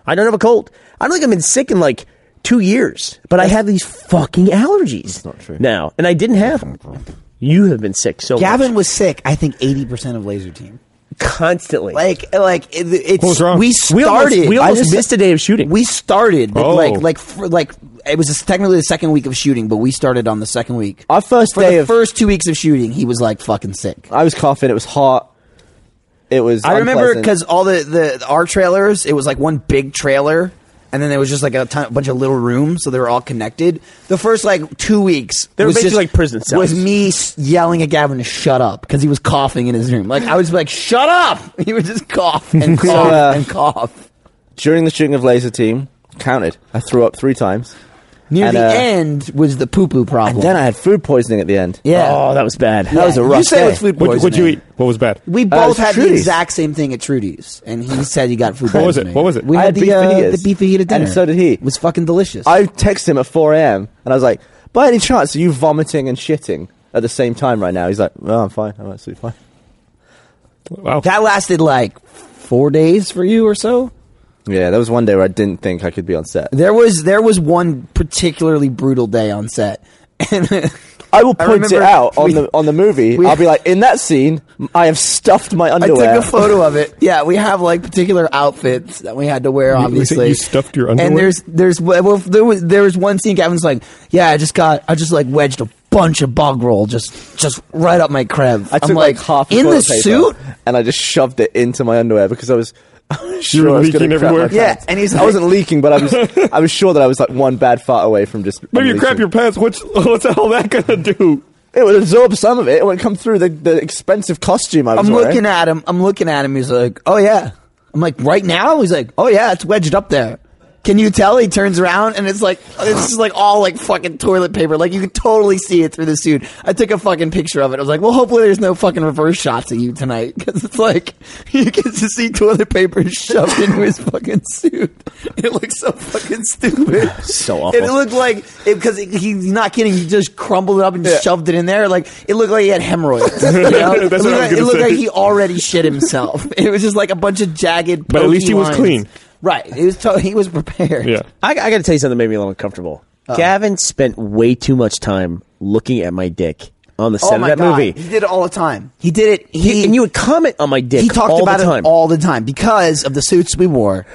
S2: I don't have a cold. I don't think I've been sick in like 2 years, but I have these fucking allergies.
S4: not true.
S2: Now, and I didn't have them. You have been sick so
S3: Gavin
S2: much.
S3: was sick. I think eighty percent of Laser Team.
S2: constantly.
S3: Like, like it, it's
S1: What was wrong?
S3: we
S2: we
S3: started.
S2: almost, we
S3: I
S2: almost
S3: just-
S2: missed a day of shooting.
S3: We started
S1: Oh.
S3: like like fr- like it was just technically the second week of shooting, but we started on the second week.
S4: Our first
S3: For
S4: day
S3: the
S4: of
S3: first two weeks of shooting, he was like fucking sick.
S4: I was coughing. It was hot. It was.
S3: I remember
S4: unpleasant.
S3: because all the, the our trailers, it was like one big trailer, and then there was just like a ton, bunch of little rooms, so they were all connected. The first like two weeks,
S2: They were
S3: was
S2: basically
S3: just-
S2: like prison cells.
S3: Was me s- yelling at Gavin to shut up because he was coughing in his room. Like I was like, shut up! [LAUGHS] He would just cough and cough
S4: uh,
S3: and cough.
S4: during the shooting of Laser Team, counted. I threw up three times,
S3: Near
S4: and,
S3: the
S4: uh,
S3: end was the poo poo problem.
S4: and then I had food poisoning at the end.
S3: yeah,
S2: Oh, that was bad.
S4: That was a rough
S3: You say
S4: day.
S3: it's food
S1: What,
S3: poisoning.
S1: what'd you eat? What was bad?
S3: We
S4: Uh,
S3: both had the
S4: Trudy's.
S3: exact same thing at Trudy's, and he said he got food
S1: What was it?
S3: poisoning.
S1: What was it?
S3: We
S4: I
S3: had,
S4: had
S3: the,
S4: beef
S3: uh,
S4: fajitas.
S3: the beef fajita
S4: And
S3: dinner.
S4: so did he.
S3: It was fucking delicious.
S4: I texted him at 4 a.m. and I was like, "By any chance, are you vomiting and shitting at the same time right now?" He's like, "No, I'm fine. I'm absolutely fine."
S1: Wow.
S3: That lasted like four days for you or so.
S4: Yeah, there was one day where I didn't think I could be on set.
S3: There was there was one particularly brutal day on set, and
S4: I will point it
S3: remember
S4: out on
S3: we-
S4: the on the movie.
S3: we-
S4: I'll be like, in that scene, I have stuffed my
S3: I took
S4: underwear.
S3: a photo of it. [LAUGHS] Yeah, we have like particular outfits that we had to wear.
S1: You- you said
S3: Obviously,
S1: you stuffed your underwear?
S3: And there's there's well there was there was one scene. Gavin's like, yeah, I just got I just like wedged a bunch of bog roll just just right up my creb.
S4: I took
S3: am
S4: like, half a
S3: in the
S4: toilet paper
S3: suit.
S4: and I just shoved it into my underwear because I was [LAUGHS] I was sure I was
S1: leaking
S4: going to crap my
S1: everywhere?
S4: pants.
S3: Yeah, and he's
S4: I wasn't leaking, but I was I was sure that I was like one bad fart away from just
S1: Maybe you
S4: unleashing.
S1: crap your pants. What's [LAUGHS] what's the hell that gonna do?
S4: It would absorb some of it. It would come through the, the expensive costume I was
S3: I'm
S4: wearing.
S3: looking at him. I'm looking at him. He's like, "Oh yeah." I'm like, "Right now?" He's like, "Oh yeah, it's wedged up there." Can you tell? He turns around and it's like it's just like all like fucking toilet paper. Like you could totally see it through the suit. I took a fucking picture of it. I was like, "Well, hopefully there's no fucking reverse shots of you tonight [LAUGHS] because it's like you can just see toilet paper shoved into his fucking suit. It looks so fucking stupid,
S2: So awful.
S3: It looked like because he's not kidding. He just crumbled it up and
S4: Yeah.
S3: shoved it in there. Like it looked like he had hemorrhoids. [LAUGHS] you know?
S1: That's what I was
S3: it looked, like,
S1: gonna
S3: it looked
S1: say.
S3: like he already shit himself. [LAUGHS] It was just like a bunch of jagged.
S1: But at least
S3: pokey
S1: he was
S3: lines.
S1: clean.
S3: Right. He was. To- he was prepared.
S1: Yeah.
S2: I, I got to tell you something that made me a little uncomfortable. Gavin spent way too much time looking at my dick on the set
S3: Oh
S2: of
S3: my
S2: that
S3: god.
S2: movie.
S3: He did it all the time. He did it. He,
S2: and you would comment on my dick.
S3: he talked
S2: all
S3: about
S2: the time.
S3: it all the time because of the suits we wore.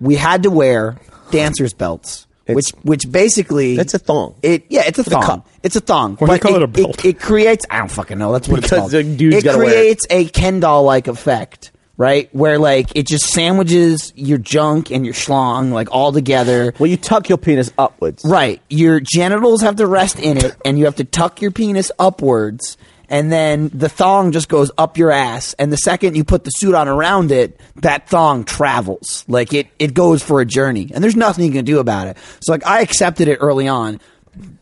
S3: We had to wear dancers' belts, which which basically
S2: That's a thong.
S3: It yeah, it's a thong.
S2: cup.
S3: It's a thong.
S1: Why do you call it a
S3: it,
S1: belt?
S3: it, creates I don't fucking know. That's what
S2: Because
S3: it's called.
S2: the dude's
S3: it
S2: gotta wear it.
S3: creates a Ken doll like effect, right? Where like it just sandwiches your junk and your schlong like all together.
S4: Well, you tuck your penis upwards.
S3: Right. Your genitals have to rest in it, and you have to tuck your penis upwards, and then the thong just goes up your ass. And the second you put the suit on around it, that thong travels. Like it, it goes for a journey, and there's nothing you can do about it. So, like, I accepted it early on.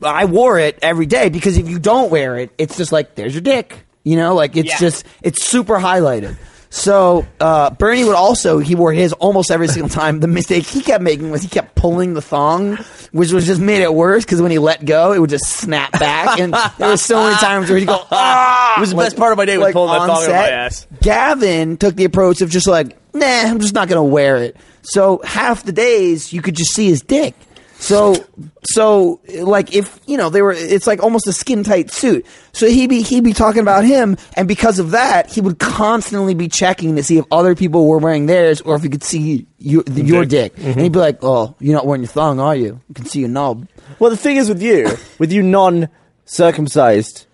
S3: I wore it every day because if you don't wear it, it's just like, there's your dick. You know, like it's just, it's super highlighted. So uh, Bernie would also he wore his almost every single time. The mistake he kept making was he kept pulling the thong, which was just made it worse because when he let go, it would just snap back. And there were so many times where he'd go, "Ah!"
S2: It was the best part of my day was pulling that
S3: on
S2: thong out of my ass.
S3: Gavin took the approach of just like, "Nah, I'm just not gonna wear it." So half the days you could just see his dick. So, so like if you know they were, it's like almost a skin tight suit. So he be he be talking about him, and because of that, he would constantly be checking to see if other people were wearing theirs or if he could see your, your dick.
S1: Dick.
S3: And he'd be like, "Oh, you're not wearing your thong, are you? I can see your knob."
S4: Well, the thing is with
S3: [LAUGHS]
S4: you, with you non-circumcised.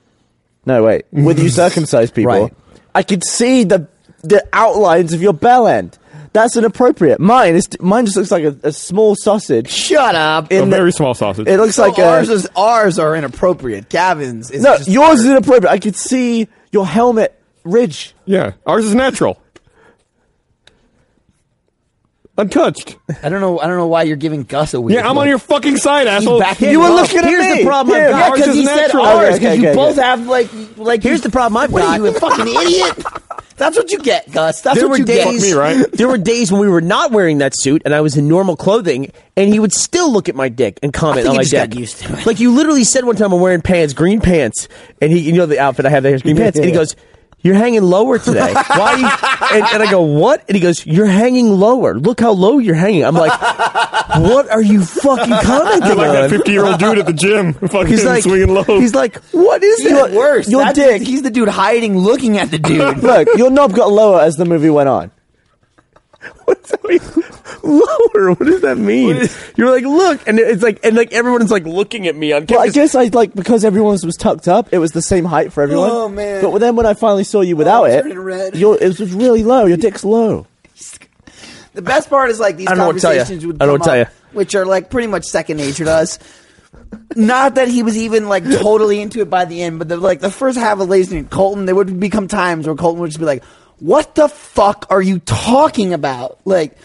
S4: No, wait.
S3: [LAUGHS]
S4: With you circumcised people,
S3: Right.
S4: I could see the the outlines of your bell end. That's inappropriate. Mine is mine just looks like a, a small sausage.
S3: Shut up!
S1: A
S4: In the-
S1: very small sausage.
S4: It looks
S3: So
S4: like
S3: Oh, ours
S4: a,
S3: is ours are inappropriate. Gavin's is
S4: no.
S3: just
S4: Yours is inappropriate. I could see your helmet ridge.
S1: yeah, ours is natural. Untouched.
S3: I don't know. I don't know why you're giving Gus a weird.
S1: Yeah, I'm on
S3: look.
S1: your fucking side, asshole.
S3: back him
S1: you were
S3: up.
S1: looking at
S3: Here's
S1: me.
S3: the problem.
S1: Yeah,
S3: Oh, Yeah,
S1: ours
S3: because
S1: is
S3: he said
S1: natural.
S3: ours. Because
S4: Okay,
S3: you
S4: okay,
S3: both
S4: okay.
S2: Mm-hmm.
S3: have like like.
S4: Here's the problem I've
S3: What are
S4: got.
S3: you a fucking idiot? That's what you get, Gus. That's
S2: there
S3: what
S2: were
S3: you get.
S2: days,
S1: me, right?
S2: [LAUGHS] there were days when we were not wearing that suit, and I was in normal clothing, and he would still look at my dick and comment
S3: think
S2: on
S3: he
S2: my
S3: just
S2: dick.
S3: got used to it.
S2: Like you literally said one time, I'm wearing pants, green pants, and he, you know, the outfit I have there is green pants, and he goes. You're hanging lower today. Why? Are you? And, and I go, what? And he goes, you're hanging lower. Look how low you're hanging. I'm like, what are you fucking commenting
S1: Like
S2: on?
S1: that [LAUGHS] 50 year old dude at the gym, [LAUGHS] fucking
S2: he's like,
S1: swinging low.
S2: he's like, what is
S3: Even
S2: that?
S3: worse.
S4: your
S3: That's-
S4: dick.
S3: He's the dude hiding, looking at the dude.
S4: Look, your knob got lower as the movie went on.
S2: What's that mean? lower? What does that mean? You're like, look, and it's like, and like everyone's like looking at me on
S4: Well, I
S2: campus.
S4: guess I like because everyone's was tucked up. It was the same height for everyone.
S3: Oh, man.
S4: But then when I finally saw you without
S3: I'm
S4: it,
S3: turning red.
S4: your it was really low. Your dick's low.
S3: [LAUGHS] The best part is like these
S2: I don't know what to tell ya.
S3: conversations would
S2: I don't
S3: come
S2: know what to
S3: up, which are like pretty much second nature to us. Not that he was even like totally into it by the end, but the, like the first half of Lazy and Colton, there would become times where Colton would just be like, "What the fuck are you talking about? Like,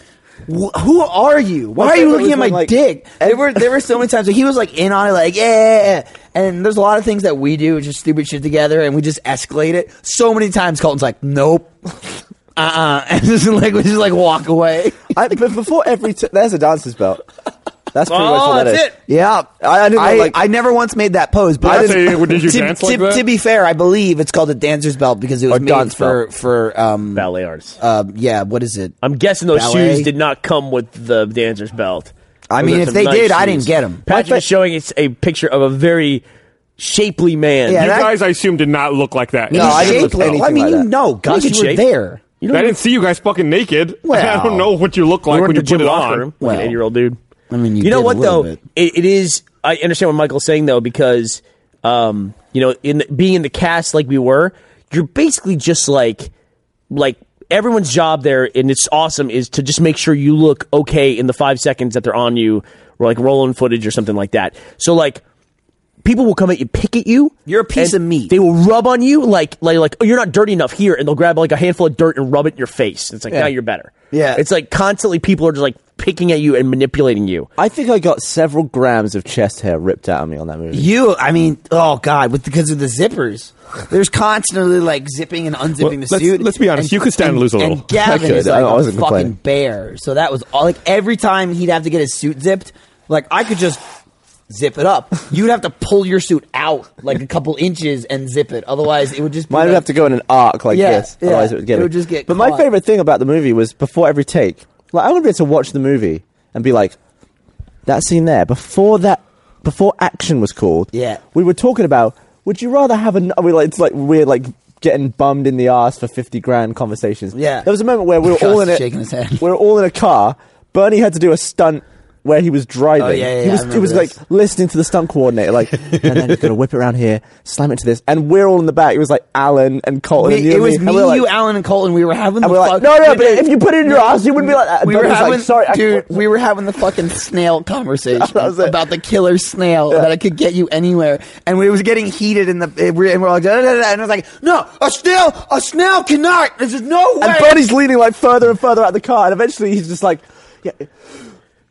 S3: wh- who are you? Why
S4: My
S3: are you
S4: favorite
S3: looking
S4: was
S3: at my
S4: when, like-
S3: dick?" There were there were so many times where he was like in on it, like yeah. And there's a lot of things that we do, just stupid shit together, and we just escalate it. So many times, Colton's like, "Nope." [LAUGHS] Uh-uh. [LAUGHS] And just like, we just like walk away.
S4: I, but before every t- there's a dancer's belt. That's pretty much what that is.
S3: Yeah,
S4: I- I didn't know,
S3: I,
S4: like-
S3: I never once made that pose, but
S1: I
S3: that's-
S1: say, well, did you
S3: [LAUGHS] to,
S1: dance like
S3: to-
S1: that?
S3: to be fair, I believe it's called a dancer's belt because it was
S4: Or
S3: made
S4: dance
S3: for
S4: belt.
S3: for um
S2: ballet artists.
S3: um yeah, what is it?
S2: I'm guessing those
S3: ballet?
S2: shoes did not come with the dancer's belt.
S3: I mean,
S2: Those are
S3: if
S2: some
S3: they
S2: nice
S3: did, I
S2: shoes.
S3: didn't get 'em.
S2: Patrick is showing us a picture of a very shapely man.
S3: Yeah,
S1: you
S3: that-
S1: guys, I assume, did not look like that.
S4: No, I didn't
S3: Shape-
S4: look at anything
S3: I mean,
S4: like
S3: you
S4: that.
S3: know, Gus,
S2: could
S3: you were
S2: shape.
S3: there.
S2: You
S1: I didn't see you guys fucking naked. [LAUGHS] I
S3: Well.
S1: don't know what you look
S2: we
S1: like
S2: were at
S1: when
S2: the
S1: you put
S2: gym
S1: it
S2: locker
S1: on.
S2: room, like
S3: Well,
S2: an eight year old dude.
S3: I mean, you did
S2: know
S3: a
S2: what
S3: little
S2: though?
S3: bit.
S2: It, it is. I understand what Michael's saying though, because um, you know, in the, being in the cast like we were, you're basically just like, like everyone's job there, and it's awesome is to just make sure you look okay in the five seconds that they're on you, or like rolling footage or something like that. So like. People will come at you, pick at you.
S3: You're a piece
S2: and
S3: of meat.
S2: They will rub on you like, like, like, oh, you're not dirty enough here, and they'll grab like a handful of dirt and rub it in your face. It's like now you're better.
S3: Yeah.
S2: it's like constantly people are just like picking at you and manipulating you.
S4: I think I got several grams of chest hair ripped out of me on that movie.
S3: You, I mean, oh god, with because of the zippers, there's constantly like zipping and unzipping
S1: Well,
S3: the
S1: let's-
S3: suit.
S1: let's be honest, you could stand to lose a little.
S3: And Gavin
S4: I could,
S3: is like
S4: I
S3: a
S4: wasn't
S3: fucking
S4: complaining.
S3: bear, so that was all. Like every time he'd have to get his suit zipped, like I could just zip it up. You'd have to pull your suit out like a couple inches and zip it, otherwise it would just. Be
S4: Mine
S3: like-
S4: would have to go in an arc like
S3: Yeah,
S4: this,
S3: yeah.
S4: otherwise it would get.
S3: It
S4: me.
S3: would just get
S4: But my
S3: caught.
S4: favorite thing about the movie was before every take. Like I want to be able to watch the movie and be like, that scene there before that before action was called.
S3: Yeah.
S4: we were talking about. Would you rather have an? We like it's like we're like getting bummed in the ass for fifty grand conversations.
S3: Yeah.
S4: there was a moment where we were
S3: Gus
S4: all in a,
S3: shaking his head.
S4: We were all in a car. Bernie had to do a stunt. Where he was driving,
S3: Oh, yeah, yeah,
S4: he
S3: yeah, I
S4: was, he was
S3: remember
S4: like
S3: this.
S4: listening to the stunt coordinator, like, and then you're gonna whip it around here, slam it to this, and we're all in the back. It was like Alan and Colton.
S3: We-
S4: and you
S3: it
S4: and
S3: was
S4: and
S3: me,
S4: we were
S3: you,
S4: like-
S3: Alan, and Colton. We were having
S4: and
S3: the
S4: we're
S3: fuck-
S4: like, no, no, but if you put it in your ass, you wouldn't be like that.
S3: we
S4: But
S3: were
S4: it was like,
S3: having,
S4: sorry, I-
S3: dude. we were having the fucking [LAUGHS] snail conversation
S4: was it.
S3: about the killer snail that I could get you anywhere, and we was getting heated in the and we- and we're like, da, da, da, da, and I was like, no, a snail, a snail cannot. This is no [LAUGHS] way.
S4: and Bernie's leaning like further and further out the car, and eventually he's just like, yeah,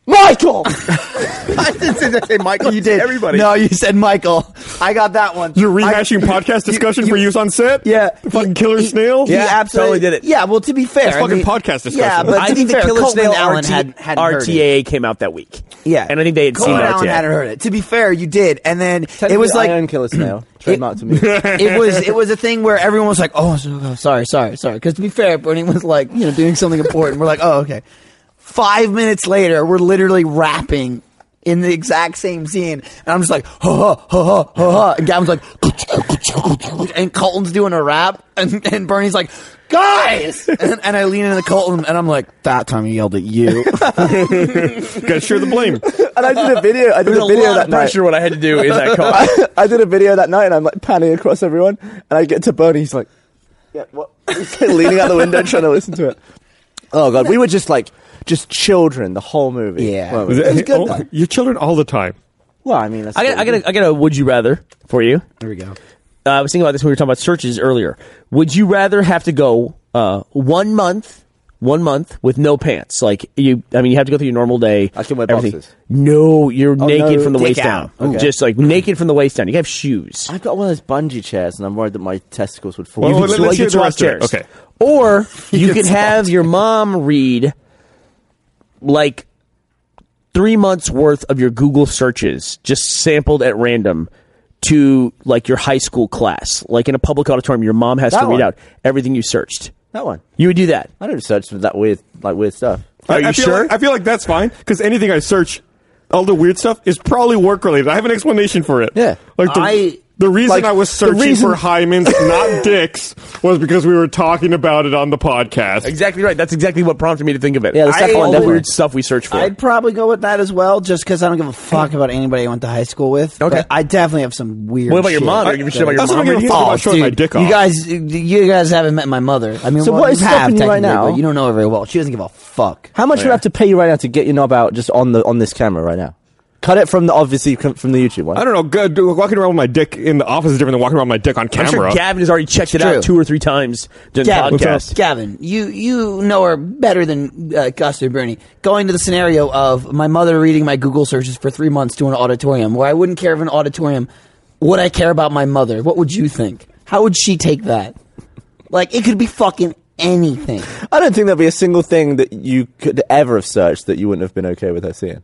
S4: Michael.
S3: I didn't say that. Hey, Michael, you did. Everybody. No, you said Michael. I got that one.
S1: You're [LAUGHS] rehashing
S3: [LAUGHS] I-
S1: podcast discussion
S3: you-
S1: for use on set?
S4: [LAUGHS]
S3: Yeah,
S1: The fucking
S3: He-
S1: killer
S3: he-
S1: snail?
S3: He
S2: Yeah,
S3: absolutely
S2: totally did it.
S3: Yeah, well, to be fair,
S1: That's
S3: I
S1: fucking
S3: mean-
S1: podcast discussion.
S3: Yeah, but
S1: I
S3: to
S2: I
S3: be
S2: think
S3: fair,
S2: the Killer
S3: Colton
S2: Snail
S3: and Allen
S2: RT,
S3: had had
S2: RTA came out that week.
S3: Yeah,
S2: and I think they had
S3: Colin
S2: seen
S3: Allen
S2: RTA.
S3: hadn't heard it. To be fair, you did, and then it was like
S4: I own Killer Snail. Trademark to me.
S3: [LAUGHS] it was it was a thing where everyone was like, "Oh, so- oh, sorry, sorry, sorry." Because to be fair, Bernie was like, you know, doing something important. We're like, "Oh, okay." Five minutes later, we're literally rapping in the exact same scene, and I'm just like, "Ha ha ha ha ha!" ha. And Gavin's like, [LAUGHS] and Colton's doing a rap, and, and Bernie's like. Guys, and, and I lean into Colton, and I'm like, "That time he yelled at you." [LAUGHS]
S1: Gotta share the blame.
S4: and I did a video. I did
S2: There's
S4: a
S2: a
S4: video
S2: lot
S4: that
S2: of pressure
S4: night.
S2: what I had to do in that car.
S4: I, I did a video that night, and I'm like panning across everyone, and I get to Bernie. He's like, yeah, what? [LAUGHS] He's like leaning out the window trying to listen to it. Oh god, we were just like just children the whole movie.
S3: Yeah.
S4: weren't we?
S1: Was
S4: it was
S1: that-
S4: good.
S1: [LAUGHS] oh,
S4: though.
S1: your children all the time.
S4: Well, I mean,
S2: [LAUGHS]
S4: that's
S2: I got, I got, a, I got a would you rather for you.
S3: There we go.
S2: Uh, I was thinking about this when we were talking about searches earlier. Would you rather have to go uh, one month one month with no pants. Like you, I mean, you have to go through your normal day.
S4: I can wear
S2: everything.
S4: boxers.
S2: No, you're naked
S4: Oh, no,
S2: from the
S4: dick
S2: waist
S4: out.
S2: down.
S4: Okay.
S2: Just like naked from the waist down. You can have shoes.
S4: I've got one of those bungee chairs, and I'm worried that my testicles would fall.
S1: Well,
S4: You
S1: well,
S4: can-
S1: let's
S2: So, like,
S1: hear
S2: you
S1: the
S2: swap
S1: rest of it.
S2: chairs.
S1: Okay.
S2: Or [LAUGHS] you
S3: can
S2: can have your mom read like three months worth of your Google searches just sampled at random to like your high school class. Like in a public auditorium, your mom has
S4: That
S2: to read
S4: one.
S2: out everything you searched.
S4: that one.
S2: You would do that.
S4: I don't search for that weird, like weird stuff.
S1: I,
S2: Are
S1: I
S2: you
S1: feel
S2: sure?
S1: Like, I feel like that's fine because anything I search, all the weird stuff is probably work related. I have an explanation for it.
S4: Yeah.
S1: like the,
S3: I-
S1: the reason
S4: like,
S1: I was
S4: the
S1: searching
S4: reason-
S1: for Hyman's, not dicks, was because we were talking about it on the podcast.
S2: Exactly right. That's exactly what prompted me to think of it.
S4: Yeah, the
S2: I-
S4: second one
S2: all the
S4: definitely.
S2: weird stuff we search for.
S3: I'd probably go with that as well, just because I don't give a fuck about anybody I went to high school with.
S2: Okay.
S3: But I definitely have some weird.
S2: what about your
S3: shit.
S2: mom? Do you give a shit about your
S1: That's what
S2: mom?
S1: I'm gonna
S2: reading?
S1: fuck.
S3: Oh,
S1: about showing
S3: dude,
S1: my dick
S3: you
S1: off.
S3: guys, you guys haven't met my mother. I mean,
S4: So
S3: well,
S4: what
S3: you
S4: is
S3: have
S4: stopping you
S3: technically,
S4: right now?
S3: but You don't know her very well. She doesn't give a fuck.
S4: How much do we have to pay you right now to get your knob out just on the on this camera right now? Cut it from the obviously com- from the YouTube one.
S1: I don't know. Good, dude, walking around with my dick in the office is different than walking around with my dick on
S2: I'm
S1: camera.
S2: sure Gavin has already checked it
S3: true.
S2: out two or three times during the
S3: Gavin,
S2: podcast.
S3: Gavin, you you know her better than uh, Gus or Bernie. Going to the scenario of my mother reading my Google searches for three months to an auditorium, where I wouldn't care of an auditorium. Would I care about my mother? What would you think? How would she take that? Like it could be fucking anything.
S4: I don't think there'll be a single thing that you could ever have searched that you wouldn't have been okay with her seeing.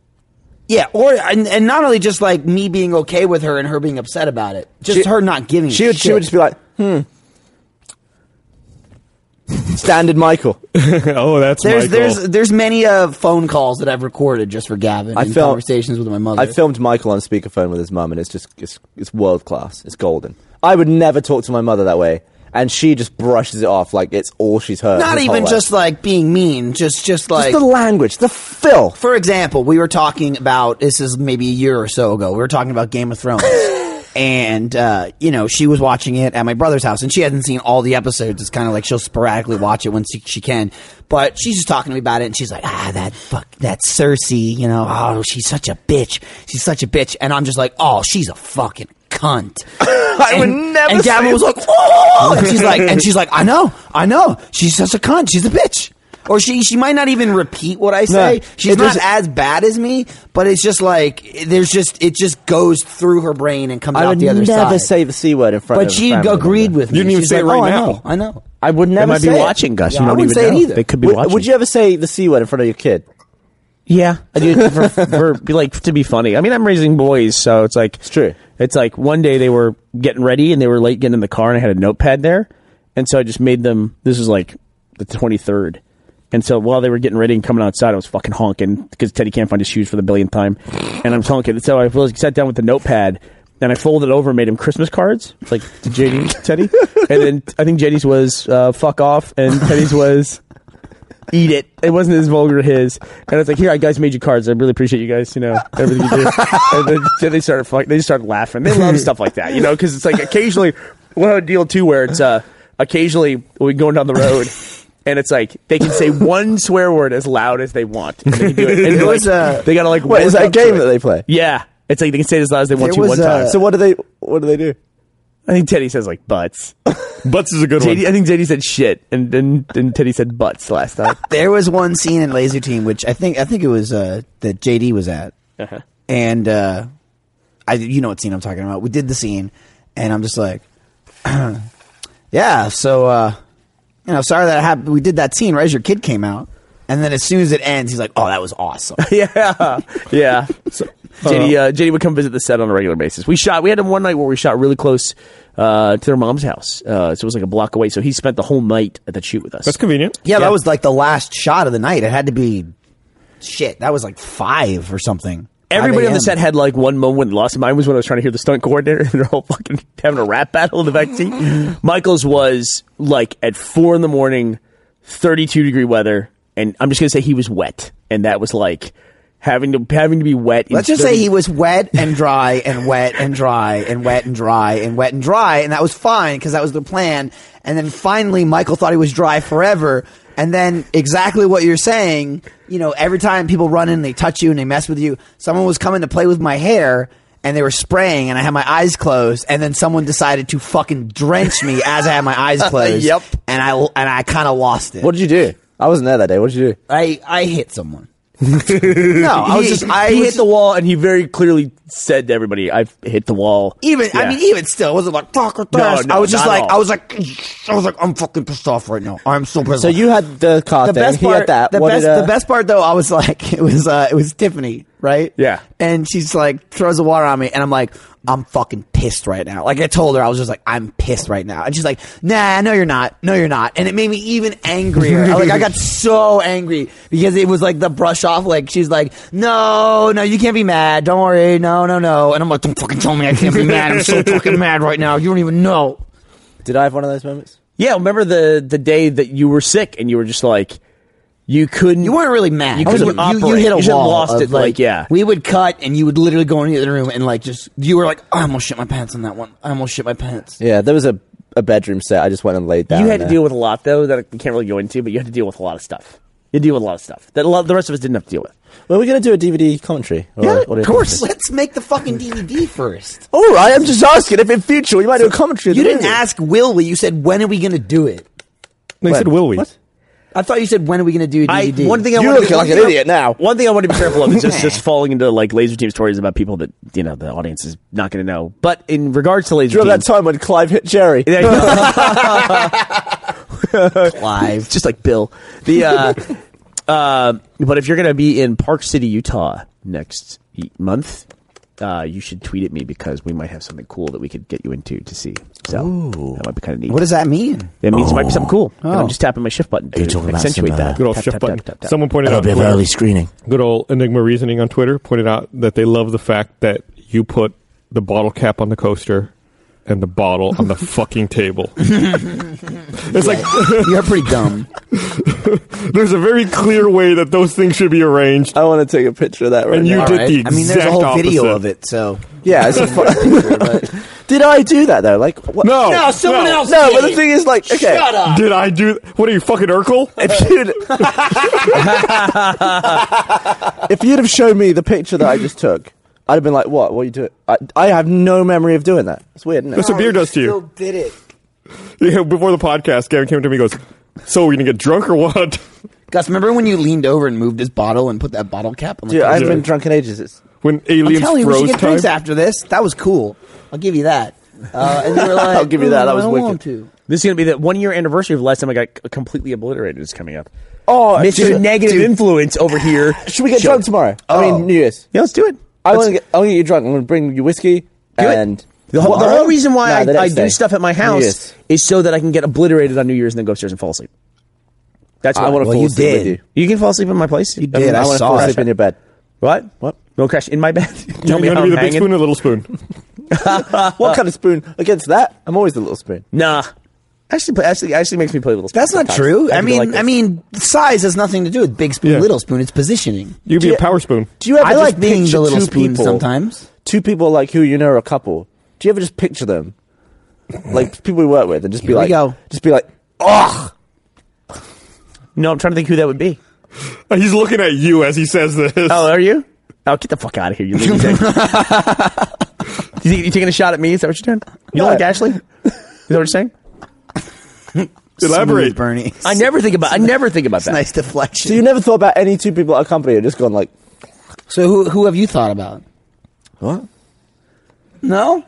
S3: Yeah, or and, and not only just like me being okay with her and her being upset about it, just
S4: She-
S3: her not giving.
S4: She would she would just be like, hmm. Standard Michael.
S1: [LAUGHS] oh, that's
S3: There's
S1: Michael.
S3: there's there's many uh, phone calls that I've recorded just for Gavin.
S4: I
S3: and
S4: felt-
S3: conversations with my mother.
S4: I filmed Michael on speakerphone with his mum, and it's just it's, it's world class. It's golden. I would never talk to my mother that way, and she just brushes it off like it's all she's heard.
S3: not
S4: this whole
S3: even
S4: life.
S3: just like being mean, just just like
S4: just the language, the filth.
S3: for example, we were talking about this is maybe a year or so ago. We were talking about Game of
S4: [LAUGHS]
S3: Thrones. And uh, you know she was watching it at my brother's house, and she hasn't seen all the episodes. It's kind of like she'll sporadically watch it when she, she can, but she's just talking to me about it, and she's like, "Ah, that fuck, that Cersei, you know, oh, she's such a bitch, she's such a bitch," and I'm just like, "Oh, she's a fucking
S4: [LAUGHS]
S3: cunt." I
S4: would never
S3: And Gavin
S4: say
S3: was like, "Oh," and she's like, and she's like, "I know, I know, she's such a cunt, she's a bitch," or she she might not even repeat what I say.
S4: No,
S3: she's
S4: it
S3: not
S4: doesn't-
S3: as bad as me, but it's just like there's just it just goes through her brain and comes
S4: I
S3: out
S4: would
S3: the other
S4: never
S3: side.
S4: say the c word in front.
S3: but
S4: of a
S3: she
S4: family
S3: agreed
S4: member.
S3: with me.
S1: You didn't even
S3: She's
S1: say it
S3: like,
S1: right
S3: "Oh,
S1: now."
S3: I know. I know.
S4: I would
S2: They
S4: never.
S2: might be
S4: say it.
S2: watching, Gus.
S3: Yeah,
S2: you
S3: I
S2: don't
S3: wouldn't
S2: even
S3: say it
S2: know.
S3: either.
S2: They could be
S4: Would,
S2: watching.
S4: would you ever say the c word in front of your kid?
S2: Yeah, I do it for, for be like to be funny. I mean, I'm raising boys, so it's like it's
S4: true.
S2: It's like one day they were getting ready and they were late getting in the car, and I had a notepad there, and so I just made them. This is like the 23rd, and so while they were getting ready and coming outside, I was fucking honking because Teddy can't find his shoes for the billionth time, and I'm honking. So I was- sat down with the notepad. And I folded it over and made him Christmas cards, like to JD, Teddy. And then I think JD's was uh, fuck off, and Teddy's was eat it. It wasn't as vulgar as his. And I was like, here, I guys made you cards. I really appreciate you guys, you know, everything you [LAUGHS] do. and then, then they started fuck, they just started laughing. They love stuff like that, you know, because it's like occasionally we'll have a deal too where it's uh occasionally we're going down the road and it's like they can say one swear word as loud as they want. And they can do [LAUGHS] it. And
S3: There
S2: like,
S3: was a-
S2: they gotta like
S4: Wait,
S2: work
S4: is that a
S2: up to
S4: game
S2: it.
S4: that they play?
S2: Yeah. It's like they can say it as loud as they want
S3: There
S2: to one
S3: was
S2: time.
S3: a-
S4: So what do they? What do they do?
S2: I think Teddy says like butts.
S1: Butts is a good
S2: JD,
S1: one.
S2: Oh, I think JD said shit and then and Teddy said butts last time.
S3: There was one scene in Laser Team which I think I think it was uh, that JD was at,
S1: Uh-huh.
S3: and uh, I you know what scene I'm talking about. We did the scene, and I'm just like, [CLEARS THROAT] yeah. So uh, you know, sorry that happened. We did that scene right as your kid came out, and then as soon as it ends, he's like, oh, that was awesome.
S2: yeah, yeah. JD, uh, JD would come visit the set on a regular basis. We shot. We had him one night where we shot really close uh, to their mom's house, uh, so it was like a block away. So he spent the whole night at that shoot with us.
S1: That's convenient.
S3: Yeah,
S2: Yeah.
S3: that was like the last shot of the night. It had to be shit. That was like five or something. 5
S2: Everybody on the
S3: a.m..
S2: set had like one moment when they lost. Mine was when I was trying to hear the stunt coordinator, [LAUGHS] and they're all fucking having a rap battle in the back seat. Michael's was like at four in the morning, thirty-two degree weather, and I'm just gonna say he was wet, and that was like having to having to be wet. in
S3: Let's just
S2: 30
S3: say he was wet and dry and wet and dry and wet and dry and wet and dry, and that was fine because that was the plan. And then finally, Michael thought he was dry forever. And then exactly what you're saying, you know, every time people run in, they touch you and they mess with you. Someone was coming to play with my hair. And they were spraying, and I had my eyes closed. And then someone decided [LAUGHS] to fucking drench me as I had my eyes closed.
S2: Yep.
S3: And I and I kind of lost it.
S4: What did you do? I wasn't there that day. What did you do?
S3: I I hit [LAUGHS] someone.
S4: No, I was
S3: He-
S4: just. I
S3: he
S4: was
S2: hit the wall, and he very clearly said to everybody, "I've hit the wall."
S3: Even I
S2: Yeah.
S3: mean, e even still, it wasn't like fuck or thrust.
S2: no,
S3: I was just
S2: not
S3: like,
S2: at all.
S3: I was like, [LAUGHS] I was like, I'm fucking pissed off right now. I'm so pissed.
S4: So
S3: off.
S4: you had the car
S3: the
S4: thing.
S3: best
S4: he
S3: part,
S4: had that.
S3: the
S4: What
S3: best,
S4: did, uh,
S3: the best part though, I was [LAUGHS] like, it was, uh, it was Tiffany, right?
S2: Yeah.
S3: And she's like, throws the water on me, and I'm like, I'm fucking pissed right now. Like I told her, I was just like, I'm pissed right now, and she's like, Nah, no, you're not, no, you're not, and it made me even angrier. I- like I
S4: [LAUGHS]
S3: got so angry because it was like the brush off. Like she's like, No, no, you can't be mad. Don't worry, no, no, no, and I'm like, Don't fucking tell me I can't be mad. I'm
S4: [LAUGHS]
S3: so fucking mad right now. You don't even know.
S4: Did I have one of those moments?
S2: Yeah, remember the the day that you were sick, and you were just like, you couldn't.
S3: You weren't really mad.
S2: You
S3: I was-
S2: couldn't
S3: you- you,
S2: operate.
S3: hit a
S2: You just
S3: wall.
S2: lost
S3: of,
S2: it, like, yeah.
S3: We would cut, and you would literally go into the other room and like just you were like, I almost shit my pants on that one. I almost shit my pants.
S4: Yeah, there was a, a bedroom set. I just went and laid down.
S2: You had to
S4: there.
S2: deal with a lot though that we can't really go into, but you had to deal with a lot of stuff. You deal with a lot of stuff that a lot, the rest of us didn't have to deal with.
S4: Well, we're going to do a DVD commentary. Or
S3: Yeah,
S4: audio
S3: of course.
S4: commentary.
S3: Let's make the fucking DVD first.
S4: [LAUGHS] All right, I'm just asking if in future you might do a commentary. of
S3: You
S4: the
S3: didn't
S4: movie.
S3: ask will we. You said when are we going to do it?
S1: They said, will we?
S4: What?
S3: I thought you said when are we going to do a
S2: I,
S3: DVD?
S2: one thing I
S4: You're
S2: wanna-
S4: looking
S2: one
S4: like an
S2: thing I-
S4: idiot now.
S2: One thing I want to be careful of is just, just falling into like laser team stories about people that you know the audience is not going to know. But in regards to laser
S4: Do you
S2: team,
S4: remember
S2: [LAUGHS]
S4: that time when Clive hit Jerry?
S2: there you go.
S3: live.
S2: [LAUGHS] just like Bill. The
S3: [LAUGHS]
S2: uh, uh, but if you're gonna be in Park City, Utah next e- month, uh, you should tweet at me because we might have something cool that we could get you into to see. So that might be kind of neat.
S3: What does that mean?
S2: It means it might be something cool. And
S3: Oh.
S2: I'm just tapping my shift button to
S5: you talking about
S2: accentuate
S5: some, uh,
S2: that.
S1: Good old
S2: Tap,
S1: shift
S2: tap,
S1: button.
S2: tap, tap, tap.
S1: Someone pointed
S5: A
S1: out
S5: bit of
S1: Twitter-
S5: early screening.
S1: good old Enigma Reasoning on Twitter pointed out that they love the fact that you put the bottle cap on the coaster and the bottle [LAUGHS] on the fucking table. it's like
S3: You're pretty
S2: [LAUGHS]
S3: dumb.
S1: there's a very clear way that those things should be arranged.
S3: Uh,
S4: I want to take a picture of that right
S1: And you
S4: now.
S1: did the
S3: I mean, there's a
S1: exact
S3: whole video
S1: opposite.
S3: of it. So
S4: Yeah, it's a fun [LAUGHS] picture. But did I do that though? Like, what?
S1: No,
S3: No, someone else-
S4: no. But the thing is, like, okay,
S3: shut up.
S1: Did I do? What are you fucking
S3: [LAUGHS]
S1: Urkel?
S4: If you'd, if you'd have shown me the picture that I just took, I'd have been like, "What? What are you doing?" I, I have no memory of doing that. It's weird. Isn't it? Oh.
S1: That's what beer does to
S3: Still
S1: you.
S3: did it,
S1: Yeah, Before the podcast, Gavin came to me and goes, "So we are gonna get drunk or what?" [LAUGHS]
S3: Gus. Remember when you leaned over and moved his bottle and put that bottle cap on the
S4: Dude, I haven't
S1: Yeah.
S4: been drunk in ages. It's
S1: When
S3: I'm
S1: aliens
S3: telling you, we should
S1: froze
S3: get
S1: time.
S3: drinks after this. That was cool. I'll give you that. Uh, and they were like,
S4: I'll give you that. That
S3: "Ooh,
S4: was
S3: I
S4: wicked."
S3: want to.
S2: This is gonna be the one year anniversary of the last time I got c- completely obliterated. Is coming up.
S4: oh,
S2: Mr.
S4: dude,
S2: Negative
S4: dude,
S2: Influence over here.
S4: Should we get
S2: Sure.
S4: drunk tomorrow? I mean, New Year's.
S2: Yeah, let's do it.
S4: I
S2: Let's-
S4: want to get. I want to get you drunk. I'm going to bring you whiskey
S2: Do it.
S4: and.
S2: The whole, the
S4: Tomorrow?
S2: whole reason why
S4: No, the
S2: I, I
S4: next
S2: do
S4: day.
S2: stuff at my
S4: New
S2: house
S4: Year's.
S2: is so that I can get obliterated on New Year's and then go upstairs and fall asleep. That's why.
S4: I want to
S3: Well,
S4: fall
S3: you
S4: asleep
S3: did.
S4: with you.
S2: You can fall asleep in my place. You
S3: did, I
S4: I want to
S3: saw
S4: fall
S3: it.
S4: asleep in
S2: [LAUGHS]
S4: your bed.
S2: What?
S4: What?
S2: No crash in my bed. Tell
S1: You
S2: me
S1: want
S2: how
S1: to be
S2: I'm
S1: the big
S2: hanging.
S1: spoon or the little spoon?
S4: What kind of spoon against that? I'm always the little spoon.
S2: Nah. Actually, play, actually, actually makes me play little.
S3: That's not
S2: sometimes.
S3: true. I
S2: can be
S3: mean,
S2: like this.
S3: I mean, size has nothing to do with big spoon,
S1: Yeah.
S3: little spoon. It's positioning.
S1: You could be
S4: Yeah.
S1: a power spoon.
S4: Do you ever
S3: I
S4: just
S3: like being
S4: picture
S3: the little
S4: two
S3: spoon
S4: people,
S3: sometimes.
S4: Two people like who you know are a couple. Do you ever just picture them,
S2: [LAUGHS]
S4: like people we work with, and just be
S3: Here we
S4: like,
S3: go.
S4: just be like, ugh.
S2: no. I'm trying to think who that would be.
S1: He's looking at you as he says this.
S2: Oh, are you? Oh, get the fuck out of here, you lazy dick. you, think- you taking a shot at me? Is that what you're doing? You don't
S4: No.
S2: like Ashley? Is that what you're saying?
S1: Elaborate.
S3: Smooth, Bernie.
S2: I never think about. I never think about
S3: [LAUGHS]
S2: that.
S3: nice deflection.
S4: So you never thought about any two people at a company and just gone like,
S3: so who who have you thought about?
S4: what?
S3: No,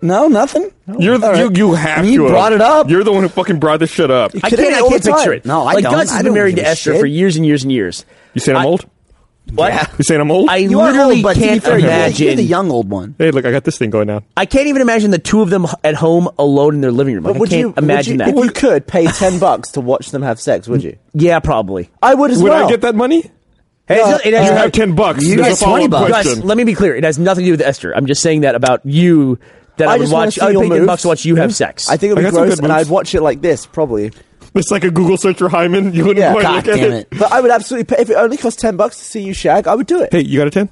S3: no, nothing.
S1: You're the, you, you have
S3: I mean, you
S1: to have.
S3: brought it up.
S1: You're the one who fucking brought this shit up.
S2: I
S4: Kidding
S2: can't.
S4: me
S2: I
S4: all
S2: can't
S4: the time.
S2: picture it.
S3: No, I
S2: like,
S3: don't.
S2: God's
S3: I
S2: been
S3: don't
S2: married
S3: give
S2: to
S3: a
S2: Esther
S3: shit.
S2: for years and years and years.
S1: You saying I'm
S2: I-
S1: old?
S2: What?
S1: You saying I'm old?
S2: I
S3: You are
S2: literally
S3: old, but to be
S2: can't
S3: fair, you're the-
S2: imagine.
S3: You're the young old one.
S1: hey, look, I got this thing going now.
S2: I can't even imagine the two of them h- at home alone in their living room. Like, I
S4: would
S2: can't
S4: you
S2: imagine
S4: would you,
S2: that.
S4: If you could pay ten [LAUGHS] bucks to watch them have sex, would you?
S2: yeah, probably.
S4: I would as
S1: Would
S4: well.
S1: I get that money?
S2: Hey, it's
S4: Uh,
S2: not- it
S1: You
S2: has-
S1: have ten bucks.
S3: you
S1: There's
S3: get
S1: a follow-up
S3: 20 bucks.
S2: Guys,
S1: question.
S2: let me be clear. It has nothing to do with Esther. I'm just saying that about you. That I,
S4: I
S2: would
S4: just wanna
S2: watch.
S4: see
S2: I would
S4: your
S2: pay ten
S4: moves. Mm-hmm.
S2: bucks to watch you have sex.
S4: I think it
S1: I
S4: would be
S1: got some
S4: gross,
S1: good
S4: and
S1: moves.
S4: I'd watch it like this probably.
S1: It's like a Google search for Hyman. You wouldn't
S4: Yeah.
S1: quite
S3: God
S1: look at
S3: damn
S1: it.
S3: it.
S4: But I would absolutely pay if it only cost ten bucks to see you shag. I would do it.
S1: Hey, you got a ten?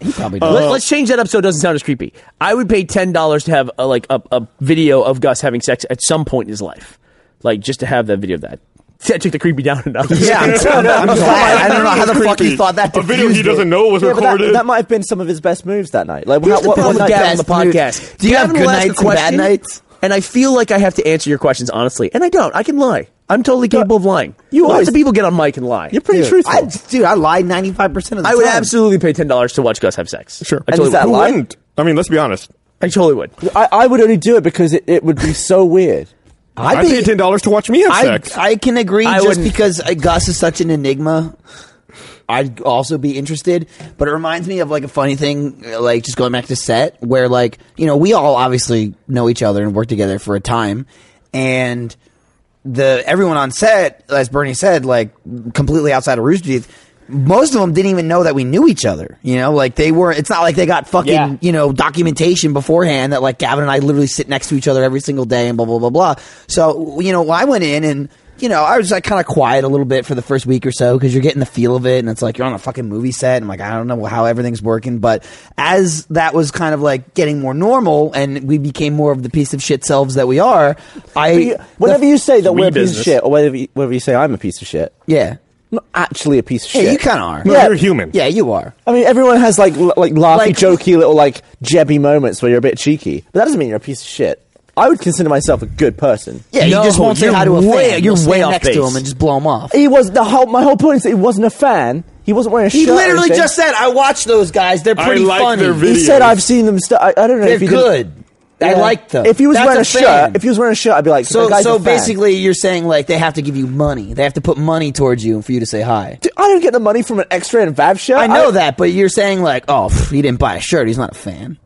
S3: He probably
S2: [LAUGHS] Let,
S3: does.
S2: us change that up so it doesn't sound as creepy. I would pay ten dollars to have a, like a, a video of Gus having sex at some point in his life, like just to have that video of that. [LAUGHS] See, I took the creepy down enough.
S3: yeah, [LAUGHS]
S2: [LAUGHS]
S3: I'm, I'm glad. I don't know how the fuck
S1: Creepy.
S3: he thought that.
S1: A video he
S3: diffused it.
S1: doesn't know was
S4: Yeah, but that,
S1: recorded.
S4: that might have been some of his best moves that night. Like,
S2: Here's
S4: what,
S2: the
S4: what,
S2: problem
S4: what
S2: with
S4: night-
S2: Gavin on the
S3: best mood.
S2: podcast.
S3: Do you have
S2: Gavin
S3: good
S2: will ask a
S3: nights and bad
S2: question,
S3: nights?
S2: And I feel like I have to answer your questions honestly, and I don't. I can lie. I'm totally capable of lying. You Lots
S4: always-
S2: of people get on mic and lie.
S4: You're pretty
S3: Dude,
S4: truthful.
S3: I, dude, I lie 95% of the time.
S2: I would absolutely pay ten dollars to watch Gus have sex.
S1: Sure.
S2: I
S1: And
S2: totally,
S4: is that
S1: Who
S2: would.
S4: lie?
S1: wouldn't? I mean, let's be honest.
S2: I totally would.
S4: I, I would only do it because it, it would be so weird.
S1: I,
S3: think-
S1: paid ten dollars to watch me have
S3: I,
S1: sex.
S3: I can agree
S2: I
S3: just
S2: wouldn't-
S3: because uh, Gus is such an enigma. I'd also be interested, but it reminds me of like a funny thing, uh, like just going back to set where like you know we all obviously know each other and work together for a time, and the everyone on set, as Bernie said, like completely outside of Rooster Teeth. Most of them didn't even know that we knew each other. You know, like they were. It's not like they got fucking
S4: Yeah.
S3: you know documentation beforehand that like Gavin and I literally sit next to each other every single day and blah blah blah blah. So you know, I went in and you know I was like kind of quiet a little bit for the first week or so because you're getting the feel of it and it's like you're on a fucking movie set and like I don't know how everything's working. But as that was kind of like getting more normal and we became more of the piece of shit selves that we are, I
S4: But you- whenever you say that
S2: we
S4: we're a piece
S2: business.
S4: of shit, or whether you, whether you say I'm a piece of shit,
S3: yeah.
S4: I'm not actually a piece of
S3: Yeah,
S4: shit.
S3: you kinda are.
S1: no,
S4: yeah.
S1: you're human.
S3: Yeah, you are.
S4: I mean, everyone has like l- like laughy,
S3: Like-
S4: jokey little like jebby moments where you're a bit cheeky, but that doesn't mean you're a piece of shit. I would consider myself a good person.
S3: Yeah,
S2: No,
S3: you just won't say
S2: you're
S3: hi to a fan.
S2: way-
S3: You'll
S2: you're
S3: stand
S2: way off
S3: next to
S2: base.
S3: him and just blow him off.
S4: He was the whole. My whole point is that he wasn't a fan. He wasn't wearing a
S3: He
S4: shirt. or
S3: literally
S4: anything.
S3: just said, "I watch those guys. They're
S1: I
S3: pretty
S1: like
S3: funny.
S1: their
S4: He
S1: videos.
S4: said I've seen them. St-. I, I don't know
S3: They're
S4: if he didn't-
S3: good. I
S4: Yeah.
S3: like them."
S4: If he was
S3: That's
S4: wearing
S3: a
S4: a,
S3: fan.
S4: shirt, if he was wearing a shirt, I'd be like, "That
S3: So,
S4: guy's
S3: so
S4: a fan."
S3: basically, you're saying like they have to give you money. They have to put money towards you for you to say hi.
S4: Dude, I don't get the money from an extra and Vav shirt.
S3: I know that, but you're saying like, "Oh, pff, he didn't buy a shirt. He's not a fan."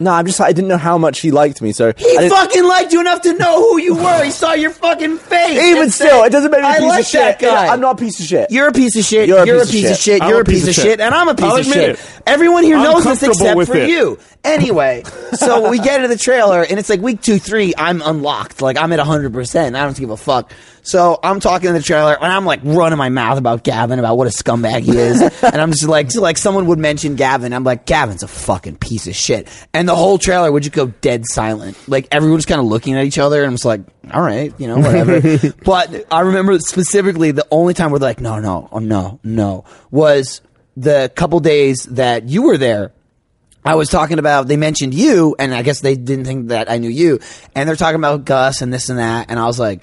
S4: No, I'm just. I didn't know how much he liked me, so I
S3: He
S4: didn't-
S3: fucking liked you enough to know who you were. He saw your fucking face.
S4: even
S3: and
S4: still,
S3: said,
S4: it doesn't make me a
S3: I
S4: piece
S3: like
S4: of shit.
S3: that guy.
S4: I'm not a piece of shit.
S3: You're a piece of shit. You're, a piece of shit.
S1: I'm
S3: You're a piece of shit, and I'm a piece
S1: I'll
S3: of
S1: admit
S3: shit.
S1: it.
S3: Everyone here
S1: I'm
S3: knows this
S1: comfortable
S3: except
S1: with
S3: for
S1: it.
S3: you. Anyway, so we get into the trailer, and it's like week two, three. I'm unlocked. Like I'm at 100. percent I don't give a fuck. So I'm talking in the trailer, and I'm like running my mouth about Gavin about what a scumbag he is, and I'm just like, just like someone would mention Gavin. I'm like, Gavin's a fucking piece of shit, and the whole trailer would just go dead silent. Like everyone's kind of looking at each other, and I'm just like, all right, you know, whatever. but I remember specifically the only time we're like, no, no, oh, no, no, was the couple days that you were there. I was talking about they mentioned you, and I guess they didn't think that I knew you. And they're talking about Gus and this and that, and I was like,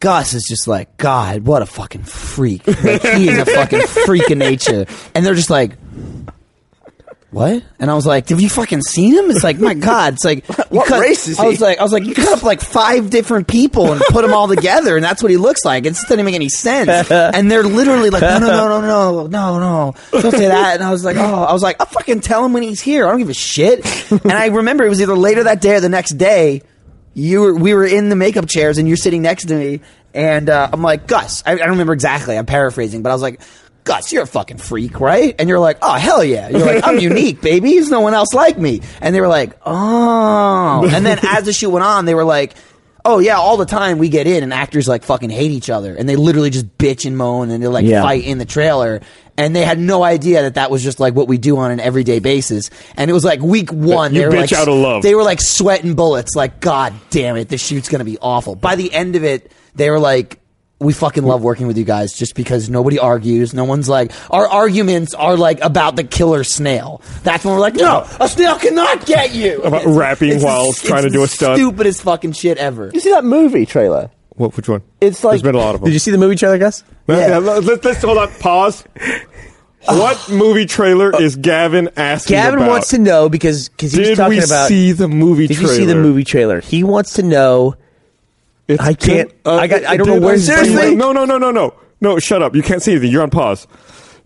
S3: Gus is just like God, what a fucking freak! Like, he is a fucking freak in nature, and they're just like. What? And I was like, "Have you fucking seen him?" It's like,
S4: [LAUGHS]
S3: my God! It's like, you
S4: What race is
S3: I was
S4: he?
S3: like, I was like, you cut up like five different people and put them all together, and that's what he looks like. It just doesn't make any
S4: [LAUGHS]
S3: sense. And they're literally like, no, no, no, no, no, no, no, don't say that. And I was like, oh, I was like, I'll fucking tell him when he's here. I don't give a shit. And I remember it was either later that day or the next day. You were we were in the makeup chairs, and you're sitting next to me, and uh, I'm like, Gus. I, I don't remember exactly. I'm paraphrasing, but I was like. Gus, you're a fucking freak, right? And you're like, oh hell yeah! You're like, I'm unique, baby. There's no one else like me. And they were like, oh. And then as the shoot went on, they were like, oh yeah, all the time we get in and actors like fucking hate each other and they literally just bitch and moan and they like
S4: Yeah.
S3: fight in the trailer. And they had no idea that that was just like what we do on an everyday basis. And it was like week one.
S1: You
S3: they were
S1: bitch
S3: like,
S1: out of love.
S3: They were like sweating bullets. Like, God damn it, this shoot's going to be awful. By the end of it, they were like, we fucking love working with you guys just because nobody argues. No one's like, our arguments are like about the killer snail. That's when we're like, no, a snail cannot get you.
S1: About rapping while
S3: the-
S1: trying to
S3: it's
S1: do a
S3: the
S1: stunt.
S3: Stupidest fucking shit ever.
S4: You see that movie trailer?
S1: What? Which one?
S4: It's like-
S1: there's been a lot of them.
S2: Did you see the movie trailer, Gus?
S1: Yeah, yeah, let's, let's hold on.
S3: [LAUGHS]
S1: Pause. what movie trailer is Gavin asking
S2: Gavin
S1: about?
S2: wants to know because because he's
S1: Did
S2: talking
S1: we
S2: about.
S1: see the movie
S2: did you
S1: trailer?
S2: see the movie trailer? He wants to know.
S1: It's
S2: I can't- I got- I don't know
S1: did
S2: where-
S1: see-
S2: Seriously?
S1: No, no, no, no, no. No, shut up. You can't see anything. You're on pause.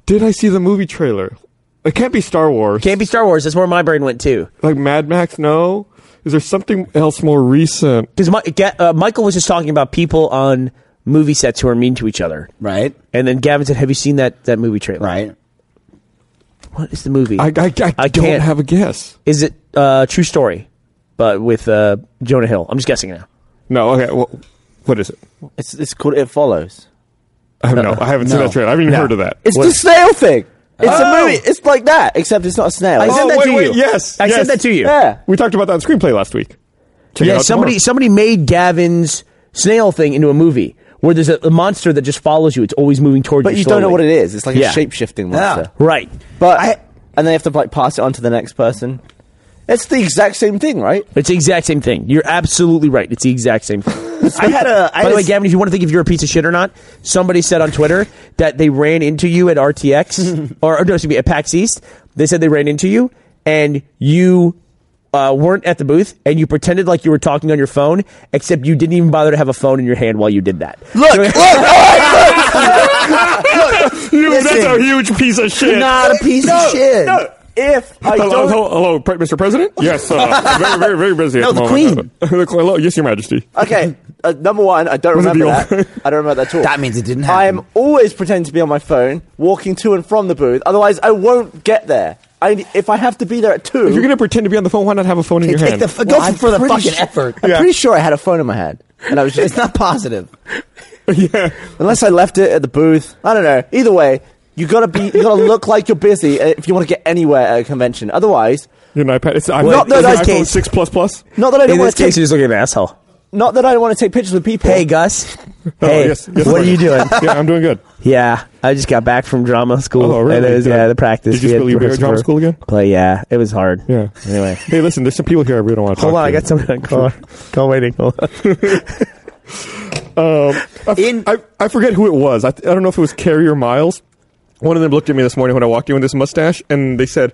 S1: Did I see the movie trailer? It can't be Star Wars.
S2: Can't be Star Wars. That's where my brain went too.
S1: like Mad Max? No. Is there something else more recent?
S2: Because uh, Michael was just talking about people on movie sets who are mean to each other,
S3: Right?
S2: and then Gavin said, "Have you seen that that movie trailer?
S3: Right.
S2: What is the movie?
S1: I, I, I,
S2: I
S1: don't
S2: can't-
S1: have a guess.
S2: is it uh, True Story, but with uh, Jonah Hill? I'm just guessing now.
S1: No. Okay. Well, what is it?
S4: It's it's called It Follows.
S1: I don't know. I haven't seen
S3: No.
S1: that trailer. I haven't even heard of that.
S4: It's the snail thing. Oh. It's a movie. It's like that, except it's not a snail.
S2: I
S4: It's-
S2: said that
S1: wait,
S2: to
S1: wait,
S2: you.
S1: yes,
S2: I
S1: yes.
S2: said that to you.
S4: Yeah.
S1: We talked about that on screenplay last week. Check it
S2: Yeah,
S1: out
S2: somebody
S1: tomorrow.
S2: somebody made Gavin's snail thing into a movie where there's a, a monster that just follows you. It's always moving towards
S4: But
S2: you.
S4: you don't know
S2: slowly.
S4: what it is. It's like
S2: Yeah.
S4: a shape shifting monster.
S2: Right.
S4: But and they have to like pass it on to the next person. It's the exact same thing, right?
S2: It's the exact same thing. You're absolutely right. It's the exact same [LAUGHS] thing.
S4: I had a.
S2: By
S4: I had
S2: the
S4: a
S2: way,
S4: s-
S2: Gavin, if you want to think if you're a piece of shit or not, somebody said on Twitter that they ran into you at [LAUGHS] RTX or, or no, excuse me, at PAX East. They said they ran into you and you uh, weren't at the booth and you pretended like you were talking on your phone, except you didn't even bother to have a phone in your hand while you did that.
S1: [LAUGHS]
S3: Look, look,
S1: You, [LAUGHS] that's
S3: Listen.
S1: a huge piece of shit.
S3: not a piece of shit.
S4: no, if I
S1: Hello,
S4: don't,
S1: hello, hello, Pre- Mr. President?
S2: [LAUGHS]
S1: Yes, uh, very, very, very busy
S3: No,
S1: at the,
S3: the
S1: moment. [LAUGHS] The Queen. Hello, yes, Your Majesty.
S4: okay. Uh, number one, I don't
S1: Was it
S4: remember
S1: the old-
S4: that. I don't remember that at all.
S3: That means it didn't
S4: I
S3: happen.
S4: am always pretending to be on my phone, walking to and from the booth. Otherwise, I won't get there. I if I have to be there at two.
S1: If you're going to pretend to be on the phone, why not have a phone in your
S3: Take
S1: hand?
S3: the, f-
S4: Well,
S3: go
S4: I'm
S3: for the
S4: pretty
S3: fucking
S4: sure-
S3: effort.
S4: I'm
S1: Yeah.
S4: pretty sure I had a phone in my hand, and I was just
S3: It's not positive.
S1: [LAUGHS] yeah.
S4: unless I left it at the booth. I don't know. Either way, you gotta be, you gotta look like you're busy uh, if you want to get anywhere at a convention. Otherwise,
S1: Your iPad. It's, I'm
S4: Well,
S1: not
S4: no,
S1: the
S4: that's
S1: iPhone
S4: case.
S1: 6 Plus Plus.
S4: not that I don't
S2: In
S4: want
S2: this
S4: to
S2: case,
S4: take,
S2: you're just looking at an asshole.
S4: not that I don't want to take pictures with people.
S2: Hey, Gus.
S1: Oh,
S2: Hey,
S1: yes, yes,
S2: what
S1: I'm
S2: are you doing?
S1: [LAUGHS] yeah, I'm doing good.
S2: Yeah, I just got back from drama school.
S1: Oh, really?
S2: And it was,
S1: Did-
S2: yeah, the practice.
S1: did you
S2: We had
S1: spill your beer at
S2: rehearsal
S1: drama
S2: for
S1: school again?
S2: Play, yeah. It was hard.
S1: Yeah.
S2: Anyway.
S1: Hey, listen, there's some people here I really don't want to talk
S2: Hold on,
S1: to.
S2: I [LAUGHS] got somebody on call. Call waiting. Hold on.
S3: In
S1: I, I forget who it was. I, th- I don't know if it was Carrie or Miles. One of them looked at me this morning when I walked in with this mustache, and they said,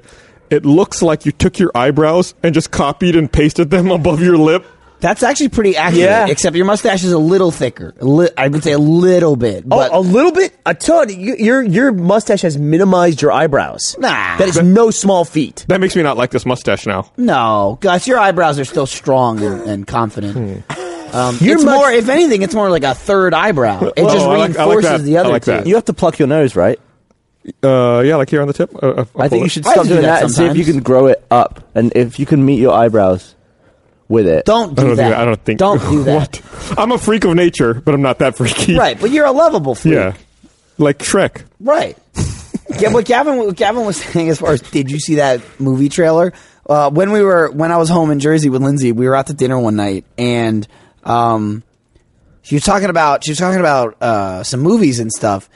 S1: "It looks like you took your eyebrows and just copied and pasted them [LAUGHS] above your lip."
S3: that's actually pretty accurate.
S2: Yeah.
S3: Except your mustache is a little thicker. A li- I would say a little bit. But
S2: oh, a little bit, a ton. You, your your mustache has minimized your eyebrows.
S3: Nah.
S2: that is no small feat.
S1: That makes me not like this mustache now.
S3: no, Gus, your eyebrows are still strong and, and confident.
S1: Hmm.
S3: Um,
S2: Your
S3: it's
S2: must-
S3: more, if anything, it's more like a third eyebrow. It just
S1: I like-
S3: reinforces
S1: I like that.
S3: the other
S1: I like
S3: two.
S1: that.
S4: you have to pluck your nose, right?
S1: Uh, yeah, like here on the tip. Uh, uh,
S4: I think
S1: pull
S4: you
S1: it.
S4: should
S3: I
S4: stop
S3: do
S4: doing
S3: that
S4: that and see if you
S3: sometimes.
S4: can grow it up, and if you can meet your eyebrows with it.
S3: Don't do
S1: I don't,
S3: that.
S1: Do that. I don't think. [LAUGHS]
S3: Don't do that.
S1: what? I'm a freak of nature, but I'm not that freaky.
S3: right, but you're a lovable
S1: [LAUGHS]
S3: freak.
S1: Yeah. Like Shrek.
S3: Right. [LAUGHS] yeah, what Gavin what Gavin was saying as far as did you see that movie trailer? Uh, when we were when I was home in Jersey with Lindsay, we were out to dinner one night and um, she was talking about she was talking about uh, some movies and stuff,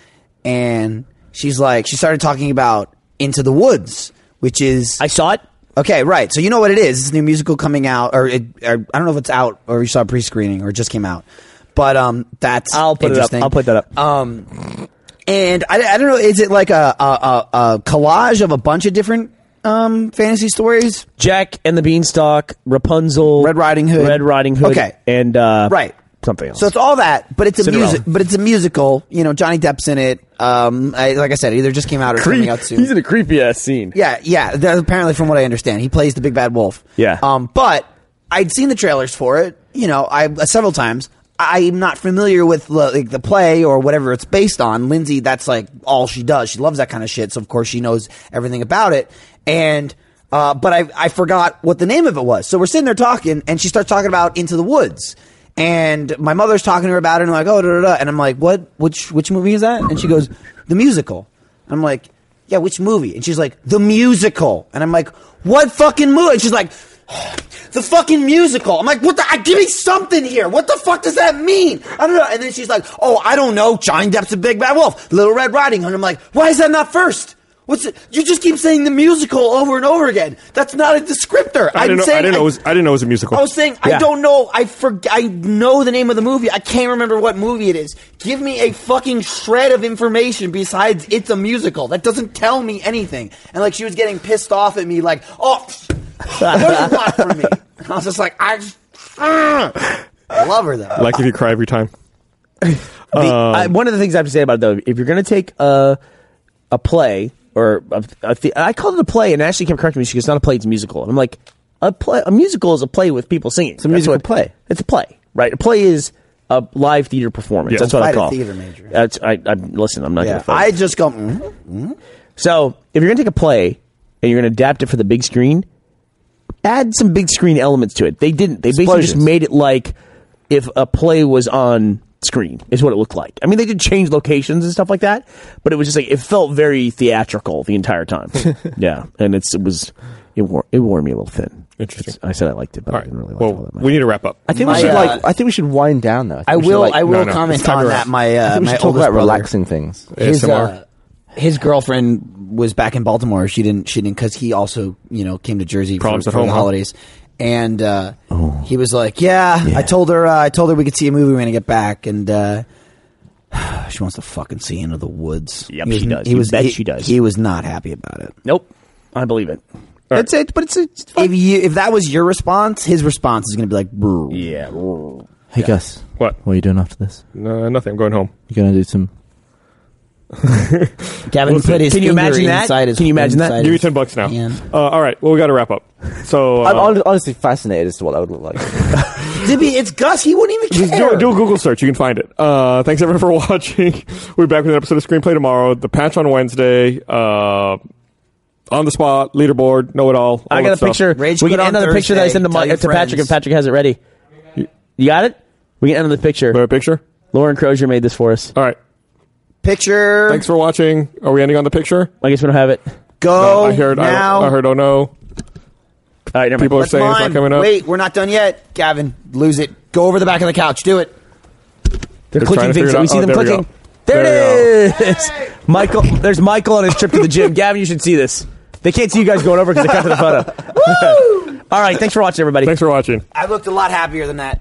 S3: and she's like she started talking about Into the Woods, which is
S2: I saw it.
S3: Okay, right. So you know what it is? It's a new musical coming out, or, it, or I don't know if it's out or you saw a pre-screening or it just came out. But um, that's
S2: I'll put it up.
S3: interesting.
S2: I'll put that up.
S3: Um, and I, I don't know. Is it like a, a, a, a collage of a bunch of different um fantasy stories?
S2: Jack and the Beanstalk, Rapunzel,
S3: Red Riding Hood.
S2: Red Riding Hood.
S3: Okay.
S2: and uh,
S3: Right.
S2: something else.
S3: So it's all that, but it's a
S2: Cinderella.
S3: music, but it's a musical. You know, Johnny Depp's in it. Um, I, like I said, either just came out or it's [LAUGHS] coming out soon.
S2: He's in a creepy ass scene.
S3: Yeah, yeah. that- apparently, from what I understand, he plays the big bad wolf.
S2: Yeah.
S3: Um, but I'd seen the trailers for it. You know, I uh, several times. I'm not familiar with the- like the play or whatever it's based on. Lindsay, that's like all she does. She loves that kind of shit, so of course she knows everything about it. And uh, but I I forgot what the name of it was. So we're sitting there talking, and she starts talking about Into the Woods. And my mother's talking to her about it, and like, oh, da, da, da. and I'm like, what? Which which movie is that? And she goes, the musical. I'm like, yeah, which movie? And she's like, the musical. And I'm like, what fucking movie? And she's like, the fucking musical. I'm like, what the? I, give me something here. What the fuck does that mean? I don't know. And then she's like, oh, I don't know. Johnny Depp's a big bad wolf. Little Red Riding Hood. I'm like, why is that not first? What's it? You just keep saying the musical over and over again. That's not a descriptor.
S1: I
S3: I'm
S1: didn't know.
S3: saying
S1: I didn't know. it was, I didn't know it was a musical.
S3: I was saying
S2: Yeah.
S3: I don't know. I forg I know the name of the movie. I can't remember what movie it is. Give me a fucking shred of information besides it's a musical. That doesn't tell me anything. And like she was getting pissed off at me, like, oh, what do you want from me? And I was just like, I, I love her though.
S1: like if you cry every time.
S2: The- I, one of the things I have to say about it, though, if you're going to take a a play or a, a the, I called it a play, and Ashley kept correcting me. She goes, "It's not a play; it's a musical." And I'm like, "A play, a musical is a play with people singing. It's
S4: a musical play.
S2: It's a play, right? A play is a live theater performance.
S1: Yeah.
S2: That's what I
S3: Quite a
S2: call
S3: theater major.
S2: That's I, I listen. I'm not going
S3: Yeah,
S2: to.
S3: I just go. mm
S2: So if you're going to take a play and you're going to adapt it for the big screen, add some big screen elements to it. They didn't. They basically just
S4: Explosions.
S2: made it like if a play was on screen is what it looked like. I mean, they did change locations and stuff like that, but it was just like it felt very theatrical the
S1: [LAUGHS]
S2: entire time. yeah, and it's it was it wore it wore me a little thin.
S1: Interesting.
S2: It's- I said I liked it, but
S1: All
S2: I
S1: right.
S2: didn't really like it all
S1: Well,
S2: that much.
S1: we need to wrap up.
S4: I think
S3: My,
S4: we should
S3: uh,
S4: like. I think we should wind down though.
S3: I
S4: think we should,
S3: will.
S4: like-
S3: I will
S1: no, no, it's
S3: comment
S1: time
S3: on
S1: to
S3: that.
S1: wrap.
S3: My
S4: I
S3: uh,
S4: think we
S3: my
S4: should talk
S3: oldest
S4: about
S3: brother.
S4: relaxing things.
S3: uh, His,
S1: ASMR.
S3: uh, his girlfriend was back in Baltimore. She didn't. She didn't because he also you know came to Jersey for,
S1: Problems
S3: for
S1: at home,
S3: the
S1: huh?
S3: holidays. And uh, he was like, yeah, I told her. Uh, I told her we could see a movie when I get back, and uh, [SIGHS] she wants to fucking see Into the Woods.
S2: Yep,
S3: He was-
S2: she does.
S3: He
S2: You
S3: was.
S2: bet
S3: he-
S2: she does.
S3: He was not happy about it.
S2: Nope. I believe it.
S3: That's it. But it's, it's if you, if that was your response, his response is going to be like, "Brr."
S2: Yeah.
S4: Hey, Gus.
S1: What?
S4: What are you doing after this?
S1: No, nothing. I'm going home.
S4: You gonna do some?
S3: Gavin put his
S2: Can you
S3: finger
S2: imagine that?
S3: inside his.
S2: Can you imagine that?
S3: inside
S2: Give
S1: Give me
S3: his-
S1: ten bucks now.
S3: hand.
S1: Uh, all right. Well, we got to wrap up. So
S4: [LAUGHS] I'm
S1: uh,
S4: hon- honestly fascinated as to what that would look like.
S3: It'd be- It's Gus. He wouldn't even
S1: just
S3: care.
S1: do, do a Google search. You can find it. Uh, thanks everyone for [LAUGHS] watching. We'll be back with an episode of Screenplay tomorrow. The patch on Wednesday. Uh, on the spot, leaderboard, know it all. all
S2: I got
S1: that
S2: a
S1: stuff.
S2: picture.
S3: Rage
S2: we
S3: quit
S2: can end
S3: on
S2: on the picture that I
S3: Thursday.
S2: sent to,
S3: Tell
S2: my,
S3: your
S2: to Patrick
S3: friends.
S2: if Patrick has it ready. You got it? We can end on the
S1: Do I
S2: picture.
S1: have a picture.
S2: Lauren Crozier made this for us.
S1: All right.
S3: Picture.
S1: Thanks for watching. Are we ending on the picture?
S2: I guess we don't have it.
S3: Go
S1: I heard.
S3: now.
S1: I, I heard. Oh no.
S2: All right, never
S1: People are
S3: Let's
S1: saying it's
S3: mime.
S1: not coming up.
S3: Wait, we're not done yet. Gavin, lose it. Go over the back of the couch. Do it.
S2: They're,
S1: They're
S2: clicking
S1: trying to
S2: things.
S1: figure it
S2: we
S1: out.
S2: see
S1: Oh,
S2: them
S1: there we
S2: clicking.
S1: go.
S2: There,
S1: There
S2: it is. Michael, there's Michael on his trip to
S1: [LAUGHS]
S2: the gym. Gavin, you should see this. They can't see you guys going over because they cut to the photo. [LAUGHS] All right, thanks for watching, everybody.
S1: Thanks for watching.
S3: I looked a lot happier than that.